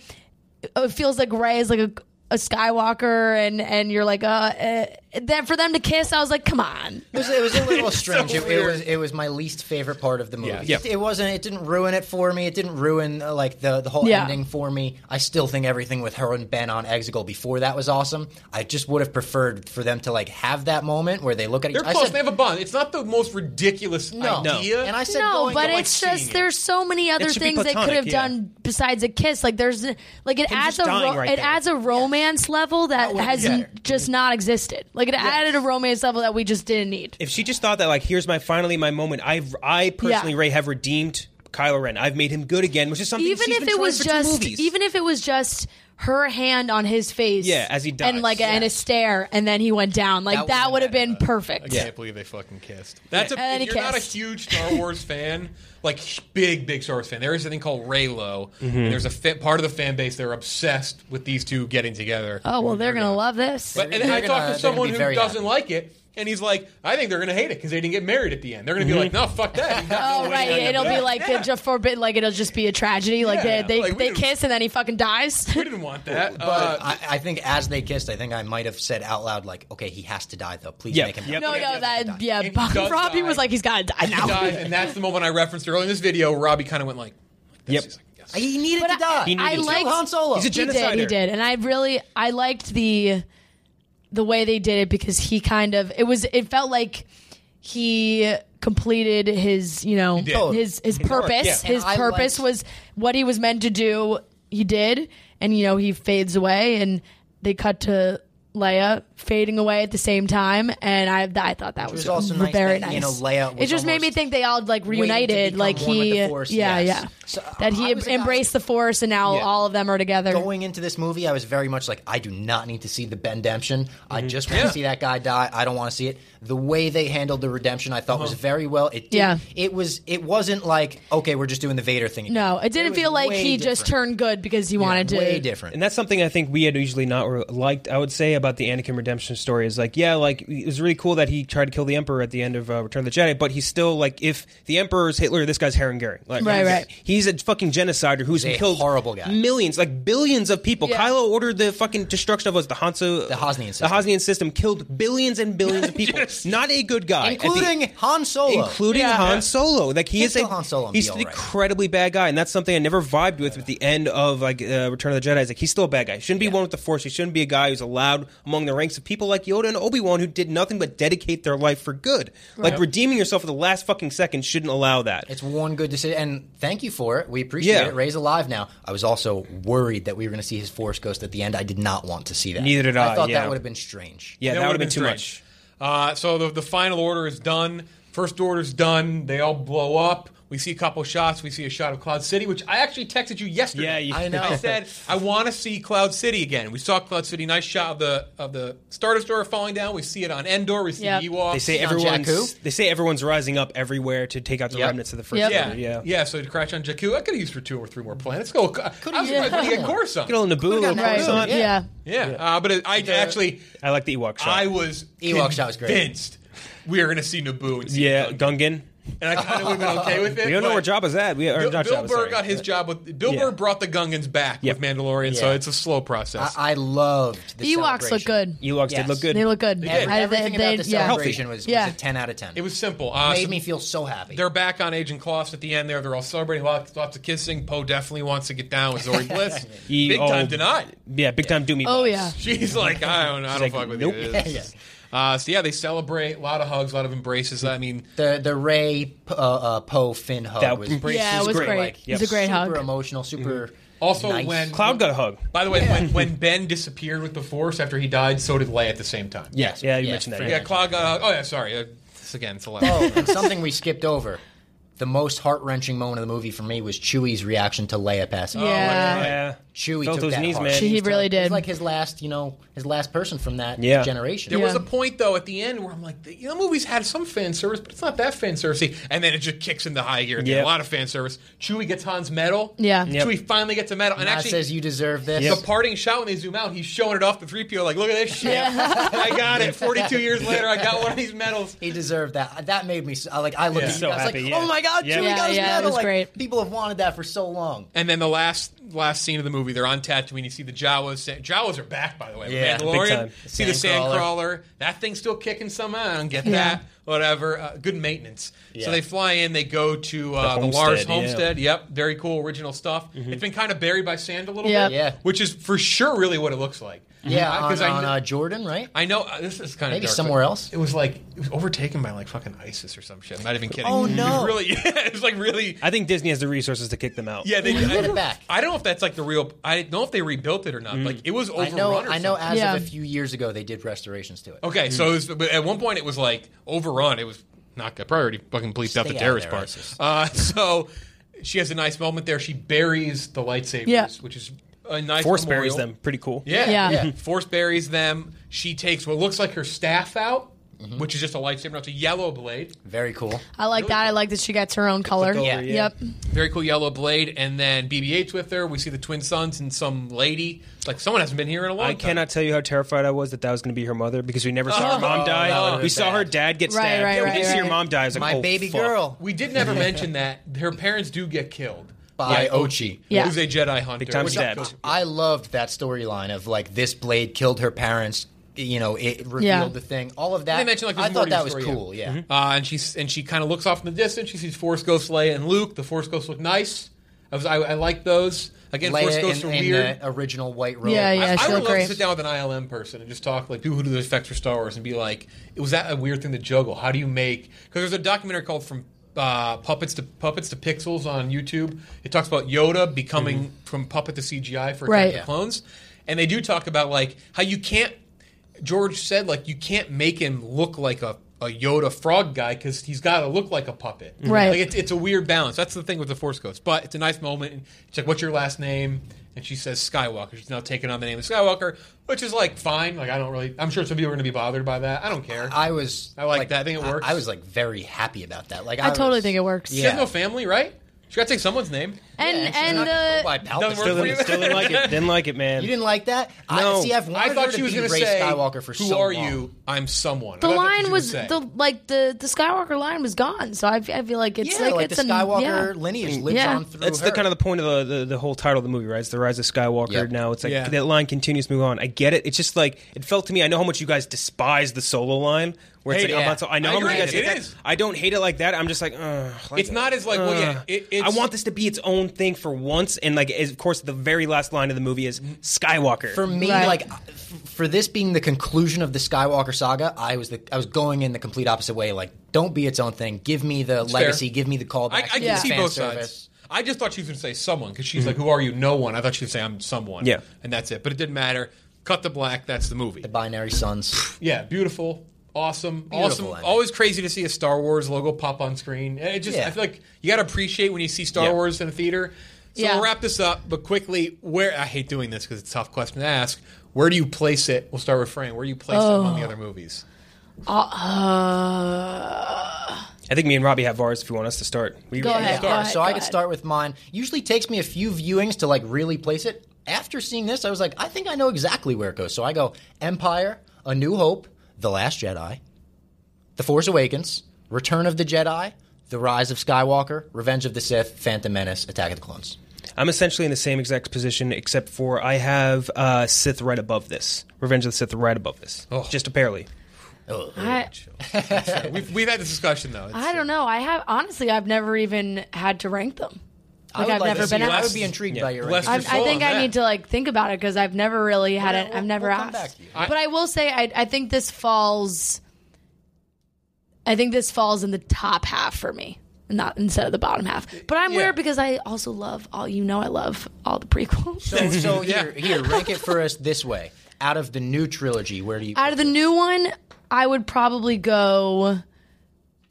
C: It feels like Ray is like a, a Skywalker, and and you're like, uh, uh, that for them to kiss. I was like, come on.
E: It was, it was a little strange. it, it
B: weird.
E: was it was my least favorite part of the movie.
B: Yeah. Yeah.
E: It, it wasn't. It didn't ruin it for me. It didn't ruin uh, like the the whole
C: Yeah.
E: ending for me. I still think everything with her and Ben on Exegol before that was awesome. I just would have preferred for them to like have that moment where they look at each
B: They're
E: other.
B: close. they have a bond. It's not the most ridiculous
E: no.
B: idea.
E: And I said
C: No,
E: going
C: but
E: to, like,
C: it's
B: seeing
C: just
B: it.
C: there's so many other
D: should be
C: things they could
D: platonic,
C: have
D: yeah.
C: done besides a kiss. Like there's like it adds
D: just
C: a
D: dying
C: ro-
D: right
C: it
D: there.
C: adds a romance level that
E: would've
C: has
E: been
C: n-
E: better.
C: just not existed. Like it added a romance level that we just didn't need.
D: If she just thought that, like, here's my finally my moment. I I personally
C: Yeah.
D: Ray have redeemed Kylo Ren. I've made him good again, which is something.
C: even
D: she's
C: if
D: been
C: it
D: trying
C: was
D: for two
C: just
D: movies.
C: even if it was just her hand on his face,
D: Yeah, as he dies.
C: and like a,
D: Yeah.
C: and a stare, and then he went down. Like that,
E: That
C: would have been
E: would've
C: perfect.
B: I can't believe they fucking kissed. That's a,
C: And
B: if
C: he
B: you're not a
C: kissed.
B: huge Star Wars fan, like sh- big, big Star Wars fan. There is a thing called Raylo.
E: Mm-hmm.
B: And there's a fit, part of the fan base that are obsessed with these two getting together.
C: Oh well, they're gonna love this.
B: But, and
E: They're
B: I
E: gonna-
B: talked
E: they're
B: to
E: gonna
B: someone
E: be
B: who
E: very
B: doesn't
E: happy.
B: like it, and he's like, I think they're going to hate it because they didn't get married at the end. They're going to be like,
E: Mm-hmm.
B: no, fuck that. You got no way
C: Oh right,
B: to
C: it'll
B: do
C: be
B: that."
C: like
B: Yeah.
C: just forbidden. Like it'll just be a tragedy. Like
B: Yeah.
C: they they,
B: Like, we
C: they
B: didn't-
C: kiss and then he fucking dies.
B: We didn't want
D: Oh,
B: that.
E: But
B: Uh,
E: I, I think as they kissed, I think I might have said out loud, like, "Okay, he has to die, though. Please
D: Yep.
E: make him."
D: Yep.
C: No,
E: die.
C: no, that yeah.
B: If he
C: Bob,
B: does
C: Robbie
B: die-
C: was like, he's got to die now.
B: he dies, and that's the moment I referenced earlier in this video. Robbie kind of went like, like this.
D: Yep.
B: He's like, yes.
E: He needed
C: But
E: to die.
C: I, I
D: to.
C: liked
E: Han Solo.
D: He's a
C: He did, he
D: genocider.
C: did, and I really I liked the the way they did it because he kind of it was it felt like he completed his you know
B: did.
C: his his purpose
D: yeah.
C: his
E: And I
C: purpose
E: liked-
C: was what he was meant to do he did and you know he fades away and they cut to Leia fading away at the same time, and I I thought that
E: was
C: was,
E: also nice
C: very
E: that,
C: nice.
E: you know, Leia
C: it
E: was
C: just made me
E: almost
C: think they all like
E: waiting to
C: reunited,
E: become
C: like
E: one with
C: he,
E: the Force,
C: yeah,
E: yes.
C: yeah.
E: So,
C: that
E: I
C: he
E: was a guy-
C: embraced the Force, and now
B: Yeah.
C: all of them are together.
E: Going into this movie, I was very much like, I do not need to see the Bendemption. I
D: Mm-hmm.
E: just want
B: Yeah.
E: to see that guy die. I don't want to see it. The way they handled the redemption, I thought was
D: Uh-huh.
E: very well. It did,
C: Yeah.
E: It was. It wasn't like okay, we're just doing the Vader thing. again.
C: no, it didn't
E: was
C: feel like
E: way
C: he just
E: different.
C: turned good because he wanted to.
E: way different.
D: And that's something I think we had usually not re- liked. I would say about the Anakin redemption story is like, yeah, like it was really cool that he tried to kill the Emperor at the end of uh, Return of the Jedi, but he's still like, if the Emperor is Hitler, this guy's Herring Gary. Like,
C: Right,
D: he's-
C: right.
D: He's a fucking genocider who's
E: He's a
D: killed
E: horrible guy.
D: millions, like billions of people.
C: Yeah.
D: Kylo ordered the fucking destruction of us, the Hanso,
E: The Hosnian
D: the
E: system.
D: Hosnian system killed billions and billions of people. Not a good guy, At the-
E: including Han Solo.
D: including
C: Yeah.
D: Han Solo. Like he
E: Can't
D: is a
E: kill Han Solo and
D: he's an
E: be all right.
D: incredibly bad guy, and that's something I never vibed with at the end of like uh, Return of the Jedi. It's like he's still a bad guy. He shouldn't be one with the Force. He shouldn't be a guy who's allowed among the ranks of people like Yoda and Obi Wan who did nothing but dedicate their life for good. Like redeeming yourself at the last fucking second shouldn't allow that.
E: It's one good decision, and thank you for it. We appreciate
D: Yeah.
E: it. Ray's alive now. I was also worried that we were going to see his Force Ghost at the end. I did not want to see that.
D: Neither did I,
E: thought
D: yeah.
E: that would have been strange.
D: yeah, that, would have been, too much.
B: strange. Uh, so the, the final order is done. First order is done. They all blow up. We see a couple shots. We see a shot of Cloud City, which I actually texted you yesterday.
D: Yeah, you-
E: I know.
B: I said I want to see Cloud City again. We saw Cloud City. Nice shot of the of the Star Destroyer falling down. We see it on Endor. We see
C: Yep.
B: the Ewoks.
D: They say
E: On
D: everyone's
E: Jakku?
D: they say everyone's rising up everywhere to take out the
E: Yep.
D: remnants of the first
C: Yep.
D: order.
B: yeah,
D: Yeah.
B: yeah, So to crash on Jakku, I could have used for two or three more planets. Go. I was
E: used
B: surprised we didn't
E: more.
B: get Coruscant.
D: Get all Naboo, little
E: gotten
C: Right.
D: Coruscant.
C: Yeah.
E: Yeah.
B: Yeah, Uh, but it, I actually
D: I like the Ewok shot.
B: I was
E: Ewok shot was great.
B: convinced we were going to see Naboo and see
D: yeah,
B: Gungan.
D: Gungan.
B: and I kind of would have been okay with it.
D: We don't know
B: but
D: where Jabba's at. We or
B: Bill,
D: not
B: Bill
D: Jabba,
B: Burr
D: sorry.
B: got his job with Bill
D: Yeah.
B: Burr brought the Gungans back
D: Yep.
B: with Mandalorian, so
E: Yeah.
B: it's a slow process.
E: I, I loved the
C: Ewoks look
E: celebration.
C: good.
D: Ewoks
E: Yes.
D: did look good.
C: They look good.
E: Every-
C: I-
E: everything
C: they-
E: about the
C: yeah.
E: celebration was, was
C: Yeah.
E: a ten out of ten.
B: it was simple. Uh,
E: made
B: so
E: me feel so happy.
B: they're back on Agent Kloss at the end. There, they're all celebrating lots, lots of kissing. Poe definitely wants to get down with Zori Bliss.
D: Ye
B: Big time
D: old-
B: denied.
D: Yeah, big time Doomy.
C: Oh
D: vibes.
C: yeah.
B: She's like, I don't, I don't
D: like,
B: fuck with
D: nope.
B: you. This is- Uh, so yeah, they celebrate. A lot of hugs, a lot of embraces. I mean,
E: the the Ray uh, uh, Poe Finn hug
D: That
E: was
D: embrace
C: Yeah,
D: is
C: it was
D: great.
C: great.
D: Like,
C: It was a great
E: super
C: hug.
E: emotional, super.
B: Mhm. also
E: nice.
B: when
D: Cloud got a hug.
B: By the way, when, when Ben disappeared with the Force after he died, so did Leia at the same time.
D: Yes. Yeah, you
E: Yeah.
D: mentioned that.
B: Yeah, Cloud got. Oh yeah, sorry. Uh, this again, it's a lot.
E: Oh, and something we skipped over. The most heart wrenching moment of the movie for me was Chewie's reaction to Leia passing. Oh,
C: yeah.
D: Yeah.
E: Chewie
D: Felt
E: took
D: those
E: that
D: knees,
E: hard.
D: man.
C: He really
E: It
C: did.
E: was like his last, you know, his last person from that
D: Yeah.
E: generation.
B: There was
C: Yeah.
B: a point though at the end where I'm like, the- you know, movies had some fan service, but it's not that fan servicey. And then it just kicks into high gear. again. A
D: Yeah.
B: lot of fan service. Chewie gets Han's medal.
C: Yeah. Yep.
B: Chewie finally gets a medal. And
E: Nas
B: actually,
E: says you deserve this.
B: the parting shot when they zoom out, he's showing it off the three PO. Like, look at this shit. I got it. 42 years later, I got one of these medals.
E: He deserved that. That made me so, I, like I looked
B: Yeah.
E: at you
D: So
E: guys
D: happy,
E: like,
D: yeah.
E: oh my god,
D: Yeah.
E: Chewie
D: Yeah,
E: got his
C: yeah, it
E: medal.
C: was
E: like,
C: great.
E: People have wanted that for so long.
B: And then the last last scene of the movie, they're on Tatooine. You see the Jawas. sa- Jawas are back, by the way.
E: Yeah, big
B: Mandalorian.
D: time.
B: See the
E: Sandcrawler.
B: Sandcrawler. That thing's still kicking somehow. I don't get
C: Yeah.
B: that. Whatever. Uh, good maintenance.
E: Yeah.
B: So they fly in. They go to uh, the,
D: The
B: Lars
D: homestead, yeah.
B: Homestead. Yep. Very cool original stuff. It's been kind of buried by sand a little
C: Yep.
B: bit.
E: Mm-hmm. Yeah.
B: Which is for sure really what it looks like.
E: Yeah,
B: I-
E: on,
B: I,
E: on
B: kn-
E: uh, Jordan, right?
B: I know uh, this is kind of
E: Maybe
B: dark, but
E: somewhere else?
B: It was like it was overtaken by like fucking ISIS or some shit. I'm not even kidding.
E: Oh,
B: It was
E: no.
B: really, yeah, it was like really.
D: I think Disney has the resources to kick them out.
B: Yeah, they
E: They put
B: I,
E: it back.
B: I don't know if that's like the real. I don't know if they rebuilt it or not.
D: Mm.
B: Like it was
E: I
B: overrun.
E: know.
B: or
E: I know.
B: something.
E: As
C: Yeah.
E: of a few years ago, they did restorations to it.
B: okay, so it was, but at one point it was like overrun. It was not good. Probably already fucking bleeped out
E: Stay
B: the
E: out
B: terrorist
E: there, ISIS.
B: part. Uh, so she has a nice moment there. She buries the lightsabers,
C: Yeah.
B: which is a nice
D: Force
B: memorial.
D: buries them. Pretty cool.
B: Yeah.
C: Yeah.
E: Yeah.
B: Force buries them. She takes what looks like her staff out,
E: Mm-hmm.
B: which is just a lightsaber. No, it's a yellow blade.
E: Very cool.
C: I like that. I like that she gets her own color.
D: over,
E: Yeah.
D: yeah.
C: Yep.
B: Very cool yellow blade. And then BB-8's with her. We see the twin sons and some lady. It's like someone hasn't been here in a long
D: I
B: time.
D: cannot tell you how terrified I was that that was going to be her mother because we never saw her mom die.
E: Oh, that would've
D: we
E: been
D: saw
E: bad.
D: her dad
C: Right,
D: get stabbed.
C: right,
D: yeah, we
C: right,
D: did see her
C: right.
D: mom die. I was like,
E: My
D: oh,
E: baby
D: fuck.
E: girl.
B: We did never mention that her parents do get killed
E: By Ochi.
C: Yeah.
B: who's a Jedi hunter.
D: Big time
B: Which-
D: stabbed.
E: I loved that storyline of like this blade killed her parents. You know, it revealed
C: Yeah.
E: the thing. All of that.
B: They mentioned, like,
E: I
B: there's more
E: thought
B: to
E: that
B: the
E: was
B: story,
E: cool. Yeah.
B: Uh, and she and she kind of looks off in the distance. She sees Force Ghost Leia and Luke. The Force Ghosts look nice. I, was, I, I like those. Again, Force
E: Leia
B: Ghosts
E: in,
B: are
E: in
B: weird.
E: the original white robe.
C: Yeah, yeah.
B: I, I
C: she
B: would
C: looked
B: love
C: great.
B: to sit down with an ILM person and just talk like people who do the effects for Star Wars and be like, was that a weird thing to juggle? How do you make? Because there's a documentary called From uh, Puppets to Puppets to Pixels on YouTube. It talks about Yoda becoming from puppet to CGI for Attack
C: Right.
B: of the Clones, and they do talk about like how you can't. George said like you can't make him look like a, a Yoda frog guy because he's got to look like a puppet.
C: Right.
B: Like it's, it's a weird balance. That's the thing with the Force Ghosts. But it's a nice moment. And She's like, "What's your last name?" And she says Skywalker. She's now taking on the name of Skywalker, which is like fine. Like I don't really. I'm sure some people are going to be bothered by that. I don't care.
E: I was.
B: I like that. I think it works.
E: I, was like very happy about that. Like
C: I,
E: I,
C: totally
E: was-
C: think it works.
B: she has no family, right? She got to take someone's name.
C: And
E: Yeah, she's
C: and
E: not gonna go by
C: the
E: Palpatine.
B: work
D: Still didn't, still didn't like it. Didn't like it, man.
E: You didn't like that?
D: No.
E: I see. I've wanted
B: I thought
E: her
B: she
E: to
B: was
E: be
B: going to
E: Rey
B: say,
E: Skywalker for
B: "Who
E: so
B: are
E: long.
B: you? I'm someone." I
C: the
B: thought that's what
C: line
B: she
C: was
B: saying.
C: the like the the Skywalker line was gone. So I, f- I feel like it's
E: Yeah,
C: like,
E: like,
C: it's
E: the
C: an-
E: Skywalker
C: yeah. Mm,
E: lineage lives
C: Yeah.
E: on through
D: That's
E: her.
D: the kind of the point of the, the, the whole title of the movie, right? It's the rise of Skywalker.
E: Yep.
D: Now it's like
B: Yeah.
D: that line continues to move on. I get it. It's just like it felt to me. I know how much you guys despise the solo line. Where it's
B: Hate it.
D: like, I'm not so, I know
B: I
D: how much you
B: agree.
D: guys
B: It
D: hate that.
B: is.
D: I don't hate it like that. I'm just like, Ugh, like uh.
B: It's not as like, well,
E: Uh,
B: yeah, it- it's-
D: I want this to be its own thing for once. And like, is- of course, the very last line of the movie is Skywalker.
E: for me,
C: Right.
E: like f- for this being the conclusion of the Skywalker saga, I was the I was going in the complete opposite way. Like, don't be its own thing. Give me the
B: fair.
E: legacy. Give me the callback.
B: I, I can
C: Yeah.
B: see
E: fan
B: both
E: service.
B: sides. I just thought she was going to say someone because she's like, "Who are you? No one." I thought she was going to say, "I'm someone."
D: Yeah.
B: and that's it. But it didn't matter. Cut the black. That's the movie.
E: The binary sons.
B: yeah, beautiful, awesome, awesome.
E: ending.
B: Always crazy to see a Star Wars logo pop on screen. And It just,
E: Yeah.
B: I feel like you got to appreciate when you see Star
D: Yeah.
B: Wars in a theater. So
C: Yeah.
B: we'll wrap this up, but quickly, where I hate doing this because it's a tough question to ask. Where do you place it? We'll start with Frank. Where do you place it
C: Oh.
B: among the other movies?
C: Uh,
D: I think me and Robbie have ours. If you want us to start, we
C: Go ahead.
E: Star.
C: go
E: so I
C: ahead.
E: could start with mine. Usually takes me a few viewings to like really place it. After seeing this, I was like, I think I know exactly where it goes. So I go Empire, A New Hope, The Last Jedi, The Force Awakens, Return of the Jedi, The Rise of Skywalker, Revenge of the Sith, Phantom Menace, Attack of the Clones.
D: I'm essentially in the same exact position, except for I have uh, Sith right above this. Revenge of the Sith right above this.
B: Oh.
D: Just apparently.
C: I,
B: We've, we've had this discussion though. It's-
C: I don't know. I have honestly, I've never even had to rank them. Like
E: would
C: I've
E: like
C: never
E: to
C: been
E: see- I
C: asked.
E: would be intrigued by your
B: Bless
E: ranking.
B: your
C: I, I
B: soul
C: think
B: on
C: I
B: that.
C: need to like think about it because I've never really had it.
E: we'll-
C: I've never
E: we'll come
C: asked.
E: back to you.
C: but I will say I, I think this falls. I think this falls in the top half for me, not instead of the bottom half. But I'm
B: Yeah.
C: weird because I also love all you know. I love all the prequels.
E: So, so here, here, rank it for us this way. Out of the new trilogy, where do you?
C: Out of the new one, I would probably go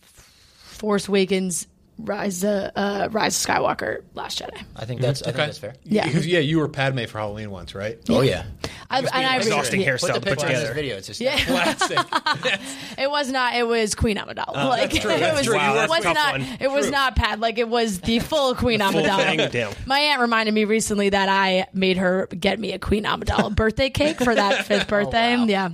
C: Force Awakens, Rise of, uh, Rise of Skywalker, Last Jedi.
E: I think that's. I think that's fair.
C: Yeah.
B: Because, yeah, you were Padme for Halloween once, right?
E: Oh yeah.
C: I, and I
D: Exhausting
C: yeah.
D: hairstyle to put
E: Picture in this
D: together.
E: video. It's just yeah.
B: Classic.
C: It was not. It was Queen Amidala. like
D: true,
C: it
D: Oh, that's
C: was,
D: true. Wow,
C: it
D: that's
C: was
D: a tough
C: not.
D: one.
C: It was not Pat. Like it was the full Queen
D: full
C: Amidala.
D: thing, damn.
C: My aunt reminded me recently that I made her get me a Queen Amidala birthday cake for that fifth
D: Oh,
C: birthday. Yeah.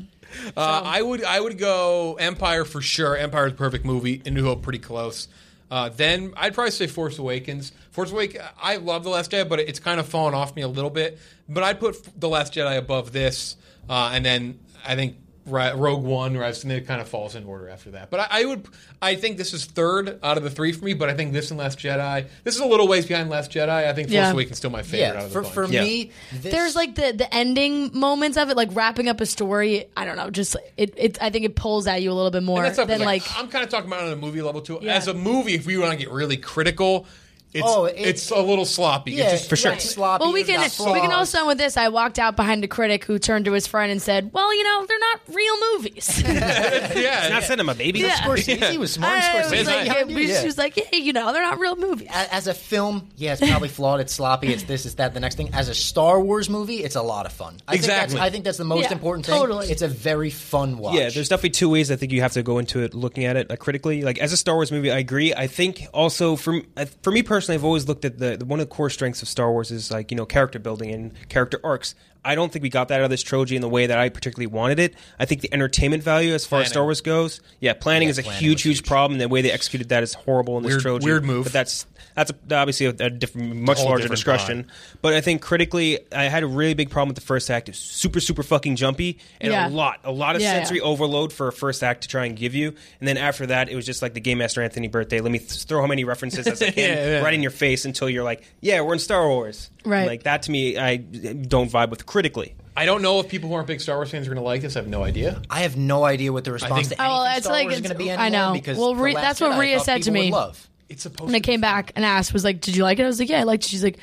B: Uh, I would I would go Empire for sure. Empire is a perfect movie. And New Hope pretty close. Uh, then I'd probably say Force Awakens. Force Awakens. I love the Last Jedi, but it's kind of fallen off me a little bit. But I'd put the Last Jedi above this, uh, and then I think Ri- Rogue One, Rise, and then it kind of falls in order after that. But I, I would I think this is third out of the three for me. But I think this and Last Jedi. This is a little ways behind Last Jedi. I think Force
C: Yeah.
B: Awakens is still my favorite. out
E: yeah.
B: of the
E: For
B: bunch.
E: for
D: Yeah.
E: me, this,
C: There's like the the ending moments of it, like wrapping up a story. I don't know. Just it. it I think it pulls at you a little bit more
B: And that's
C: than
B: something
C: like.
B: I'm kind of talking about on a movie level too.
C: Yeah.
B: As a movie, if we want to get really critical, it's
E: Oh, it-
B: it's a little sloppy.
E: yeah,
B: It's just-
D: for sure.
E: right. sloppy.
C: Well, we
E: it's
C: can
E: got
C: we can
E: flaws.
C: also end with this. I walked out behind a critic who turned to his friend and said, "Well, you know, they're not real movies."
B: yeah,
D: Not cinema, baby.
C: Yeah.
E: Scorsese was smart.
C: I
E: Scorsese
C: was like,
E: behind you,
C: yeah,
E: yeah.
C: She was like, hey, you know, they're not real movies.
E: A- as a film, yeah, it's probably flawed. It's sloppy. It's this. It's that. The next thing. As a Star Wars movie, it's a lot of fun. I Think
B: Exactly.
E: that's, I think that's the most
C: Yeah,
E: important thing.
C: totally.
E: It's a very fun watch.
D: Yeah, there's definitely two ways I think you have to go into it looking at it like critically. Like as a Star Wars movie, I agree. I think also for I- for me personally, I've always looked at the, the one of the core strengths of Star Wars is like you know character building and character arcs. I don't think we got that out of this trilogy in the way that I particularly wanted it. I think the entertainment value as far as Star Wars goes, yeah, planning is a huge, huge problem. The way they executed that is horrible in this
B: Weird-
D: trilogy.
B: weird move.
D: but that's that's a, obviously a, a different, much
B: whole
D: larger
B: different
D: discussion. But I think critically, I had a really big problem with the first act. It's super, super fucking jumpy and
C: Yeah.
D: a lot, a lot of
C: Yeah,
D: sensory
C: yeah.
D: overload for a first act to try and give you. And then after that, it was just like the Game Master Anthony birthday. Let me th- throw how many references as I can
B: Yeah, yeah.
D: right in your face until you're like, yeah, we're in Star Wars. And,
C: Right.
D: like that to me, I don't vibe with critically.
B: I don't know if people who aren't big Star Wars fans are going to like this. I have no idea.
E: I have no idea what the response
B: think-
E: to
C: Oh,
E: anything
C: well, it's
E: Star
C: like
E: Wars is
C: it's-
E: going to be
C: I
E: anymore.
C: know.
E: Because
C: Well,
E: The
C: Ree-
E: Last
C: that's what
E: Jedi, I
C: Rhea
E: thought
C: said to
E: people would
C: me.
E: Love.
B: It's supposed.
C: And I came back and asked, was like, did you like it? I was like, yeah, I liked it. She's like,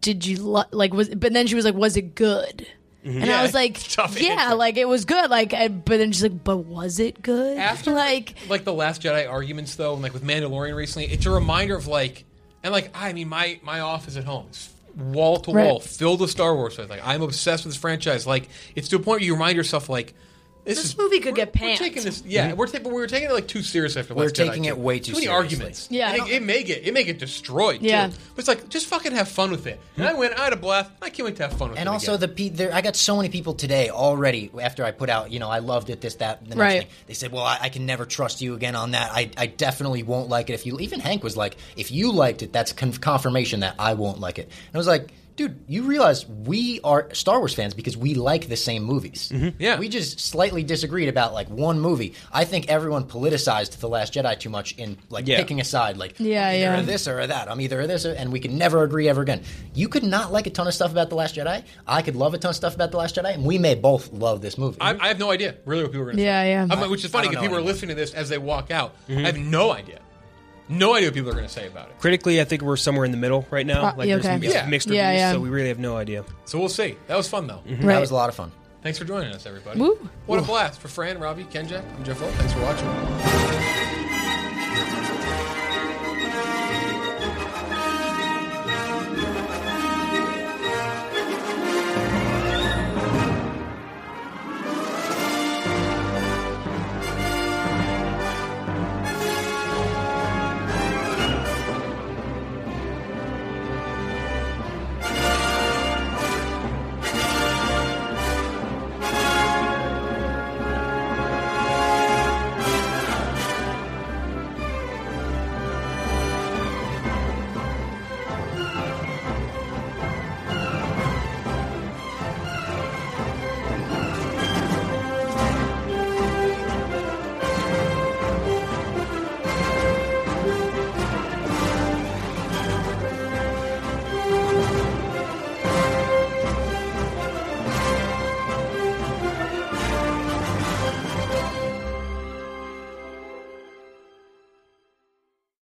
C: did you li-? like, was, but then she was like, was it good?
E: Mm-hmm.
C: And I was like,
B: Tough
C: yeah,
B: answer.
C: like it was good. Like, I, but then she's like, but was it good?
B: After
C: like,
B: like the Last Jedi arguments though, and like with Mandalorian recently, it's a reminder of like, and like I mean, my my office at home is wall to wall
C: Right.
B: filled with Star Wars. Like I'm obsessed with this franchise. Like it's to a point where you remind yourself like. This,
C: This
B: is,
C: movie could
B: we're-
C: get
B: We're
C: panned.
B: taking this, yeah. We're ta- but we were taking it like too serious after.
E: Mm-hmm. We're
B: Last Jedi,
E: taking it
B: too.
E: way too
B: many
E: seriously.
B: arguments.
C: Yeah.
B: And it, it may get it may get destroyed.
C: Yeah.
B: too. but it's like just fucking have fun with it. And I went, I had a blast. I can't wait to have fun with it.
E: Hmm. And also
B: again.
E: the pe- there, I got so many people today already after I put out, you know, I loved it, this, that, and the
C: Right.
E: next thing. They said, "Well, I, I can never trust you again on that. I, I definitely won't like it if you." Even Hank was like, "If you liked it, that's con- confirmation that I won't like it." And I was like, "Dude, you realize we are Star Wars fans because we like the same movies.
B: Mm-hmm. Yeah.
E: we just slightly disagreed about like one movie. I think everyone politicized the Last Jedi too much in like
D: Yeah.
E: picking a side. Like,
C: Yeah,
E: either
C: yeah.
E: this or that. I'm either this or, and we could never agree ever again. You could not like a ton of stuff about The Last Jedi. I could love a ton of stuff about The Last Jedi, and we may both love this movie.
B: I, I have no idea really what people are going to
C: Yeah,
B: say.
C: yeah.
B: I'm like, which is funny
E: I
B: because
E: don't know
B: people are
E: anymore. Mm-hmm.
B: listening to this as they walk out. I have no idea. No idea what people are going to say about it.
D: Critically, I think we're somewhere in the middle right now.
C: Pro-
D: Like
C: yeah,
D: there's
C: okay.
D: mixed,
B: Yeah.
D: mixed
C: Yeah,
D: reviews,
C: yeah.
D: so we really have no idea.
B: So we'll see. That was fun though.
C: right.
E: That was a lot of fun.
B: Thanks for joining us, everybody.
C: Woo.
B: What a blast for Fran, Robbie, Kenjack. I'm Jeff Lowe. Thanks for watching.